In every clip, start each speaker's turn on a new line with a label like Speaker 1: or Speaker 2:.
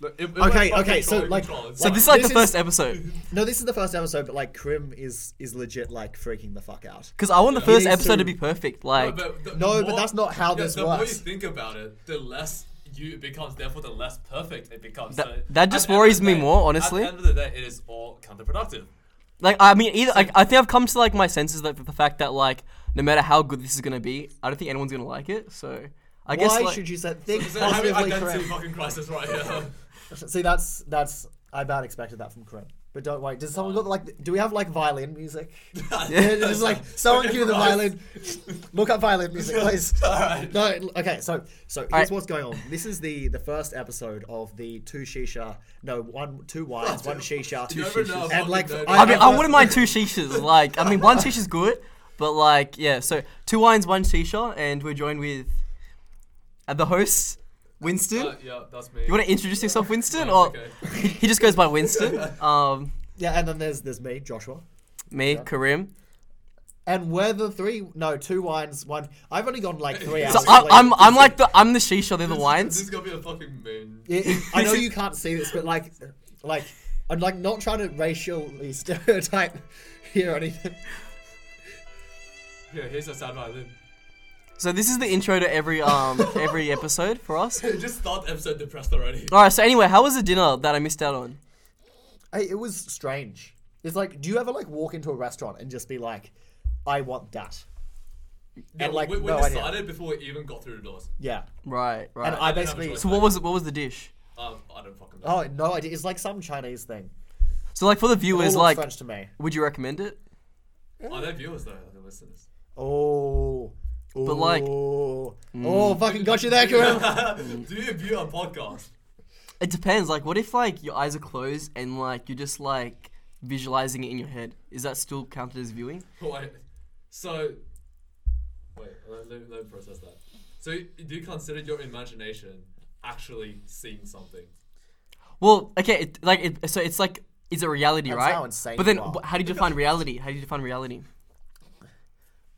Speaker 1: Look, it- it
Speaker 2: Okay,
Speaker 1: went
Speaker 2: okay,
Speaker 1: fucking
Speaker 2: so
Speaker 1: trolley
Speaker 2: like,
Speaker 1: controllers.
Speaker 2: so
Speaker 3: This is like
Speaker 2: This
Speaker 3: the
Speaker 2: is-
Speaker 3: first episode.
Speaker 2: no, this is the first episode, but like Krim is is legit like freaking the fuck out.
Speaker 3: Because I want the
Speaker 2: It
Speaker 3: first
Speaker 2: is
Speaker 3: episode
Speaker 2: too-
Speaker 3: to be perfect. Like,
Speaker 1: but the
Speaker 2: No, but that's not how this
Speaker 1: the more
Speaker 2: works.
Speaker 1: you think about it, the less you it becomes. Therefore, the less perfect it becomes.
Speaker 3: That-
Speaker 1: So
Speaker 3: that
Speaker 1: at
Speaker 3: just
Speaker 1: the end of
Speaker 3: worries
Speaker 1: the
Speaker 3: me
Speaker 1: day-
Speaker 3: more, honestly.
Speaker 1: At the end of the day, it is all counterproductive.
Speaker 3: like I mean, either like, I think I've come to like my senses that the fact that like no matter how good this is gonna be, I don't think anyone's gonna like it. So I guess
Speaker 2: Why
Speaker 3: like,
Speaker 2: should you say think
Speaker 1: So having
Speaker 2: positively,
Speaker 1: identity
Speaker 2: Krim?
Speaker 1: fucking crisis right here.
Speaker 2: See, that's that's I about expected that from Krim. But don't worry. Does someone got like? Do we have like violin music? yeah, it's just like someone cue the violin. Look up violin music, please.
Speaker 1: Alright.
Speaker 2: No, l- okay. So, so here's
Speaker 3: Alright.
Speaker 2: what's going on. This is the the first episode of the two shisha. No, one, two wines, one shisha,
Speaker 1: you ever know
Speaker 2: and
Speaker 1: fucking
Speaker 2: like
Speaker 1: dirty-
Speaker 3: I mean, I
Speaker 2: first-
Speaker 3: wouldn't mind two shishas. Like, I mean, one shisha's good, but like, yeah. So two wines, one shisha, and we're joined with uh, the host, Winston.
Speaker 1: Uh, yeah, that's me.
Speaker 3: you want to introduce yourself, Winston,
Speaker 1: Yeah,
Speaker 3: or
Speaker 1: okay.
Speaker 3: he, he just goes by Winston? Um,
Speaker 2: Yeah, and then there's there's me, Joshua,
Speaker 3: me, Karim.
Speaker 2: and we're the three. No, two wines, one. I've only gone like three hours.
Speaker 3: So I,
Speaker 2: late.
Speaker 3: I'm, I'm like the, I'm the shisha, they're the
Speaker 1: This- This
Speaker 3: wines.
Speaker 1: is gonna be a fucking main.
Speaker 2: It- it- I know you can't see this, but like, like I'm like not trying to racially stereotype here or anything.
Speaker 1: Here, here's a sad violin.
Speaker 3: So this is the intro to every, um, every episode for us.
Speaker 1: Just start episode depressed already.
Speaker 3: All right. So anyway, how was the dinner that I missed out on?
Speaker 2: Hey, it was strange. It's like, do you ever like walk into a restaurant and just be like, I want that?
Speaker 1: Yeah,
Speaker 2: and like,
Speaker 1: we, we
Speaker 2: no idea.
Speaker 1: decided before we even got through the doors.
Speaker 2: Yeah.
Speaker 3: Right. Right.
Speaker 2: And I
Speaker 1: didn't have a
Speaker 2: basically.
Speaker 1: choice.
Speaker 3: so what was what was the dish?
Speaker 1: Um, I don't fucking know.
Speaker 2: Oh, no idea. It's like some Chinese thing.
Speaker 3: So like for the
Speaker 2: It all
Speaker 3: viewers,
Speaker 2: looks
Speaker 3: like,
Speaker 2: French to me.
Speaker 3: would you recommend it?
Speaker 1: Are there viewers though? Are there listeners?
Speaker 2: Oh. But
Speaker 3: like- Mm.
Speaker 2: Oh, oh fucking got you there, Karim.
Speaker 1: Do you view a podcast?
Speaker 3: It depends. Like, what if like your eyes are closed and like you're just like visualizing it in your head? Is that still counted as viewing?
Speaker 1: Wait, so wait, let, let, let me process that. So y- do you consider your imagination actually seeing something?
Speaker 3: Well, okay, it, like it, so it's like it's a reality,
Speaker 2: That's
Speaker 3: right?
Speaker 2: how insane
Speaker 3: but then,
Speaker 2: you are.
Speaker 3: wh- how do you define reality? How do you define reality?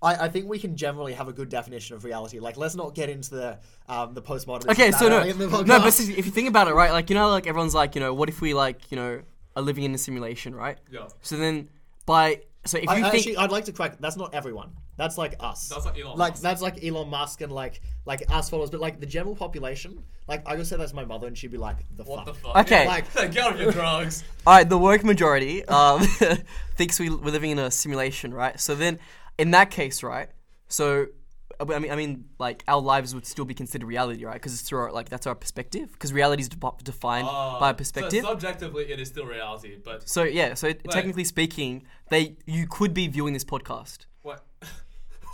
Speaker 2: I, I think we can generally have a good definition of reality. Like, let's not get into the um, the postmodernism.
Speaker 3: Okay,
Speaker 2: that
Speaker 3: so no,
Speaker 2: early in the
Speaker 3: no, but
Speaker 2: podcast.
Speaker 3: see, if you think about it, right? Like you know, how, like everyone's like, you know, what if we like, you know, are living in a simulation, right?
Speaker 1: Yeah,
Speaker 3: So then, by so if
Speaker 2: I,
Speaker 3: you
Speaker 2: I
Speaker 3: think
Speaker 2: actually, I'd like to correct. That's not everyone. That's like us.
Speaker 1: That's like Elon
Speaker 2: Like
Speaker 1: Musk.
Speaker 2: that's like Elon Musk and like like us followers, but like the general population. Like I would say that's my mother, and she'd be like, "The
Speaker 1: what the
Speaker 2: fuck."
Speaker 1: fuck?
Speaker 3: Okay.
Speaker 2: Like-
Speaker 1: get out of your drugs.
Speaker 3: All right, the work majority um, thinks we, we're living in a simulation, right? So then, in that case, right? So, I mean, I mean, like our lives would still be considered reality, right? Because it's through our, like that's our perspective. Because reality is de- defined
Speaker 1: Uh,
Speaker 3: by
Speaker 1: so
Speaker 3: perspective. So,
Speaker 1: subjectively, it is still reality, but
Speaker 3: yeah, so technically speaking, they you could be viewing this podcast.
Speaker 1: what?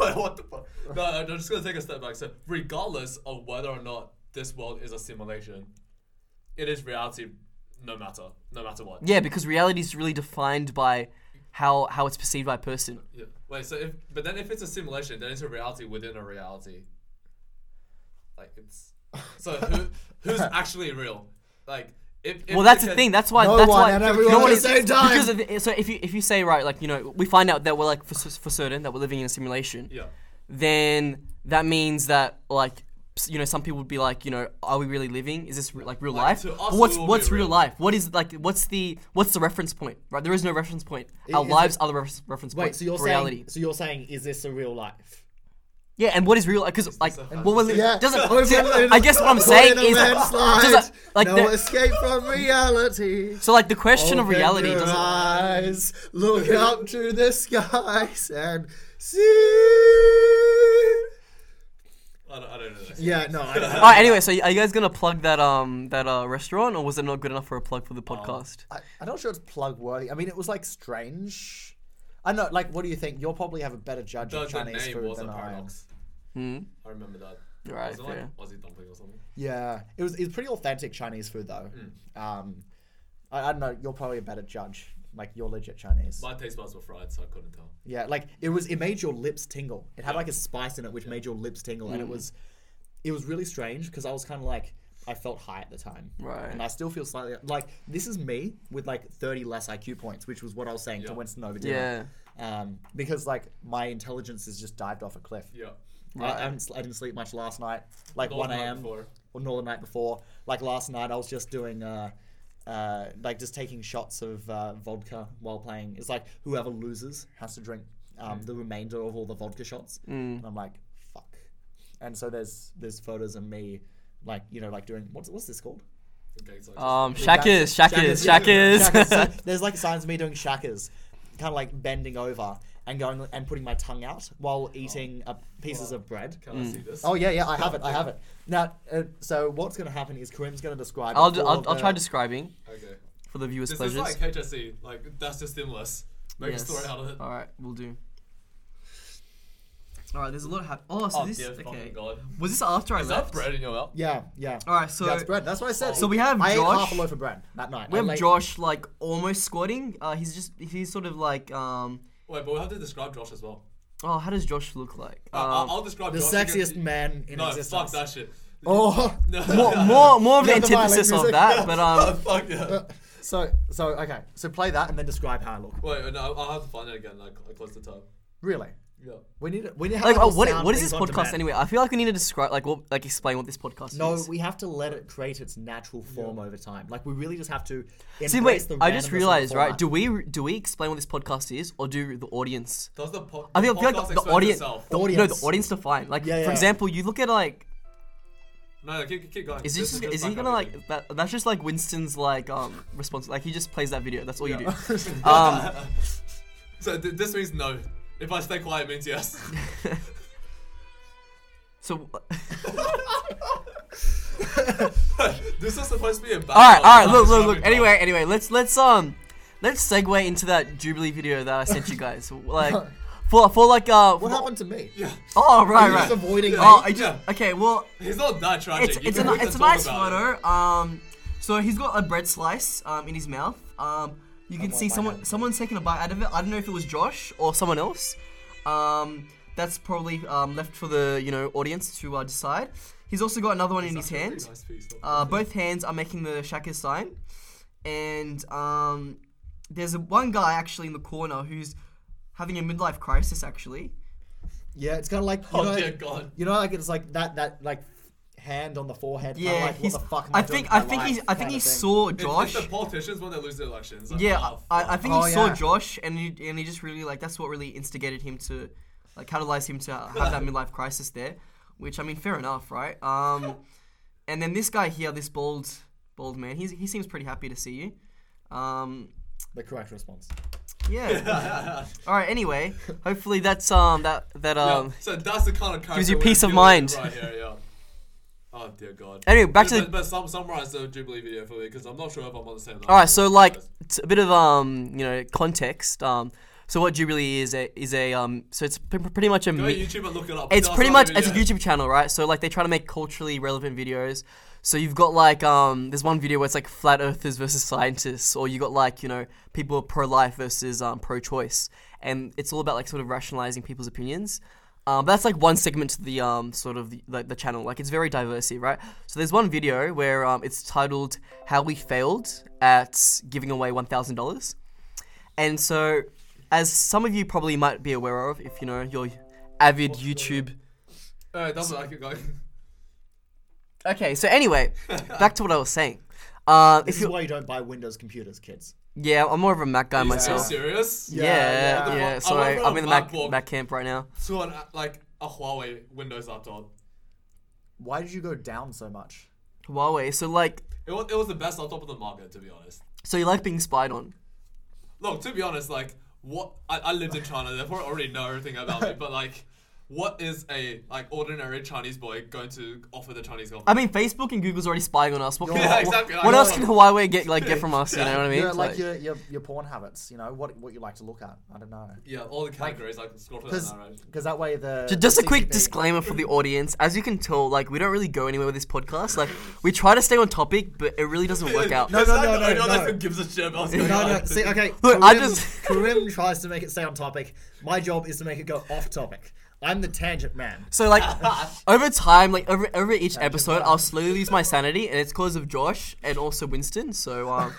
Speaker 1: Wait, what the fuck? No, I'm just gonna take a step back. So, regardless of whether or not this world is a simulation, it is reality, no matter, no matter what.
Speaker 3: Yeah, because reality is really defined by how how it's perceived by a person.
Speaker 1: Yeah. Wait. So if but then if it's a simulation, then it's a reality within a reality. Like it's. So who who's actually real? Like if. if
Speaker 3: Well, that's
Speaker 1: we
Speaker 3: the
Speaker 1: can-
Speaker 3: thing. That's why.
Speaker 2: No
Speaker 3: that's
Speaker 2: one
Speaker 3: why.
Speaker 2: and everyone at the
Speaker 3: is-
Speaker 2: same time.
Speaker 3: Because of the, so if you if you say right, like you know, we find out that we're like for, s- for certain that we're living in a simulation.
Speaker 1: Yeah.
Speaker 3: Then that means that like s- you know some people would be like you know are we really living is this re- like real life
Speaker 1: to us,
Speaker 3: But what's
Speaker 1: it will
Speaker 3: what's
Speaker 1: be
Speaker 3: real
Speaker 1: real.
Speaker 3: life what is like what's the what's the reference point right there is no reference point our
Speaker 2: is
Speaker 3: lives
Speaker 2: it-
Speaker 3: are the reference reference point
Speaker 2: Wait, so you're
Speaker 3: for
Speaker 2: saying?
Speaker 3: reality
Speaker 2: So you're saying, is this a real life?
Speaker 3: yeah and what is real because like
Speaker 1: this a
Speaker 3: what we're li-
Speaker 2: Yeah.
Speaker 3: doesn't see, I guess what I'm saying is does it- like
Speaker 2: no Oh,
Speaker 3: the,
Speaker 2: escape from reality.
Speaker 3: so like the question of
Speaker 2: Open
Speaker 3: reality
Speaker 2: your
Speaker 3: doesn't
Speaker 2: eyes, look up to the skies and see.
Speaker 1: I don't, I don't know. This.
Speaker 2: Yeah, no. I don't
Speaker 3: All right. Anyway, so are you guys gonna plug that um that uh restaurant, or was it not good enough for a plug for the
Speaker 1: Oh,
Speaker 3: podcast?
Speaker 2: I, I'm not sure it's plug worthy. I mean, it was like strange. I know, like, what do you think? You'll probably have a better judge
Speaker 1: The,
Speaker 2: of
Speaker 1: the
Speaker 2: Chinese
Speaker 1: name
Speaker 2: food
Speaker 1: was a
Speaker 2: than I am.
Speaker 1: paradox. I remember that.
Speaker 3: Hmm? Right,
Speaker 1: Was it like
Speaker 3: fair.
Speaker 1: Aussie dumpling or something?
Speaker 2: Yeah, it was. It's pretty authentic Chinese food though.
Speaker 1: Hmm.
Speaker 2: Um, I, I don't know. You're probably a better judge. Like, you're legit Chinese.
Speaker 1: My taste buds were fried, so I couldn't tell.
Speaker 2: yeah, like it was. It made your lips tingle. It had like a spice in it which made your lips tingle,
Speaker 3: Mm.
Speaker 2: and it was, it was really strange because I was kind of like. I felt high at the time,
Speaker 3: Right.
Speaker 2: And I still feel slightly like this is me with like thirty less IQ points, which was what I was saying
Speaker 1: Yeah.
Speaker 2: to Winston over dinner.
Speaker 3: Yeah.
Speaker 2: um, because like my intelligence has just dived off a cliff.
Speaker 1: Yeah.
Speaker 2: I, I, haven't, sl- I didn't sleep much last night, like
Speaker 1: Not
Speaker 2: one
Speaker 1: the night
Speaker 2: a.m.
Speaker 1: before.
Speaker 2: or nor the night before. Like last night, I was just doing. Uh, uh, like just taking shots of uh, vodka while playing. It's like whoever loses has to drink um,
Speaker 3: Mm.
Speaker 2: the remainder of all the vodka shots. And I'm like, fuck. And so there's there's photos of me, like you know, like doing what's what's this called?
Speaker 1: Okay, so
Speaker 3: Um,
Speaker 2: Exactly.
Speaker 3: Shackers, Shackers,
Speaker 2: Shackers, yeah.
Speaker 3: Shackers.
Speaker 2: So There's like signs of me doing shackers, kind of like bending over and going and putting my tongue out while
Speaker 3: Oh.
Speaker 2: eating uh, pieces of bread.
Speaker 1: can I see
Speaker 3: Hmm.
Speaker 1: this?
Speaker 2: Oh yeah, yeah, I have it, I have it. Now, uh, so what's gonna happen is Karim's gonna describe. uh,
Speaker 3: I'll,
Speaker 2: all
Speaker 3: ju- I'll,
Speaker 2: of
Speaker 3: I'll
Speaker 2: the-
Speaker 3: try describing
Speaker 1: Okay.
Speaker 3: for the viewers'
Speaker 1: This
Speaker 3: pleasures.
Speaker 1: is like HSE. Like that's just stimulus. Make
Speaker 3: Yes.
Speaker 1: a story out of it.
Speaker 3: All right, we'll do. All right, there's a lot of hap- Oh, so
Speaker 1: Oh
Speaker 3: this
Speaker 1: dear
Speaker 3: okay.
Speaker 1: fucking god.
Speaker 3: Was this after I
Speaker 1: Is that
Speaker 3: left?
Speaker 1: bread in your mouth?
Speaker 2: Yeah, yeah.
Speaker 3: All right, so
Speaker 2: That's bread. That's what I said.
Speaker 3: so we have
Speaker 2: I ate
Speaker 3: Josh.
Speaker 2: half a loaf of bread that night.
Speaker 3: we
Speaker 2: I
Speaker 3: have
Speaker 2: like-
Speaker 3: Josh like almost squatting. Uh, he's just he's sort of like um.
Speaker 1: Wait, but we have to describe Josh as well.
Speaker 3: Oh, how does Josh look like?
Speaker 1: I- I'll,
Speaker 3: Um,
Speaker 1: I'll describe
Speaker 2: the
Speaker 1: Josh
Speaker 2: sexiest
Speaker 1: because-
Speaker 2: man in
Speaker 1: No, fuck
Speaker 2: existence.
Speaker 1: that shit.
Speaker 2: Oh,
Speaker 1: No,
Speaker 3: more, more more of the
Speaker 2: Yeah, the violin
Speaker 3: antithesis of
Speaker 2: music.
Speaker 3: that, but um.
Speaker 1: fuck yeah.
Speaker 2: so so okay. So play that and then describe how I look.
Speaker 1: Wait, no, I'll have to find it again. Like I close the tab.
Speaker 2: Really,
Speaker 1: Yeah.
Speaker 2: we need we need to have
Speaker 3: Like,
Speaker 2: a
Speaker 3: oh,
Speaker 2: little
Speaker 3: what,
Speaker 2: sound
Speaker 3: what is
Speaker 2: things
Speaker 3: this
Speaker 2: on
Speaker 3: podcast
Speaker 2: demand.
Speaker 3: anyway? I feel like we need to describe, like, what, like, explain what this podcast
Speaker 2: No,
Speaker 3: is.
Speaker 2: we have to let it create its natural form over time. Like we really just have to.
Speaker 3: See,
Speaker 2: embrace
Speaker 3: wait,
Speaker 2: the
Speaker 3: I
Speaker 2: randomness
Speaker 3: just
Speaker 2: of the
Speaker 3: realized, right?
Speaker 2: format.
Speaker 3: Do we do we explain what this podcast is, or do the audience?
Speaker 1: Does the, po-
Speaker 3: I think
Speaker 1: the
Speaker 3: I feel like
Speaker 1: podcast
Speaker 3: the, the
Speaker 1: explain
Speaker 3: audience,
Speaker 1: itself?
Speaker 3: the, no, the
Speaker 2: Audience.
Speaker 3: audience define. Like,
Speaker 2: Yeah,
Speaker 3: for
Speaker 2: yeah.
Speaker 3: example, you look at like,
Speaker 1: No, no, keep, keep going.
Speaker 3: is this,
Speaker 1: just
Speaker 3: is, he
Speaker 1: background
Speaker 3: gonna
Speaker 1: music.
Speaker 3: like that? That's just like Winston's like um response. Like he just plays that video. That's all you
Speaker 1: Yeah.
Speaker 3: do. Um,
Speaker 1: So th- this means no. If I stay quiet, it means yes.
Speaker 3: so
Speaker 1: this is supposed to be a bad.
Speaker 3: all right, all right. Look, look, look. Anyway, anyway, let's let's um let's segue into that Jubilee video that I sent you guys. Like for for like uh.
Speaker 2: What
Speaker 3: for-
Speaker 2: happened to me?
Speaker 1: Yeah.
Speaker 3: Oh right,
Speaker 2: You're just
Speaker 3: right.
Speaker 2: avoiding.
Speaker 3: Oh,
Speaker 2: me.
Speaker 3: I just,
Speaker 1: Yeah.
Speaker 3: okay. Well,
Speaker 1: He's not that tragic.
Speaker 3: it's
Speaker 1: You
Speaker 3: it's a,
Speaker 1: can
Speaker 3: ni-
Speaker 1: read the
Speaker 3: it's a
Speaker 1: talk
Speaker 3: nice
Speaker 1: about it.
Speaker 3: photo. Um, so he's got a bread slice um in his mouth. Um, you can
Speaker 2: want
Speaker 3: see
Speaker 2: my
Speaker 3: someone
Speaker 2: hand.
Speaker 3: someone's taking a bite out of it. I don't know if it was Josh or someone else. Um, that's probably um left for the you know audience to uh, decide. He's also got another one in his
Speaker 1: That's a
Speaker 3: hand.
Speaker 1: pretty nice piece, though.
Speaker 3: Uh, both hands are making the Shaka sign, and um, there's a, one guy actually in the corner who's having a midlife crisis actually. Uh,
Speaker 2: Yeah, it's kind of like you
Speaker 1: Oh
Speaker 2: know,
Speaker 1: dear God.
Speaker 2: You know, like it's like that that like hand on the forehead. kinda
Speaker 3: Yeah,
Speaker 2: like, what
Speaker 3: he's,
Speaker 2: the fuck am
Speaker 3: I
Speaker 2: doing
Speaker 3: think
Speaker 2: with
Speaker 3: I
Speaker 2: my
Speaker 3: think
Speaker 2: life
Speaker 3: he's I think
Speaker 2: kinda thing.
Speaker 3: he saw
Speaker 1: It's-
Speaker 3: Josh.
Speaker 1: It's the politicians when they lose the elections. Like,
Speaker 3: Yeah,
Speaker 1: oh,
Speaker 3: I, I think
Speaker 2: Oh,
Speaker 3: he saw
Speaker 2: yeah.
Speaker 3: Josh, and he, and he just really like that's what really instigated him to like catalyze him to have that midlife crisis there, which I mean, fair enough, right? Um, and then this guy here, this bald bald man, he's, he seems pretty happy to see you. Um,
Speaker 2: the correct response.
Speaker 3: yeah.
Speaker 1: fuck.
Speaker 3: All right. Anyway, hopefully that's um that that
Speaker 1: Yeah,
Speaker 3: um.
Speaker 1: so that's the kind of character
Speaker 3: gives you
Speaker 1: we're
Speaker 3: peace of
Speaker 1: dealing
Speaker 3: mind.
Speaker 1: with Right here, yeah. Oh dear God.
Speaker 3: Anyway, back to
Speaker 1: but,
Speaker 3: the-
Speaker 1: but some summarize the Jubilee video for me because I'm not sure if I'm on the same.
Speaker 3: All right, so like t- a bit of um, you know, context. Um, so what Jubilee is a, is a um, so it's p- pretty much a
Speaker 1: go
Speaker 3: mi-
Speaker 1: to YouTube and look it up.
Speaker 3: it's
Speaker 1: Tell us
Speaker 3: pretty
Speaker 1: about
Speaker 3: much
Speaker 1: the
Speaker 3: it's a
Speaker 1: video.
Speaker 3: YouTube channel, right? So like they try to make culturally relevant videos. So you've got like um, there's one video where it's like flat earthers versus scientists, or you got like you know people pro life versus um, pro choice, and it's all about like sort of rationalizing people's opinions. Um, that's like one segment to the um, sort of the, the, the channel. Like it's very diversity, right? So there's one video where um, it's titled "How We Failed at Giving Away One Thousand Dollars." And so, as some of you probably might be aware of, if you know you're avid YouTube.
Speaker 1: All right, that's what I could go.
Speaker 3: Okay, so anyway, back to what I was saying. Uh,
Speaker 2: This
Speaker 3: if
Speaker 2: is
Speaker 3: you
Speaker 2: why you don't buy Windows computers, kids.
Speaker 3: yeah, I'm more of a Mac guy
Speaker 1: Are you still
Speaker 3: myself.
Speaker 1: serious?
Speaker 3: Yeah,
Speaker 2: Yeah,
Speaker 3: yeah.
Speaker 2: yeah.
Speaker 1: What the fuck?
Speaker 3: so
Speaker 1: I went
Speaker 3: I,
Speaker 1: from
Speaker 3: am
Speaker 1: a
Speaker 3: in the Mac,
Speaker 1: MacBook.
Speaker 3: Mac camp right now.
Speaker 1: To an uh, like a Huawei Windows laptop.
Speaker 2: Why did you go down so much?
Speaker 3: Huawei. So like,
Speaker 1: It was, it was the best laptop on the market, to be honest.
Speaker 3: so you like being spied on?
Speaker 1: Look, to be honest, like what I, I lived in China, therefore I already know everything about me. But like, what is a like ordinary Chinese boy going to offer the Chinese government?
Speaker 3: I mean, Facebook and Google's already spying on us. What,
Speaker 2: Yeah,
Speaker 3: what-
Speaker 1: exactly,
Speaker 3: what
Speaker 1: like-
Speaker 3: else can Huawei get like get from us? You know what I mean?
Speaker 2: Yeah,
Speaker 3: It's
Speaker 2: like,
Speaker 3: like-
Speaker 2: your, your your porn habits. You know what what you like to look at. I don't know.
Speaker 1: yeah, all the categories I can scroll through that
Speaker 2: Because
Speaker 1: now, right?
Speaker 2: that way the
Speaker 3: Ju- just a
Speaker 2: the
Speaker 3: quick
Speaker 2: CCP
Speaker 3: disclaimer for the audience. As you can tell, like we don't really go anywhere with this podcast. Like we try to stay on topic, but it really doesn't work out.
Speaker 2: No,
Speaker 1: Is
Speaker 2: no,
Speaker 1: that
Speaker 2: no,
Speaker 1: the
Speaker 2: no,
Speaker 1: only one
Speaker 2: no.
Speaker 1: That gives a shit about what's
Speaker 2: No,
Speaker 1: going
Speaker 2: no.
Speaker 1: on?
Speaker 2: See, okay.
Speaker 3: Look, I
Speaker 2: Karim-
Speaker 3: just-
Speaker 2: Karim tries to make it stay on topic. My job is to make it go off topic. I'm the tangent man.
Speaker 3: So like over time, like over over each episode, I'll slowly lose my sanity, and it's because of Josh and also Winston. So um,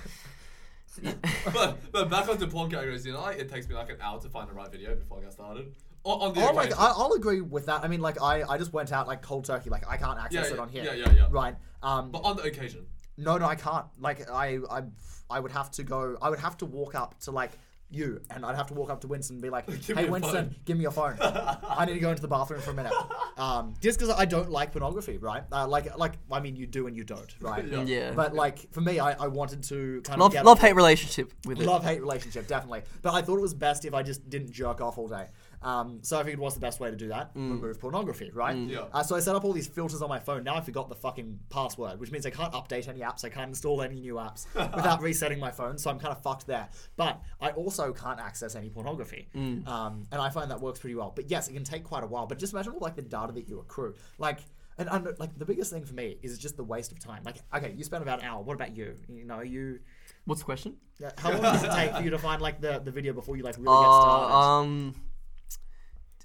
Speaker 1: but, but back onto porn categories, you know, like, it takes me like an hour to find the right video before I get started. on, on the
Speaker 2: Oh my
Speaker 1: occasion.
Speaker 2: God, I- I'll agree with that. I mean, like I, I just went out like cold turkey. Like I can't access
Speaker 1: Yeah,
Speaker 2: it on
Speaker 1: yeah,
Speaker 2: here.
Speaker 1: yeah, yeah, yeah.
Speaker 2: Right. Um,
Speaker 1: But on the occasion.
Speaker 2: no, no, I can't. Like I, I, I would have to go. I would have to walk up to like you, and I'd have to walk up to Winston and be like,
Speaker 1: Give me
Speaker 2: "Hey,
Speaker 1: your
Speaker 2: Winston,
Speaker 1: phone."
Speaker 2: give me your phone. I need to go into the bathroom for a minute." Um, just because I don't like pornography, right? Uh, like, like I mean, you do and you don't, right?
Speaker 1: Yeah.
Speaker 3: Yeah.
Speaker 2: But like for me, I, I wanted to kind of
Speaker 3: love
Speaker 2: get
Speaker 3: love hate relationship with it.
Speaker 2: love hate relationship definitely but i thought it was best if i just didn't jerk off all day um, so i figured what's the best way to do that
Speaker 3: Mm.
Speaker 2: remove pornography right
Speaker 1: Yeah.
Speaker 2: uh, so i set up all these filters on my phone now i forgot the fucking password which means i can't update any apps i can't install any new apps without resetting my phone so i'm kind of fucked there but i also can't access any pornography
Speaker 3: Mm.
Speaker 2: um, and i find that works pretty well but yes it can take quite a while but just imagine all like the data that you accrue like and, and like the biggest thing for me is just the waste of time like okay you spend about an hour what about you you know you
Speaker 3: What's the question?
Speaker 2: yeah, How long does it take for you to find like the, the video before you like really get started?
Speaker 3: Uh, um,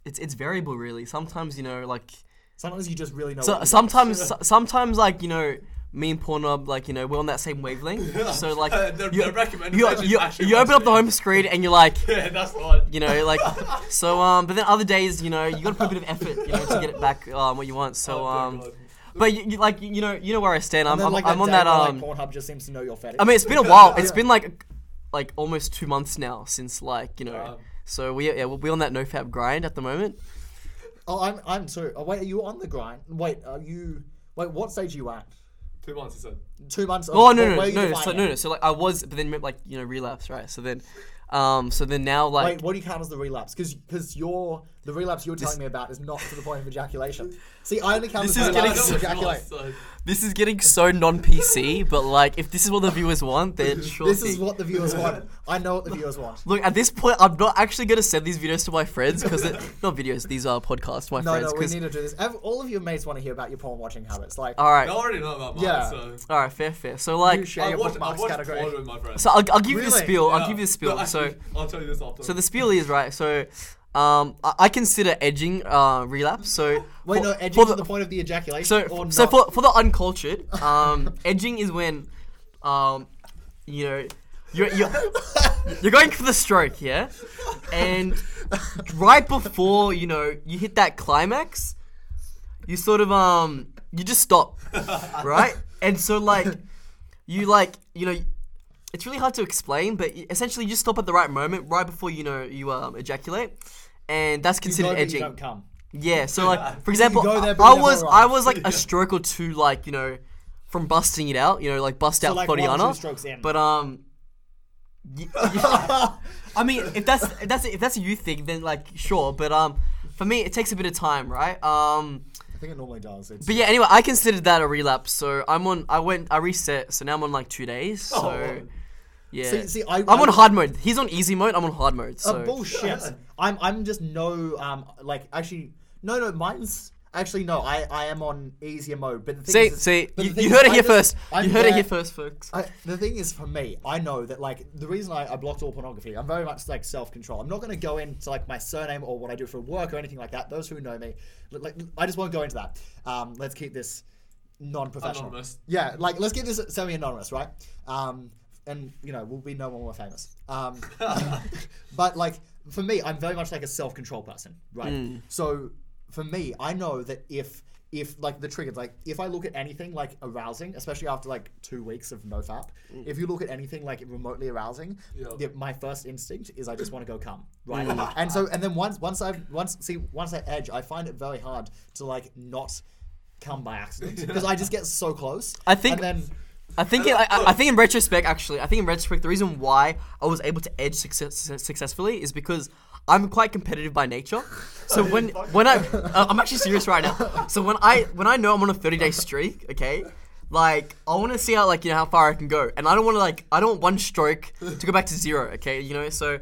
Speaker 3: it's it's variable really. Sometimes you know like
Speaker 2: sometimes you just really know.
Speaker 3: so,
Speaker 2: what you-
Speaker 3: sometimes so- sometimes like you know. Me and Pornhub, like you know, we're on that same wavelength. So like,
Speaker 1: The- the recommended
Speaker 3: you,
Speaker 1: version
Speaker 3: you,
Speaker 1: actually
Speaker 3: you open up
Speaker 1: works
Speaker 3: the home screen and you're like,
Speaker 1: Yeah, that's the one.
Speaker 3: you know, like, so um. But then other days, you know, you gotta put a bit of effort, you know, to get it back um, what you want.
Speaker 1: Oh,
Speaker 3: So um. But you, you, like you know you know where I stand. I'm
Speaker 2: And then,
Speaker 3: I'm,
Speaker 2: like,
Speaker 3: I'm on
Speaker 2: day
Speaker 3: that
Speaker 2: where,
Speaker 3: um.
Speaker 2: Like, Pornhub just seems to know your fetish.
Speaker 3: I mean, it's been a while. It's been like like almost two months now since like you know.
Speaker 2: Um,
Speaker 1: Wow.
Speaker 3: So we yeah we're on that nofap grind at the moment.
Speaker 2: oh, I'm I'm too. Oh, wait, are you on the grind? Wait, are you? Wait, what stage are you at?
Speaker 1: Two months, he said.
Speaker 2: Two months. Of,
Speaker 3: Oh no
Speaker 2: where
Speaker 3: no
Speaker 2: are
Speaker 3: no
Speaker 2: you
Speaker 3: no
Speaker 2: defining
Speaker 3: so, no
Speaker 2: it?
Speaker 3: no so like I was but then like you know relapse right so then um so then now like
Speaker 2: Wait, what do you count as the relapse? Because because your the relapse you're telling me about is not to the point of ejaculation. See, I only count
Speaker 3: This
Speaker 2: as
Speaker 3: is
Speaker 2: the
Speaker 1: I
Speaker 3: getting
Speaker 1: don't know
Speaker 2: relapse to
Speaker 1: what it
Speaker 2: ejaculate.
Speaker 1: was, so-
Speaker 3: this is getting so non PC but like if this is what the viewers want then sure
Speaker 2: This is
Speaker 3: thing.
Speaker 2: what the viewers want. I know what the viewers want.
Speaker 3: Look, at this point, I'm not actually gonna send these videos to my friends because not videos; these are podcasts. to My
Speaker 2: No,
Speaker 3: friends,
Speaker 2: no, we
Speaker 3: 'cause-
Speaker 2: need to do this. Ev- All of your mates want to hear about your porn watching habits. Like,
Speaker 3: all
Speaker 1: I
Speaker 3: right,
Speaker 1: already know about mine,
Speaker 2: Yeah.
Speaker 1: so.
Speaker 3: all right, fair, fair. So like,
Speaker 2: you share
Speaker 1: I
Speaker 2: your
Speaker 1: watched, I
Speaker 2: bookmarks
Speaker 1: watched
Speaker 2: category.
Speaker 1: porn with my friends.
Speaker 3: so I'll, I'll give you the
Speaker 2: Really?
Speaker 3: spiel. I'll
Speaker 1: Yeah.
Speaker 3: give you the spiel.
Speaker 1: No,
Speaker 3: so
Speaker 1: actually, I'll tell you this after.
Speaker 3: So the spiel is right. So, um, I, I consider edging uh, relapse. So
Speaker 2: Wait,
Speaker 3: for-
Speaker 2: no,
Speaker 3: for
Speaker 2: edging
Speaker 3: the-
Speaker 2: to the point of the ejaculation.
Speaker 3: so
Speaker 2: or
Speaker 3: f- so
Speaker 2: not?
Speaker 3: for for the uncultured, um, edging is when, um, you know, you're you're, you're going for the stroke, yeah, and right before you know you hit that climax, you sort of um you just stop, right? And so like you like you know it's really hard to explain, but y- essentially you just stop at the right moment, right before you know you um ejaculate, and that's
Speaker 2: You go,
Speaker 3: considered
Speaker 2: but you
Speaker 3: edging.
Speaker 2: don't come.
Speaker 3: Yeah, so like for example,
Speaker 2: go
Speaker 3: I
Speaker 2: there, but
Speaker 3: I
Speaker 2: you never
Speaker 3: was
Speaker 2: arrive.
Speaker 3: I was like a stroke or two, like you know, from busting it out, you know, like bust out
Speaker 2: like, one or two strokes
Speaker 3: Floriana.
Speaker 2: in.
Speaker 3: But um, y- y- I mean, if that's if that's if that's a you thing, then like sure. But um, for me, it takes a bit of time, right? Um,
Speaker 2: I think it normally does. It's,
Speaker 3: but yeah, anyway, I considered that a relapse, so I'm on. I went. I reset, so now I'm on like two days. So
Speaker 1: Lord.
Speaker 3: yeah,
Speaker 2: Oh. See- see, I-
Speaker 3: am
Speaker 2: I-
Speaker 3: on hard mode. He's on easy mode. I'm on hard mode.
Speaker 2: Uh,
Speaker 3: So
Speaker 2: bullshit. I'm I'm just no um like actually no no mine's actually no I I am on easier mode. But the thing
Speaker 3: see,
Speaker 2: is,
Speaker 3: see,
Speaker 2: but the
Speaker 3: you,
Speaker 2: thing
Speaker 3: you
Speaker 2: is,
Speaker 3: heard it
Speaker 2: I
Speaker 3: here
Speaker 2: just-
Speaker 3: first.
Speaker 2: I'm
Speaker 3: You heard it
Speaker 2: there-
Speaker 3: here first, folks.
Speaker 2: I, the thing is, for me, I know that like the reason I, I blocked all pornography, I'm very much like self control. I'm not going to go into like my surname or what I do for work or anything like that. Those who know me, li- like I just won't go into that. Um, let's keep this non-professional.
Speaker 1: Anonymous.
Speaker 2: Yeah, like let's keep this semi-anonymous, right? Um, and you know we'll be no one more famous. Um, but like for me, I'm very much like a self-control person, right?
Speaker 3: Hmm.
Speaker 2: So for me, I know that if if like the triggers, like if I look at anything like arousing, especially after like two weeks of no fap,
Speaker 3: Hmm.
Speaker 2: if you look at anything like remotely arousing,
Speaker 1: Yeah.
Speaker 2: the- my first instinct is I just want to go cum, right?
Speaker 3: Hmm.
Speaker 2: and so and then once once I once see once I edge, I find it very hard to like not come by accident because I just get so close.
Speaker 3: I think-
Speaker 2: and then
Speaker 3: I think it, I, I- I think in retrospect, actually, I think in retrospect, the reason why I was able to edge success, success- successfully is because I'm quite competitive by nature. So when when I uh, I'm actually serious right now. So when I when I know I'm on a 30 day streak, okay. Like I want to see how like you know how far I can go, and I don't want to like I don't want one stroke to go back to zero. Okay, you know so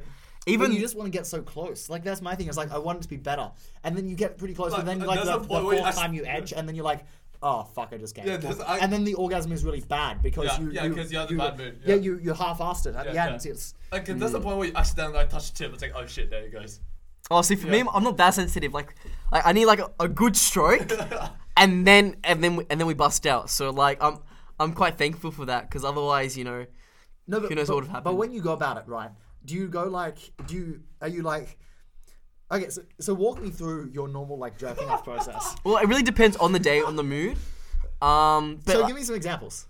Speaker 3: even
Speaker 2: But you just want to get so close. Like that's my thing. It's like I want it to be better, and then you get pretty close,
Speaker 1: Like,
Speaker 2: and then
Speaker 1: uh,
Speaker 2: like
Speaker 1: there's a
Speaker 2: the, the
Speaker 1: point where you
Speaker 2: fourth
Speaker 1: actually-
Speaker 2: time you edge, and then you're like, oh fuck, I just came.
Speaker 1: Yeah, there's- I-
Speaker 2: and then the orgasm is really bad because
Speaker 1: Yeah,
Speaker 2: you
Speaker 1: yeah,
Speaker 2: you
Speaker 1: 'cause you're in a bad mood,
Speaker 2: Yeah,
Speaker 1: yeah.
Speaker 2: you you half-assed it at the
Speaker 1: Yeah,
Speaker 2: end.
Speaker 1: yeah.
Speaker 2: It's
Speaker 1: Like, that's
Speaker 3: Hmm.
Speaker 1: the point where you accidentally like, touch the tip. It's like, oh shit, there it goes.
Speaker 3: oh see for me I'm not that sensitive. Like I, I need like a, a good stroke, and then and then we, and then we bust out. So like I'm I'm quite thankful for that because otherwise you know.
Speaker 2: no, but, but,
Speaker 3: knows what would've
Speaker 2: But
Speaker 3: happened.
Speaker 2: when you go about it, right? Do you go like do you are you like Okay, so, so walk me through your normal like jerking off process.
Speaker 3: Well, it really depends on the day, on the mood. Um, but
Speaker 2: so give me some examples.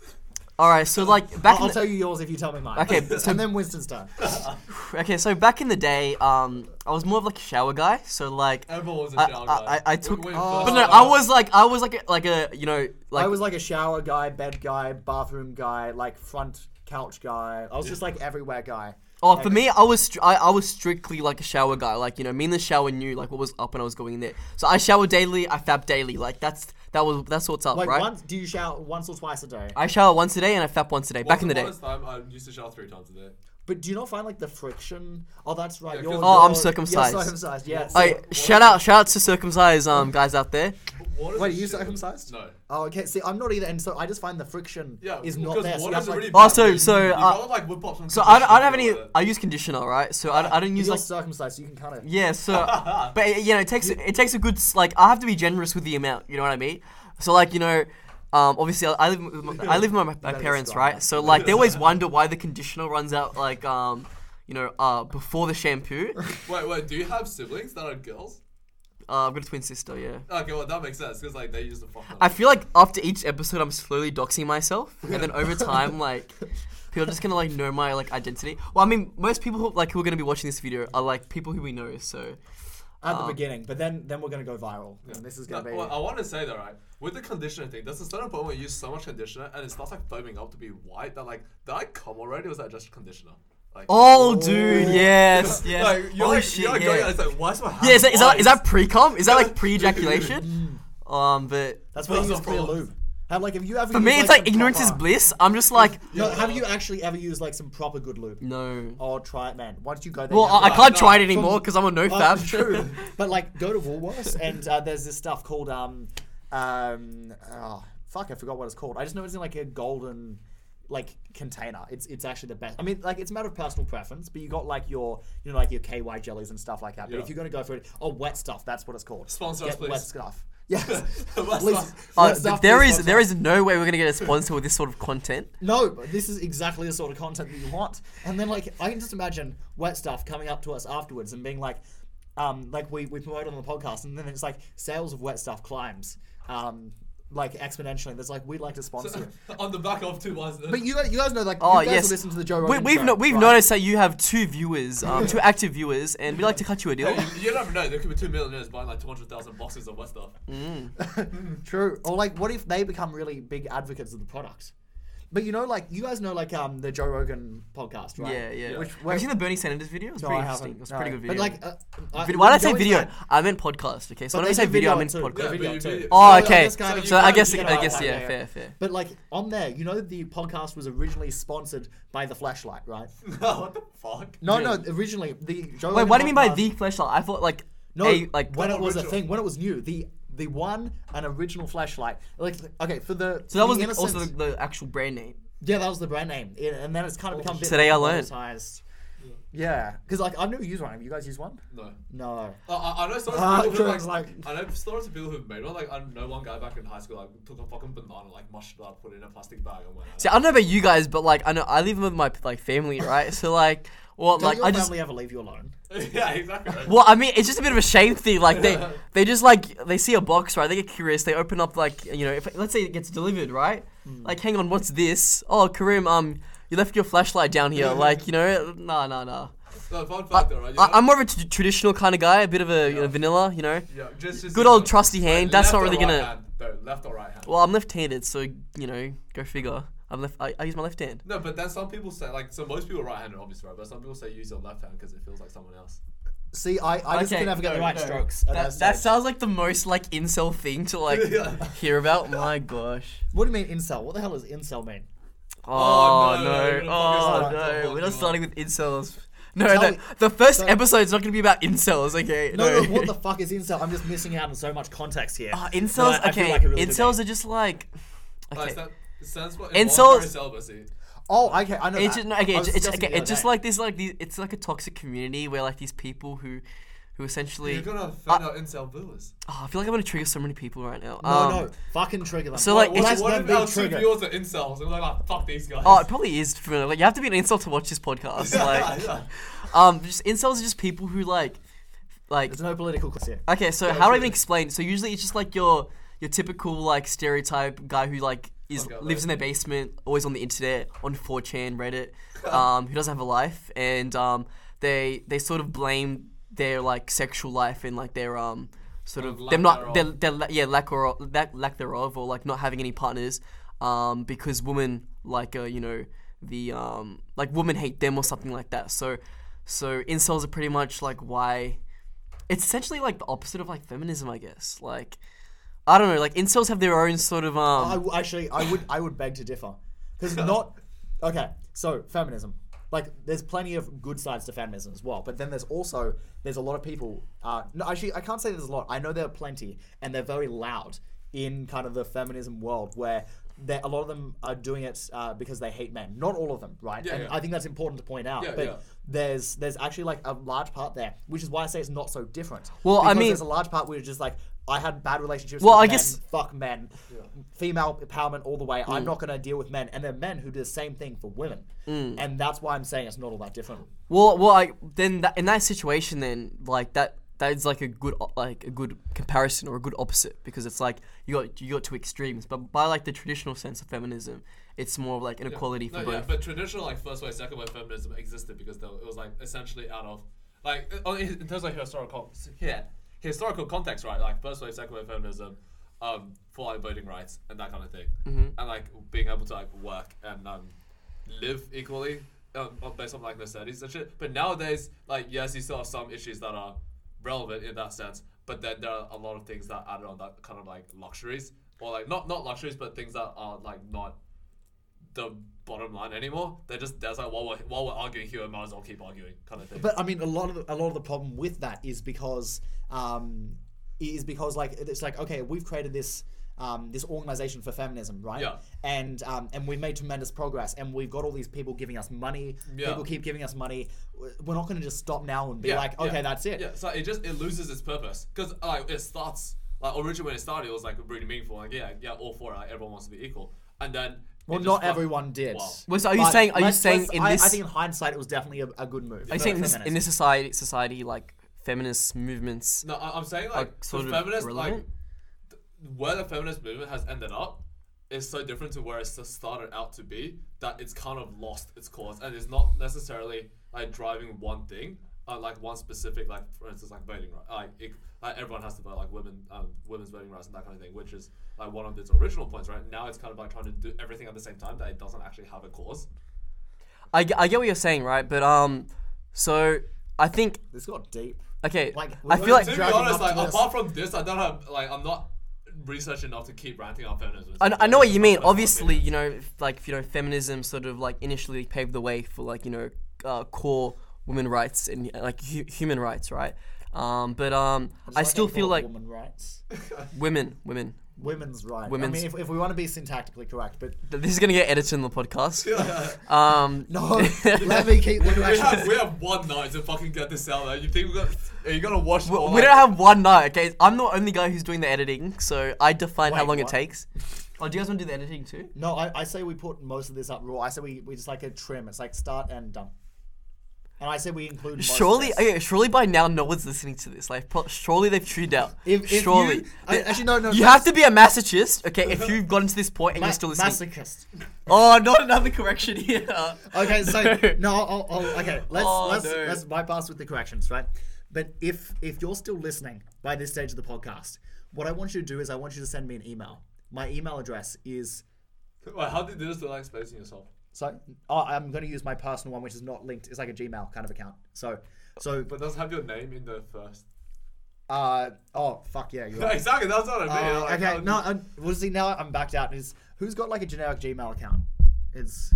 Speaker 3: all right, so like back
Speaker 2: I'll,
Speaker 3: in
Speaker 2: I'll
Speaker 3: the,
Speaker 2: tell you yours if you tell me mine.
Speaker 3: Okay, so-
Speaker 2: and then Winston's turn.
Speaker 3: okay, so back in the day, um, I was more of like a shower guy. So like,
Speaker 1: Everyone was a
Speaker 3: I-
Speaker 1: shower
Speaker 3: I-
Speaker 1: guy.
Speaker 3: I- I took-
Speaker 1: We- we
Speaker 2: Oh.
Speaker 1: first
Speaker 3: but no,
Speaker 1: started
Speaker 3: I
Speaker 1: out-
Speaker 3: was like, I was like, a, like a you know, like
Speaker 2: I was like a shower guy, bed guy, bathroom guy, like front couch guy. I was just like everywhere guy.
Speaker 3: Oh, for me, I was str- I, I was strictly like a shower guy. Like you know, me in the shower knew like what was up when I was going in there. So I shower daily. I fap daily. Like that's that was that's what's up,
Speaker 2: Like
Speaker 3: right?
Speaker 2: once, do you shower once or twice a day?
Speaker 3: I shower once a day and I fap once a day.
Speaker 1: Once
Speaker 3: back in the day.
Speaker 1: upon a time, I used to shower three times a day.
Speaker 2: But do you not find like the friction? Oh, that's right.
Speaker 1: Yeah,
Speaker 2: you're,
Speaker 1: 'cause-
Speaker 3: Oh, I'm
Speaker 2: you're-
Speaker 3: circumcised.
Speaker 2: You're circumcised. Yes.
Speaker 3: I shout out shout out to circumcised um guys out there.
Speaker 1: What is
Speaker 2: Wait,
Speaker 1: the
Speaker 2: are you
Speaker 1: shit?
Speaker 2: circumcised?
Speaker 1: No.
Speaker 2: Oh, okay. See, I'm not either, and so I just find the friction
Speaker 1: Yeah,
Speaker 2: is not
Speaker 1: because
Speaker 2: there. So you
Speaker 1: water's
Speaker 2: have
Speaker 1: a
Speaker 2: to, like,
Speaker 1: really
Speaker 3: Oh,
Speaker 1: bad
Speaker 3: so-
Speaker 1: thing.
Speaker 3: so,
Speaker 1: you
Speaker 3: uh,
Speaker 1: gotta, like whip up some.
Speaker 3: So I don't, I don't have any.
Speaker 1: conditioner
Speaker 3: I use conditioner, right? So I, don't- I don't use
Speaker 2: you're
Speaker 3: like
Speaker 2: circumcised, so you can kind of.
Speaker 3: yeah. So but it- you know, it takes it takes a good s- like I have to be generous with the amount. You know what I mean? So like you know. Um, obviously, I- I live with my, I live with my, my
Speaker 2: That is
Speaker 3: parents,
Speaker 2: strong.
Speaker 3: right? So like, they always wonder why the conditioner runs out like um, you know, uh, before the shampoo.
Speaker 1: with it. Wait, wait. Do you have siblings that are girls?
Speaker 3: Uh, I've got a twin sister, yeah.
Speaker 1: Okay, well that makes sense because like they use the fuck.
Speaker 3: I feel like after each episode, I'm slowly doxing myself, and then over time, like people are just gonna like know my like identity. Well, I mean, most people who, like who are gonna be watching this video are like people who we know, so
Speaker 2: at the beginning, but then then we're gonna go viral, and this is
Speaker 1: No,
Speaker 2: gonna be.
Speaker 3: uh,
Speaker 1: well, I want to say though, right? With the conditioner thing, there's a certain point where you use so much conditioner and it starts like foaming up to be white. That like, did I come already? Or was that just conditioner? Like,
Speaker 3: Oh, dude, yes, yes.
Speaker 1: Like, you're
Speaker 3: Holy
Speaker 1: like,
Speaker 3: shit,
Speaker 1: you're like, going,
Speaker 3: yeah.
Speaker 1: it's like, why is my hand
Speaker 3: Yeah, is that, is that,
Speaker 1: white?
Speaker 3: is that pre-com? Is that like pre-ejaculation? um, but
Speaker 2: that's why you
Speaker 1: Those
Speaker 2: use
Speaker 1: are
Speaker 2: clear
Speaker 1: problems.
Speaker 2: lube. Have like, have you ever?
Speaker 3: for me,
Speaker 2: used,
Speaker 3: it's like
Speaker 2: some
Speaker 3: ignorance is
Speaker 2: proper-
Speaker 3: bliss. I'm just like,
Speaker 2: No, have you actually ever used like some proper good lube?
Speaker 3: no.
Speaker 2: Oh, try it, man. Why don't you go there?
Speaker 3: Well,
Speaker 2: you have
Speaker 3: I, I
Speaker 2: to-
Speaker 3: can't
Speaker 1: no,
Speaker 3: try it
Speaker 1: from-
Speaker 3: anymore because I'm a no
Speaker 2: Oh,
Speaker 3: fab.
Speaker 2: true. but like, go to Woolworths and uh, there's this stuff called um, um, oh, fuck, I forgot what it's called. I just know it's in like a golden like container. It's it's actually the best. I mean, like it's a matter of personal preference, but you got like your you know like your KY jellies and stuff like that. But
Speaker 1: Yeah.
Speaker 2: if you're gonna go for it, oh, wet stuff. That's what it's called.
Speaker 1: Sponsor us,
Speaker 2: Get Wet
Speaker 1: please.
Speaker 2: stuff. Yes.
Speaker 1: Wet
Speaker 2: Please,
Speaker 1: stuff.
Speaker 3: Uh,
Speaker 2: wet stuff,
Speaker 3: there
Speaker 2: please
Speaker 3: is
Speaker 2: sponsor
Speaker 3: there
Speaker 2: us.
Speaker 3: is no way we're gonna get a sponsor with this sort of content.
Speaker 2: No, but this is exactly the sort of content that you want. And then, like, I can just imagine wet stuff coming up to us afterwards and being like, um, like we, we promote on the podcast, and then it's like sales of wet stuff climbs, um, like exponentially. There's like we'd like to sponsor. you.
Speaker 1: on the back of two lines?
Speaker 2: But you guys, you guys know, like,
Speaker 3: Oh
Speaker 2: you guys
Speaker 3: yes,
Speaker 2: will listen to the Joe
Speaker 3: we,
Speaker 2: Rogan.
Speaker 3: we've
Speaker 2: show,
Speaker 3: no, we've
Speaker 2: right?
Speaker 3: noticed that you have two viewers, um, two active viewers, and we like to cut you a deal.
Speaker 1: Hey, you, you never know. There could be two millionaires buying like 200,000 boxes of West stuff.
Speaker 2: True. Or like, what if they become really big advocates of the product? But you know, like, you guys know, like, um, the Joe Rogan podcast, right?
Speaker 3: Yeah, yeah.
Speaker 2: Which,
Speaker 3: have you seen the Bernie Sanders video? It was
Speaker 2: No, I
Speaker 3: pretty interesting.
Speaker 2: haven't.
Speaker 3: It was a
Speaker 2: No.
Speaker 3: pretty good video.
Speaker 2: But like, uh, I-
Speaker 3: Vid- why did I say
Speaker 2: going
Speaker 3: video?
Speaker 2: back-
Speaker 3: I meant podcast. Okay, so
Speaker 2: But
Speaker 3: when
Speaker 2: they
Speaker 3: I say
Speaker 2: did
Speaker 3: video, I
Speaker 2: video
Speaker 3: meant
Speaker 2: too.
Speaker 3: podcast.
Speaker 2: Yeah, video
Speaker 1: but-
Speaker 2: too.
Speaker 3: Oh,
Speaker 2: Yeah,
Speaker 3: okay.
Speaker 2: that's kind of-
Speaker 3: So I guess,
Speaker 2: you
Speaker 3: I
Speaker 2: know,
Speaker 3: guess,
Speaker 2: like,
Speaker 3: yeah, fair, fair.
Speaker 2: But like on there, you know, the podcast was originally sponsored by the flashlight, right?
Speaker 1: what the fuck?
Speaker 2: No,
Speaker 3: Yeah.
Speaker 2: no. Originally, the Joe
Speaker 3: Wait,
Speaker 2: Rogan
Speaker 3: what do you mean by
Speaker 2: podcast-
Speaker 3: the flashlight? I thought like
Speaker 2: No,
Speaker 3: a like
Speaker 2: when it was a
Speaker 1: original.
Speaker 2: thing, when it was new, the the one an original flashlight. Like, okay, for the
Speaker 3: So that was the,
Speaker 2: innocent,
Speaker 3: also the, the actual brand name.
Speaker 2: yeah, that was the brand name, Yeah, and then it's kind of become a bit
Speaker 3: Today I
Speaker 2: more
Speaker 3: learned.
Speaker 2: monetized. Yeah, because like I've never used one. Have you guys used one?
Speaker 1: No.
Speaker 2: No.
Speaker 1: I- I, I know stories
Speaker 2: Ah,
Speaker 1: of people who
Speaker 2: Jordan's
Speaker 1: like,
Speaker 2: like-
Speaker 1: I know stories of people who've made one. Like I know one guy back in high school like took a fucking banana, like mushed it up, put it in a plastic bag, and went. out.
Speaker 3: See, I don't know about you guys, but like I know I live with my like family, right? So like, well,
Speaker 2: Don't
Speaker 3: like
Speaker 2: your
Speaker 3: I just.
Speaker 2: family ever leave you alone?
Speaker 1: yeah, exactly.
Speaker 3: Well, I mean, it's just a bit of a shame thing. Like they, they just like they see a box, right? They get curious. They open up, like you know, if let's say it gets delivered, right?
Speaker 2: Hmm.
Speaker 3: Like, hang on, what's this? Oh, Karim, um, you left your flashlight down here. Like, you know, nah, nah, nah.
Speaker 1: No, fun fact though, right? You
Speaker 3: I,
Speaker 1: know-
Speaker 3: I'm more of a t- traditional kind of guy, a bit of a you know, vanilla, you know.
Speaker 1: yeah, just, just
Speaker 3: Good old trusty hand.
Speaker 1: Right,
Speaker 3: That's
Speaker 1: left
Speaker 3: not
Speaker 1: or
Speaker 3: really
Speaker 1: right
Speaker 3: gonna.
Speaker 1: Hand, though, left or right hand.
Speaker 3: Well, I'm left-handed, so you know, go figure. I'm left. I, I use my left hand.
Speaker 1: no, but then some people say like so. Most people are right-handed, obviously, right? But some people say use your left hand because it feels like someone else.
Speaker 2: See, I, I just
Speaker 3: Okay,
Speaker 2: can never get the
Speaker 3: no,
Speaker 2: right
Speaker 3: no.
Speaker 2: strokes. at
Speaker 3: That,
Speaker 2: stage.
Speaker 3: that sounds like the most like incel thing to like
Speaker 1: Yeah.
Speaker 3: hear about. My gosh.
Speaker 2: What do you mean incel? What the hell does incel mean?
Speaker 3: Oh,
Speaker 1: Oh, no,
Speaker 3: no!
Speaker 1: we're gonna
Speaker 3: Oh
Speaker 1: focus on that.
Speaker 3: no! We're not starting with incels. No,
Speaker 2: Tell
Speaker 3: the,
Speaker 2: me-
Speaker 3: the first
Speaker 2: so-
Speaker 3: episode's not gonna be about incels. Okay.
Speaker 2: No, no, what the fuck is incel? I'm just missing out on so much context here.
Speaker 3: Oh,
Speaker 2: No,
Speaker 3: incels.
Speaker 2: I- I feel
Speaker 3: okay.
Speaker 2: like a real Oh,
Speaker 3: incels
Speaker 2: debate.
Speaker 3: are just like.
Speaker 1: Like,
Speaker 3: Okay.
Speaker 1: that, it stands for
Speaker 3: And so-
Speaker 1: involuntary celibacy.
Speaker 2: Oh, okay, I know that.
Speaker 3: It's just, no, okay,
Speaker 2: I
Speaker 3: it's,
Speaker 2: was
Speaker 3: it's,
Speaker 2: discussing
Speaker 3: okay,
Speaker 2: the
Speaker 3: it's
Speaker 2: other
Speaker 3: just
Speaker 2: day.
Speaker 3: like this, like these. It's like a toxic community where like these people who, who essentially.
Speaker 1: You're gonna offend our incel viewers.
Speaker 3: Oh, I feel like I'm gonna trigger so many people right now.
Speaker 2: No,
Speaker 3: um,
Speaker 2: no, fucking trigger them.
Speaker 3: so, like,
Speaker 1: what,
Speaker 3: it's-
Speaker 1: if-
Speaker 2: that's
Speaker 1: what
Speaker 2: them
Speaker 1: if
Speaker 2: being
Speaker 1: our two
Speaker 2: triggered.
Speaker 1: viewers are incels and we're like, "Ah, fuck these guys?
Speaker 3: Oh, it probably is. For, like you have to be an incel to watch this podcast. Like,
Speaker 1: yeah.
Speaker 3: um, just incels are just people who like like
Speaker 2: There's no political class here.
Speaker 3: Okay, so how do I even explain? So usually it's just like your your typical like stereotype guy who like is
Speaker 1: Fuck out,
Speaker 3: lives in their basement, always on the internet, on 4chan, Reddit, um, who doesn't have a life, and um, they they sort of blame their like sexual life and like their um sort
Speaker 1: Or
Speaker 3: of
Speaker 1: Oh, lack
Speaker 3: them
Speaker 1: thereof.
Speaker 3: not their, their la- yeah lack or lack, lack thereof or like not having any partners, um, because women like uh, you know the um like women hate them or something like that. So so incels are pretty much like why it's essentially like the opposite of like feminism, I guess. Like, I don't know. Like incels have their own sort of um.
Speaker 2: I w- actually, I would, I would beg to differ, because not. Okay, so feminism. Like, there's plenty of good sides to feminism as well, but then there's also there's a lot of people. Uh, no, actually, I can't say there's a lot. I know there are plenty, and they're very loud in kind of the feminism world where. That a lot of them are doing it uh, because they hate men. Not all of them, right?
Speaker 1: Yeah,
Speaker 2: and
Speaker 1: yeah.
Speaker 2: I think that's important to point out.
Speaker 1: Yeah,
Speaker 2: but
Speaker 1: yeah.
Speaker 2: there's there's actually like a large part there, which is why I say it's not so different.
Speaker 3: Well, I
Speaker 2: Because
Speaker 3: mean-
Speaker 2: there's a large part where it's just like I had bad relationships.
Speaker 3: Well,
Speaker 2: with
Speaker 3: I
Speaker 2: men,
Speaker 3: guess-
Speaker 2: fuck men, female empowerment all the way. I'm
Speaker 1: Mm.
Speaker 2: not going to deal with men, and there are men who do the same thing for women,
Speaker 1: Mm.
Speaker 2: and that's why I'm saying it's not all that different.
Speaker 3: well, well, I then that, in that situation, then like that that is like a good o- like a good comparison or a good opposite because it's like you got you got two extremes. But by like the traditional sense of feminism, it's more of like inequality
Speaker 1: No,
Speaker 3: for
Speaker 1: yeah,
Speaker 3: both.
Speaker 1: but traditional like first wave, second wave feminism existed because they, were- it was like essentially out of like uh, on- in terms of historical yeah historical context, right? Like first wave, second wave feminism, um, for like voting rights and that kind of thing,
Speaker 3: Mm-hmm.
Speaker 1: and like being able to like work and um, live equally um, uh, based on like necessities and shit. But nowadays, like yes, you still have some issues that are relevant in that sense, but then there are a lot of things that added on that kind of like luxuries or like not not luxuries, but things that are like not the bottom line anymore. They're just that's like while we're while we're arguing here, we might as well keep arguing kind of thing.
Speaker 2: But I mean, a lot of the, a lot of the problem with that is because um, is because like it's like okay, we've created this. Um, this organization for feminism, right?
Speaker 1: Yeah.
Speaker 2: And um, and we've made tremendous progress, and we've got all these people giving us money.
Speaker 1: Yeah.
Speaker 2: People keep giving us money. We're not going to just stop now and be
Speaker 1: Yeah,
Speaker 2: like, okay,
Speaker 1: yeah.
Speaker 2: that's it.
Speaker 1: Yeah, so it just it loses its purpose because like it starts like originally when it started, it was like really meaningful. Like yeah, yeah, all for it. Like, everyone wants to be equal, and then it
Speaker 2: Well,
Speaker 1: just
Speaker 2: not
Speaker 1: got-
Speaker 2: everyone did.
Speaker 1: Wow.
Speaker 3: Well, so are you
Speaker 2: But
Speaker 3: saying- are you
Speaker 2: let's-
Speaker 3: saying
Speaker 2: let's-
Speaker 3: in
Speaker 2: I, I
Speaker 3: this-
Speaker 2: think in hindsight it was definitely a, a good move.
Speaker 3: Are you saying in this,
Speaker 2: Feminist.
Speaker 3: in this society society like feminist movements?
Speaker 1: No, I, I'm saying like,
Speaker 3: Like, sort
Speaker 1: the
Speaker 3: of
Speaker 1: feminist like
Speaker 3: relevant?
Speaker 1: th- where the feminist movement has ended up is so different to where it s- started out to be that it's kind of lost its course and it's not necessarily like driving one thing. Uh, like one specific, like for instance, like voting right, like, it, like everyone has to vote, like women, um, women's voting rights and that kind of thing, which is like one of its original points, right? Now it's kind of like trying to do everything at the same time that it doesn't actually have a cause.
Speaker 3: I, ge- I get what you're saying, right? But um, so I think
Speaker 2: This got deep.
Speaker 3: okay,
Speaker 2: Like,
Speaker 3: I feel like
Speaker 1: To be
Speaker 2: Dragging
Speaker 1: honest,
Speaker 2: up
Speaker 1: like
Speaker 2: to this.
Speaker 1: apart from this, I don't have like I'm not researched enough to keep ranting on feminism.
Speaker 3: I, kn- I know what you mean.
Speaker 1: That's my
Speaker 3: Obviously,
Speaker 1: opinion.
Speaker 3: you know, if, like if, you know, feminism sort of like initially paved the way for like you know uh, core women rights and uh, like hu- human rights, right? Um, but um, I
Speaker 2: Like
Speaker 3: still
Speaker 2: they
Speaker 3: feel
Speaker 2: call it
Speaker 3: like
Speaker 2: women rights,
Speaker 3: women, women.
Speaker 2: women's rights. I
Speaker 3: Women's-
Speaker 2: mean, if, if we want to be syntactically correct, but
Speaker 3: Th- This is gonna get edited in the podcast. Um,
Speaker 2: no, let me keep. Let
Speaker 1: we
Speaker 2: me actually,
Speaker 1: have, we have one night to fucking get this out there. You think we're gonna, are you gonna watch?
Speaker 3: we, we don't have one night. Okay, I'm the only guy who's doing the editing, so I define how
Speaker 2: Wait,
Speaker 3: long it
Speaker 2: what?
Speaker 3: takes. Oh, do you guys want to do the editing too?
Speaker 2: no, I, I say we put most of this up raw. I say we, we just like a trim. It's like start and done. And I say we include. Most of
Speaker 3: Surely,
Speaker 2: this.
Speaker 3: okay, surely by now no one's listening to this. Like, pro- surely they've tuned out.
Speaker 2: If- if you-
Speaker 3: surely,
Speaker 2: I- actually, no, no,
Speaker 3: You
Speaker 2: that's-
Speaker 3: have to be a masochist, okay? If you've gotten to this point and
Speaker 2: Ma-
Speaker 3: you're still listening.
Speaker 2: masochist.
Speaker 3: oh, not another correction here.
Speaker 2: Okay, so no, I'll, I'll, okay, let's
Speaker 3: Oh,
Speaker 2: let's
Speaker 3: no.
Speaker 2: let's bypass with the corrections, right? But if if you're still listening by this stage of the podcast, what I want you to do is I want you to send me an email. My email address is
Speaker 1: Wait, how did you do this without exposing yourself?
Speaker 2: so oh, I'm going to use my personal one, which is not linked. It's like a Gmail kind of account. So so
Speaker 1: But it doesn't have your name in the first.
Speaker 2: uh oh fuck yeah, you're right.
Speaker 1: exactly, that's what I mean.
Speaker 2: Uh,
Speaker 1: like,
Speaker 2: okay,
Speaker 1: how-
Speaker 2: no, I'm, well, see now I'm backed out. Is who's got like a generic Gmail account? It's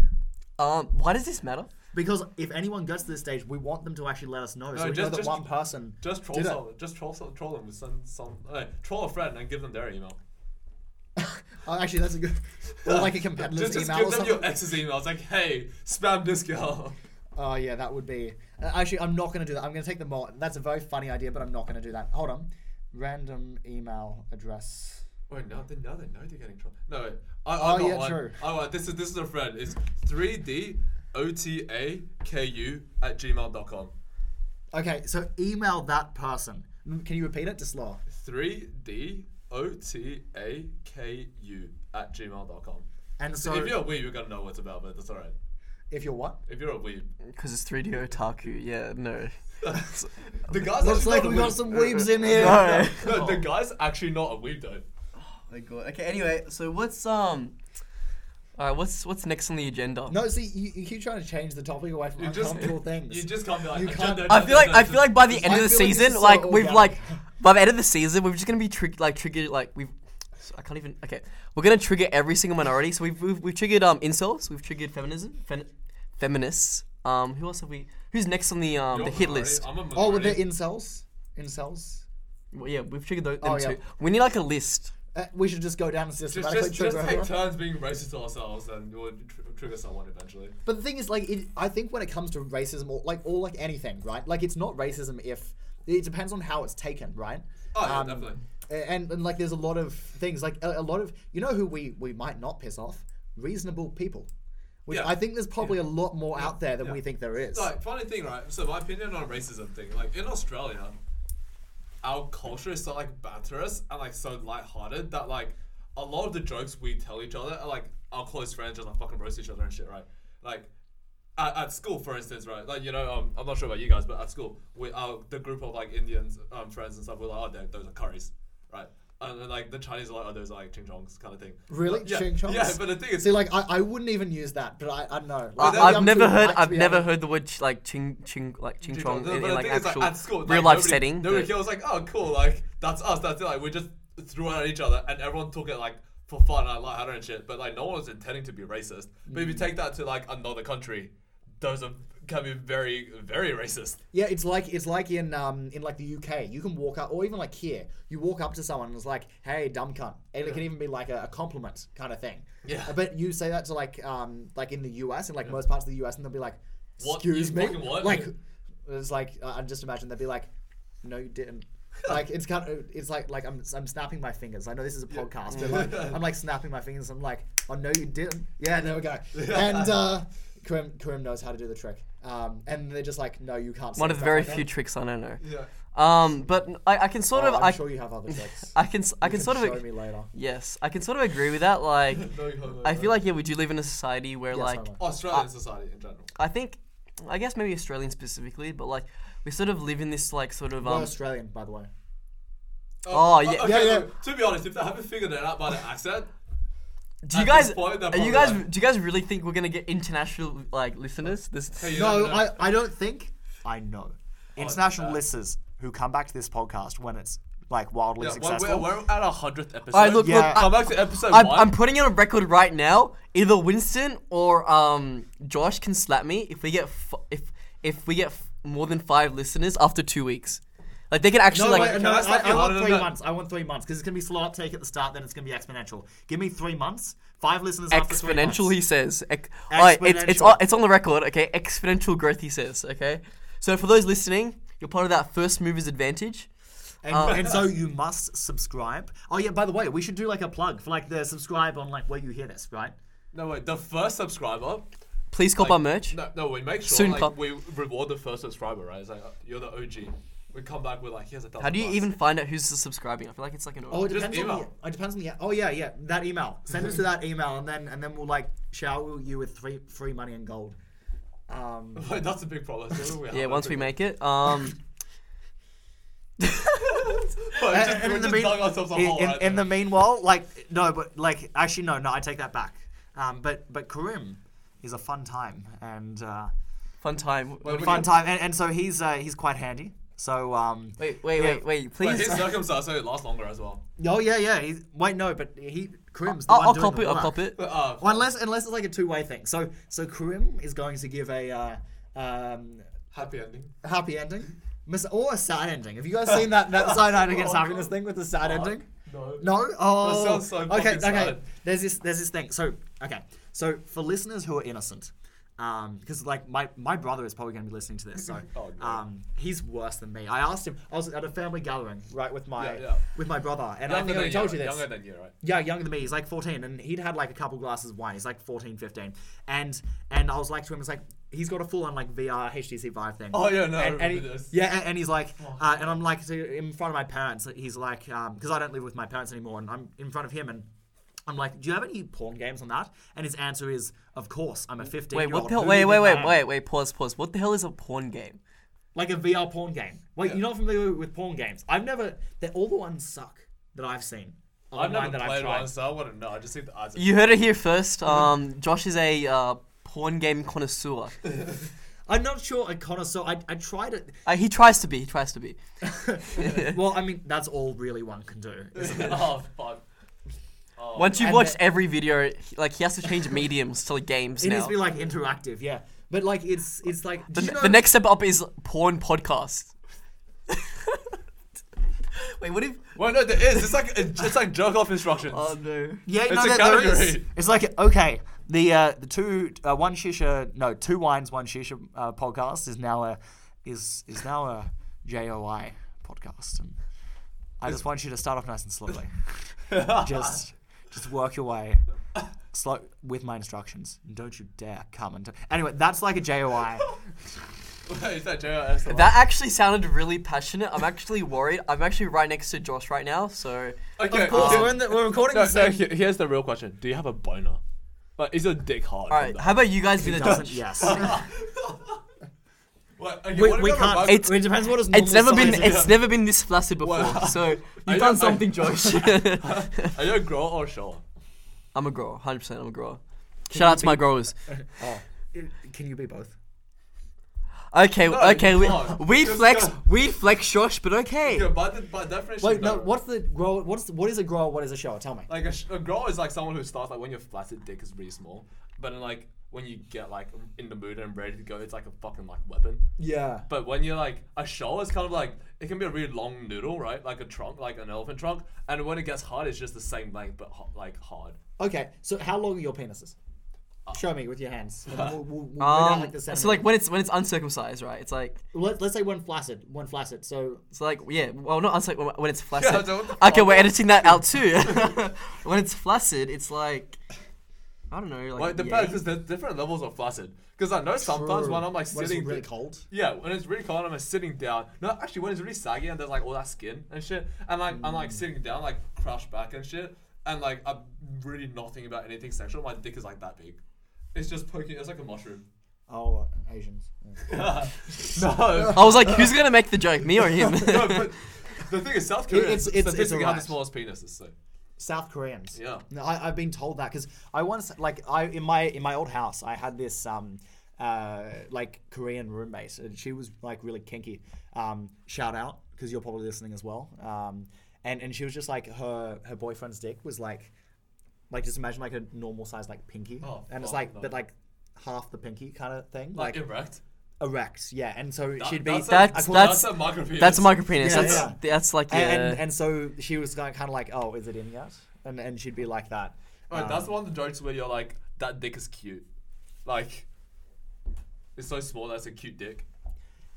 Speaker 3: um, why does this matter?
Speaker 2: because if anyone gets to this stage, we want them to actually let us know. So we
Speaker 1: just-
Speaker 2: know that
Speaker 1: just-
Speaker 2: one person
Speaker 1: Just troll
Speaker 2: did it.
Speaker 1: someone. Just troll some, troll them with some some. Uh, troll a friend and give them their email.
Speaker 2: Oh, actually, that's a good. Or like a competitor's
Speaker 1: Just, just
Speaker 2: email
Speaker 1: give
Speaker 2: or
Speaker 1: them
Speaker 2: something.
Speaker 1: your ex's email. It's like, hey, spam this girl.
Speaker 2: Oh yeah, that would be. uh, Actually, I'm not gonna do that. I'm gonna take the more. That's a very funny idea, but I'm not gonna do that. Hold on. Random email address.
Speaker 1: Wait, now they now they know they're getting trolled. No, wait. I, I
Speaker 2: Oh,
Speaker 1: got
Speaker 2: yeah,
Speaker 1: one.
Speaker 2: true.
Speaker 1: I got- this is this is a friend. It's three D O T A K U at gmail.com.
Speaker 2: Okay, so email that person. Mm, Can you repeat it to slower?
Speaker 1: 3DOTAKU at gmail.com.
Speaker 2: And
Speaker 1: So
Speaker 2: so
Speaker 1: if you're a weeb, you're going to know what's about, but that's all right.
Speaker 2: if you're what?
Speaker 1: If you're a weeb.
Speaker 3: Because it's 3D otaku. Yeah, no.
Speaker 1: The guy's
Speaker 2: Looks
Speaker 1: actually
Speaker 2: like
Speaker 1: not
Speaker 2: we
Speaker 1: a
Speaker 2: got
Speaker 1: weeb.
Speaker 2: some weebs in here.
Speaker 3: No.
Speaker 1: No, the guy's actually not a weeb, though.
Speaker 2: Oh
Speaker 3: my god. Okay. Anyway, so what's um. All right. What's what's next on the agenda?
Speaker 2: No, see, you, you keep trying to change the topic away from
Speaker 1: You just-
Speaker 2: uncomfortable things.
Speaker 1: You just can't be like,
Speaker 2: You can't-
Speaker 1: agenda,
Speaker 3: I feel like I
Speaker 1: agenda,
Speaker 3: feel like by the
Speaker 1: agenda.
Speaker 3: end of
Speaker 2: I
Speaker 3: the
Speaker 2: feel like this
Speaker 3: season,
Speaker 2: is so
Speaker 3: like we've like
Speaker 2: organic.
Speaker 3: by the end of the season, we're just gonna be trig- like triggered like we've. I can't even. Okay, we're gonna trigger every single minority. So we've we've, we've triggered um incels. We've triggered feminism, fen- feminists. Um, who else have we? Who's next on the um
Speaker 1: You're
Speaker 3: the
Speaker 1: a
Speaker 3: hit
Speaker 1: minority,
Speaker 3: list?
Speaker 1: I'm a
Speaker 2: oh, with the
Speaker 1: minority.
Speaker 2: incels? Incels?
Speaker 3: Well, yeah, we've triggered those, them
Speaker 2: Oh, yeah.
Speaker 3: too. We need like a list.
Speaker 2: Uh, we should just go down and
Speaker 1: Just,
Speaker 2: systematically
Speaker 1: just, just
Speaker 2: trigger
Speaker 1: take
Speaker 2: everyone.
Speaker 1: turns being racist to ourselves and we'll tr- trigger someone eventually.
Speaker 2: But the thing is, like, it, I think when it comes to racism or like or like anything, right? Like, it's not racism if it depends on how it's taken, right? Um,
Speaker 1: Oh, yeah, definitely.
Speaker 2: a- And, and like, there's a lot of things, like a, a lot of you know who we we might not piss off, reasonable people. Which
Speaker 1: Yeah.
Speaker 2: I think there's probably a lot more out there than
Speaker 1: Yeah.
Speaker 2: we think there is.
Speaker 1: Like, funny thing, right? So, my opinion on racism thing, like, in Australia, our culture is so, like, banterous and, like, so lighthearted that, like, a lot of the jokes we tell each other are, like, our close friends just, like, fucking roast each other and shit, right? Like, at, at school, for instance, right? Like, you know, um, I'm not sure about you guys, but at school, we our, the group of, like, Indians um, friends and stuff, we're like, oh, they're- those are curries, right? And, then, like, the Chinese are like, oh, those are, like, ching chongs kind of thing.
Speaker 2: Really?
Speaker 1: Yeah,
Speaker 2: Ching chongs?
Speaker 1: Yeah, but the thing is,
Speaker 2: See, like, I, I wouldn't even use that, but I, I don't know. Like,
Speaker 3: I, I've
Speaker 2: I'm
Speaker 3: never
Speaker 2: too
Speaker 3: heard
Speaker 2: black to
Speaker 3: I've
Speaker 2: be
Speaker 3: never
Speaker 2: able to-
Speaker 3: heard the word ch- like ching ching like ching chong
Speaker 1: No, but
Speaker 3: in, in
Speaker 1: the
Speaker 3: like
Speaker 1: thing is,
Speaker 3: actual
Speaker 1: at school,
Speaker 3: real
Speaker 1: like,
Speaker 3: life
Speaker 1: nobody-
Speaker 3: setting.
Speaker 1: Nobody
Speaker 3: Yeah.
Speaker 1: here was like, oh, cool, like that's us, that's it. Like we just threw it at each other, and everyone took it like for fun, and like and shit. But like no one was intending to be racist. But if
Speaker 3: Mm.
Speaker 1: you take that to like another country, those are, can be very, very racist.
Speaker 2: Yeah, it's like it's like in um in like the UK, you can walk up, or even like here, you walk up to someone and it's like, "Hey, dumb cunt," and it can even be like a, a compliment kind of thing.
Speaker 1: Yeah.
Speaker 2: Uh, But you say that to like um like in the US and like most parts of the US, and they'll be like,
Speaker 1: What? You
Speaker 2: "Excuse me,"
Speaker 1: fucking what?
Speaker 2: like it's like uh, I just imagine they'd be like, "No, you didn't." like it's kind of it's like like I'm I'm snapping my fingers. I know this is a podcast, but like I'm like snapping my fingers. I'm like, "Oh no, you didn't." Yeah, there we go. And uh, Karim Karim knows how to do the trick. Um, and they're just like, "No, you can't."
Speaker 3: One
Speaker 2: say
Speaker 3: of the
Speaker 2: stuff
Speaker 3: very
Speaker 2: like that."
Speaker 3: few tricks I don't know.
Speaker 1: Yeah.
Speaker 3: Um, but I, I can sort
Speaker 2: Oh,
Speaker 3: of
Speaker 2: I'm
Speaker 3: I,
Speaker 2: sure you have other tricks.
Speaker 3: I can s- I
Speaker 2: You
Speaker 3: can, sort of
Speaker 2: show me later.
Speaker 3: Yes, I can sort of agree with that. Like, I feel like yeah, we do live in a society where
Speaker 2: Yes,
Speaker 3: like
Speaker 2: I know.
Speaker 1: Australian society in general.
Speaker 3: I think, I guess maybe Australian specifically, but like we sort of live in this like sort of
Speaker 2: We're
Speaker 3: um.
Speaker 2: Australian, by the way.
Speaker 3: Oh, yeah.
Speaker 1: okay,
Speaker 2: Yeah, yeah.
Speaker 1: look, to be honest, if they haven't figured it out by the accent,
Speaker 3: Do you
Speaker 1: at this
Speaker 3: guys
Speaker 1: point, they're
Speaker 3: are you
Speaker 1: probably
Speaker 3: guys
Speaker 1: like-
Speaker 3: do you guys really think we're gonna get international like listeners? This
Speaker 1: Hey, you
Speaker 2: No,
Speaker 1: never know.
Speaker 2: I, I don't think. I know. International
Speaker 1: yeah.
Speaker 2: listeners who come back to this podcast when it's like wildly
Speaker 1: yeah, well,
Speaker 2: successful.
Speaker 1: we're, we're at our hundredth episode.
Speaker 3: Alright, look,
Speaker 2: Yeah.
Speaker 3: look, I,
Speaker 1: come back to episode
Speaker 3: I'm,
Speaker 1: one.
Speaker 3: I'm putting it on record right now. Either Winston or um Josh can slap me if we get f- if if we get f- more than five listeners after two weeks. Like they can actually
Speaker 2: no,
Speaker 3: like
Speaker 2: wait,
Speaker 1: can
Speaker 2: no,
Speaker 1: I
Speaker 2: I,
Speaker 1: slap you
Speaker 2: I
Speaker 1: harder
Speaker 2: want
Speaker 1: than
Speaker 2: three
Speaker 1: that?
Speaker 2: months. I want three months because it's gonna be slow uptake at the start, then it's gonna be exponential. Give me three months, five listeners. after three months.
Speaker 3: Exponential, he says. Ex- Alright, it's, it's,
Speaker 2: Exponential.
Speaker 3: on, it's on the record, okay? Exponential growth, he says, okay? So for those listening, you're part of that first mover's advantage.
Speaker 2: And, and so you must subscribe. Oh yeah, by the way, we should do like a plug for like the subscribe on like where you hear this, right?
Speaker 1: no, wait, the first subscriber
Speaker 3: Please cop
Speaker 1: Like,
Speaker 3: our merch.
Speaker 1: No, no, we make sure
Speaker 3: Soon
Speaker 1: like,
Speaker 3: come.
Speaker 1: we reward the first subscriber, right? It's like uh, you're the OG. We come back, we're like, here's a thousand.
Speaker 3: How do you
Speaker 1: bucks.
Speaker 3: even find out who's subscribing? I feel like it's like an
Speaker 2: Oh, it
Speaker 1: Just
Speaker 2: depends on
Speaker 1: email.
Speaker 2: the. It depends on the. Oh yeah, yeah. That email. Send us to that email, and then and then we'll like shower you with free free money and gold. Um,
Speaker 1: Wait, that's a big problem. So we have
Speaker 3: Yeah,
Speaker 1: that
Speaker 3: once we
Speaker 1: big-
Speaker 3: make it. Um,
Speaker 1: Wait,
Speaker 2: and-
Speaker 1: just-
Speaker 2: Uh, and
Speaker 1: we
Speaker 2: in the
Speaker 1: just
Speaker 2: mean-
Speaker 1: dug ourselves a
Speaker 2: in-
Speaker 1: hole
Speaker 2: in-
Speaker 1: right
Speaker 2: in the
Speaker 1: there.
Speaker 2: meanwhile, like no, but like actually no, no. I take that back. Um, but but Karim is a fun time and uh,
Speaker 3: fun time.
Speaker 1: Wait, we
Speaker 2: fun
Speaker 1: can-
Speaker 2: time, and, and so he's uh, he's quite handy. So um,
Speaker 3: Wait, wait, wait, wait.
Speaker 1: Wait,
Speaker 3: Please.
Speaker 1: his circumcised, so it lasts longer as well.
Speaker 2: oh yeah, yeah. He's, wait, no, but he Karim's the
Speaker 3: I'll,
Speaker 2: one
Speaker 3: I'll
Speaker 2: doing
Speaker 3: cop
Speaker 2: the
Speaker 3: it, I'll
Speaker 2: work.
Speaker 3: cop it.
Speaker 1: But, uh,
Speaker 2: Well, unless unless it's like a two way thing. So so Karim is going to give a uh, um,
Speaker 1: happy ending.
Speaker 2: a happy ending, Miss or a sad ending. Have you guys seen that that cyanide against
Speaker 1: Oh,
Speaker 2: happiness thing with the sad ending?
Speaker 1: Uh, No.
Speaker 2: No. Oh.
Speaker 1: sounds so
Speaker 2: okay.
Speaker 1: fucking
Speaker 2: Okay.
Speaker 1: sad.
Speaker 2: There's this. There's this thing. So okay. So for listeners who are innocent, Um, because like my, my brother is probably going to be listening to this, so
Speaker 1: Oh, no.
Speaker 2: um, he's worse than me. I asked him. I was at a family gathering, right, with my
Speaker 1: Yeah, yeah.
Speaker 2: with my brother, and I
Speaker 1: Younger
Speaker 2: think I
Speaker 1: than
Speaker 2: told you
Speaker 1: you,
Speaker 2: this
Speaker 1: Younger than you, right?
Speaker 2: yeah, younger than me. He's like 14, and he'd had like a couple glasses of wine. He's like 14, 15, and and I was like to him, it's like he's got a full on like VR HTC Vive thing.
Speaker 1: Oh, yeah, no, I
Speaker 2: and, and he-
Speaker 1: remember this. Oh.
Speaker 2: yeah, and, and he's like, uh, and I'm like to, in front of my parents. He's like, because I don't live with my parents anymore, and I'm in front of him and. I'm like, do you have any porn games on that? And his answer is, of course. I'm a 15
Speaker 3: Wait,
Speaker 2: year old.
Speaker 3: what the hell? Wait, wait, wait, wait, wait. Pause, pause. What the hell is a porn game?
Speaker 2: Like a VR porn game. Wait,
Speaker 1: Yeah.
Speaker 2: you're not familiar with porn games? I've never. They're all the ones suck that I've seen.
Speaker 1: I've
Speaker 2: online
Speaker 1: never
Speaker 2: that I've
Speaker 1: played
Speaker 2: tried.
Speaker 1: one, so I wouldn't know. I just see the eyes. Of
Speaker 3: You heard it here first.
Speaker 2: Mm-hmm.
Speaker 3: Um, Josh is a uh, porn game connoisseur.
Speaker 2: I'm not sure a connoisseur. I, I tried it.
Speaker 3: Uh, he tries to be. He tries to be.
Speaker 2: Well, I mean, that's all really one can do. isn't it?
Speaker 1: oh fuck! Oh,
Speaker 3: Once you've
Speaker 2: And
Speaker 3: watched
Speaker 2: the-
Speaker 3: every video, he- like he has to change mediums to like games
Speaker 2: it
Speaker 3: now.
Speaker 2: needs to be like interactive, yeah. But like, it's it's like
Speaker 3: the,
Speaker 2: did you know-
Speaker 3: the next step up is porn podcast. Wait, what if?
Speaker 1: Well, no, there is. It's like it's like jerk off instructions.
Speaker 3: no.
Speaker 2: Yeah,
Speaker 1: It's
Speaker 2: Oh, no,
Speaker 1: a
Speaker 2: there- there
Speaker 1: category.
Speaker 2: is. It's like okay, the uh, the two uh, one shisha no two wines one shisha uh, podcast is now a is is now a JOI podcast, and I just want you to start off nice and slowly. just just work your way slow with my instructions. And don't you dare come and anyway. That's like a JOI.
Speaker 1: is that JRS? the
Speaker 3: That actually sounded really passionate. I'm actually worried. I'm actually right next to Josh right now, so
Speaker 2: Oh,
Speaker 1: one? okay.
Speaker 3: course.
Speaker 1: um,
Speaker 2: we're, in the, we're recording
Speaker 1: no,
Speaker 2: the
Speaker 1: no,
Speaker 2: same.
Speaker 1: he- here's the real question: Do you have a boner? Like, is your dick hard?
Speaker 3: all right. How about you guys be the
Speaker 2: doesn't
Speaker 3: judge?
Speaker 2: yes.
Speaker 1: What, okay,
Speaker 2: we
Speaker 1: what if
Speaker 2: we
Speaker 1: I'm a
Speaker 2: can't.
Speaker 1: bug-
Speaker 2: It, it depends what is
Speaker 3: It's never
Speaker 2: normal
Speaker 3: been.
Speaker 2: size.
Speaker 3: It's never been this flaccid
Speaker 1: Well,
Speaker 3: before. So
Speaker 1: I
Speaker 3: you've done
Speaker 1: don't-
Speaker 3: something, Josh.
Speaker 1: Are you a grower or a shower?
Speaker 3: I'm a grower. 100. percent I'm a grower. Shout out to my growers.
Speaker 2: Oh. Can you be both?
Speaker 3: Okay,
Speaker 1: No, you
Speaker 3: okay, we,
Speaker 1: can't.
Speaker 3: we
Speaker 1: Just
Speaker 3: flex,
Speaker 1: go.
Speaker 3: we flex, Josh, but okay.
Speaker 1: Yeah, by, the, by definition.
Speaker 2: Wait, no.
Speaker 1: though,
Speaker 2: What's the grow? What's the, what is a grower? What is a shower? Tell me.
Speaker 1: Like a, sh- a grower is like someone who starts like when your flaccid dick is really small, but then like when you get like in the mood and ready to go, it's like a fucking like weapon.
Speaker 2: Yeah.
Speaker 1: But when you're like a shoal, it's kind of like it can be a really long noodle, right? Like a trunk, like an elephant trunk. And when it gets hard, it's just the same length, but ho- like hard.
Speaker 2: Okay. So how long are your penises? Show me with your hands. and then we'll, we'll, we'll write out,
Speaker 3: Um,
Speaker 2: like the
Speaker 3: so like when it's when it's uncircumcised, right? It's like
Speaker 2: let, let's say one flaccid, one flaccid. So
Speaker 3: it's like yeah, well not uncirc- when when it's
Speaker 1: I
Speaker 3: flaccid.
Speaker 1: don't- what the
Speaker 3: okay,
Speaker 1: fuck?
Speaker 3: we're editing that out too. when it's flaccid, it's like I don't know, like
Speaker 1: Well, it
Speaker 3: yeah.
Speaker 1: depends because there's different levels of flaccid. Because I know sometimes when I'm like
Speaker 2: When it's
Speaker 1: sitting,
Speaker 2: really cold.
Speaker 1: yeah, when it's really cold, I'm like, sitting down. No, actually, when it's really saggy and there's like all that skin and shit, and like I'm
Speaker 2: Mm.
Speaker 1: like sitting down, like crushed back and shit, and like I'm really not thinking about anything sexual. My dick is like that big. It's just poking. It's like a mushroom.
Speaker 2: Oh, Asians.
Speaker 1: No.
Speaker 3: I was like, who's gonna make the joke, me or him?
Speaker 1: no, but the thing is, South Korea
Speaker 2: it's- it's- it's
Speaker 1: statistically have the
Speaker 2: alright.
Speaker 1: smallest penises. So
Speaker 2: South Koreans.
Speaker 1: Yeah.
Speaker 2: No, I, I've been told that because I once like I in my in my old house I had this um uh like Korean roommate and she was like really kinky. Um, shout out because you're probably listening as well. Um, and and she was just like her her boyfriend's dick was like like just imagine like a normal size like pinky
Speaker 1: Oh,
Speaker 2: and it's
Speaker 1: fuck,
Speaker 2: like
Speaker 1: no.
Speaker 2: but like half the pinky kind of thing
Speaker 1: like
Speaker 2: like,
Speaker 1: erect.
Speaker 2: erect yeah and so
Speaker 1: That-
Speaker 2: she'd be
Speaker 1: that's a-
Speaker 3: That's-
Speaker 1: well,
Speaker 3: that's-
Speaker 1: a micropenis.
Speaker 3: that's a micropenis.
Speaker 2: Yeah,
Speaker 3: that's that's like yeah.
Speaker 2: and, and, and so she was kind of like oh is it in yet and and she'd be like that
Speaker 1: Alright,
Speaker 2: Um,
Speaker 1: that's one of the jokes where you're like, that dick is cute. Like, it's so small that's a cute dick.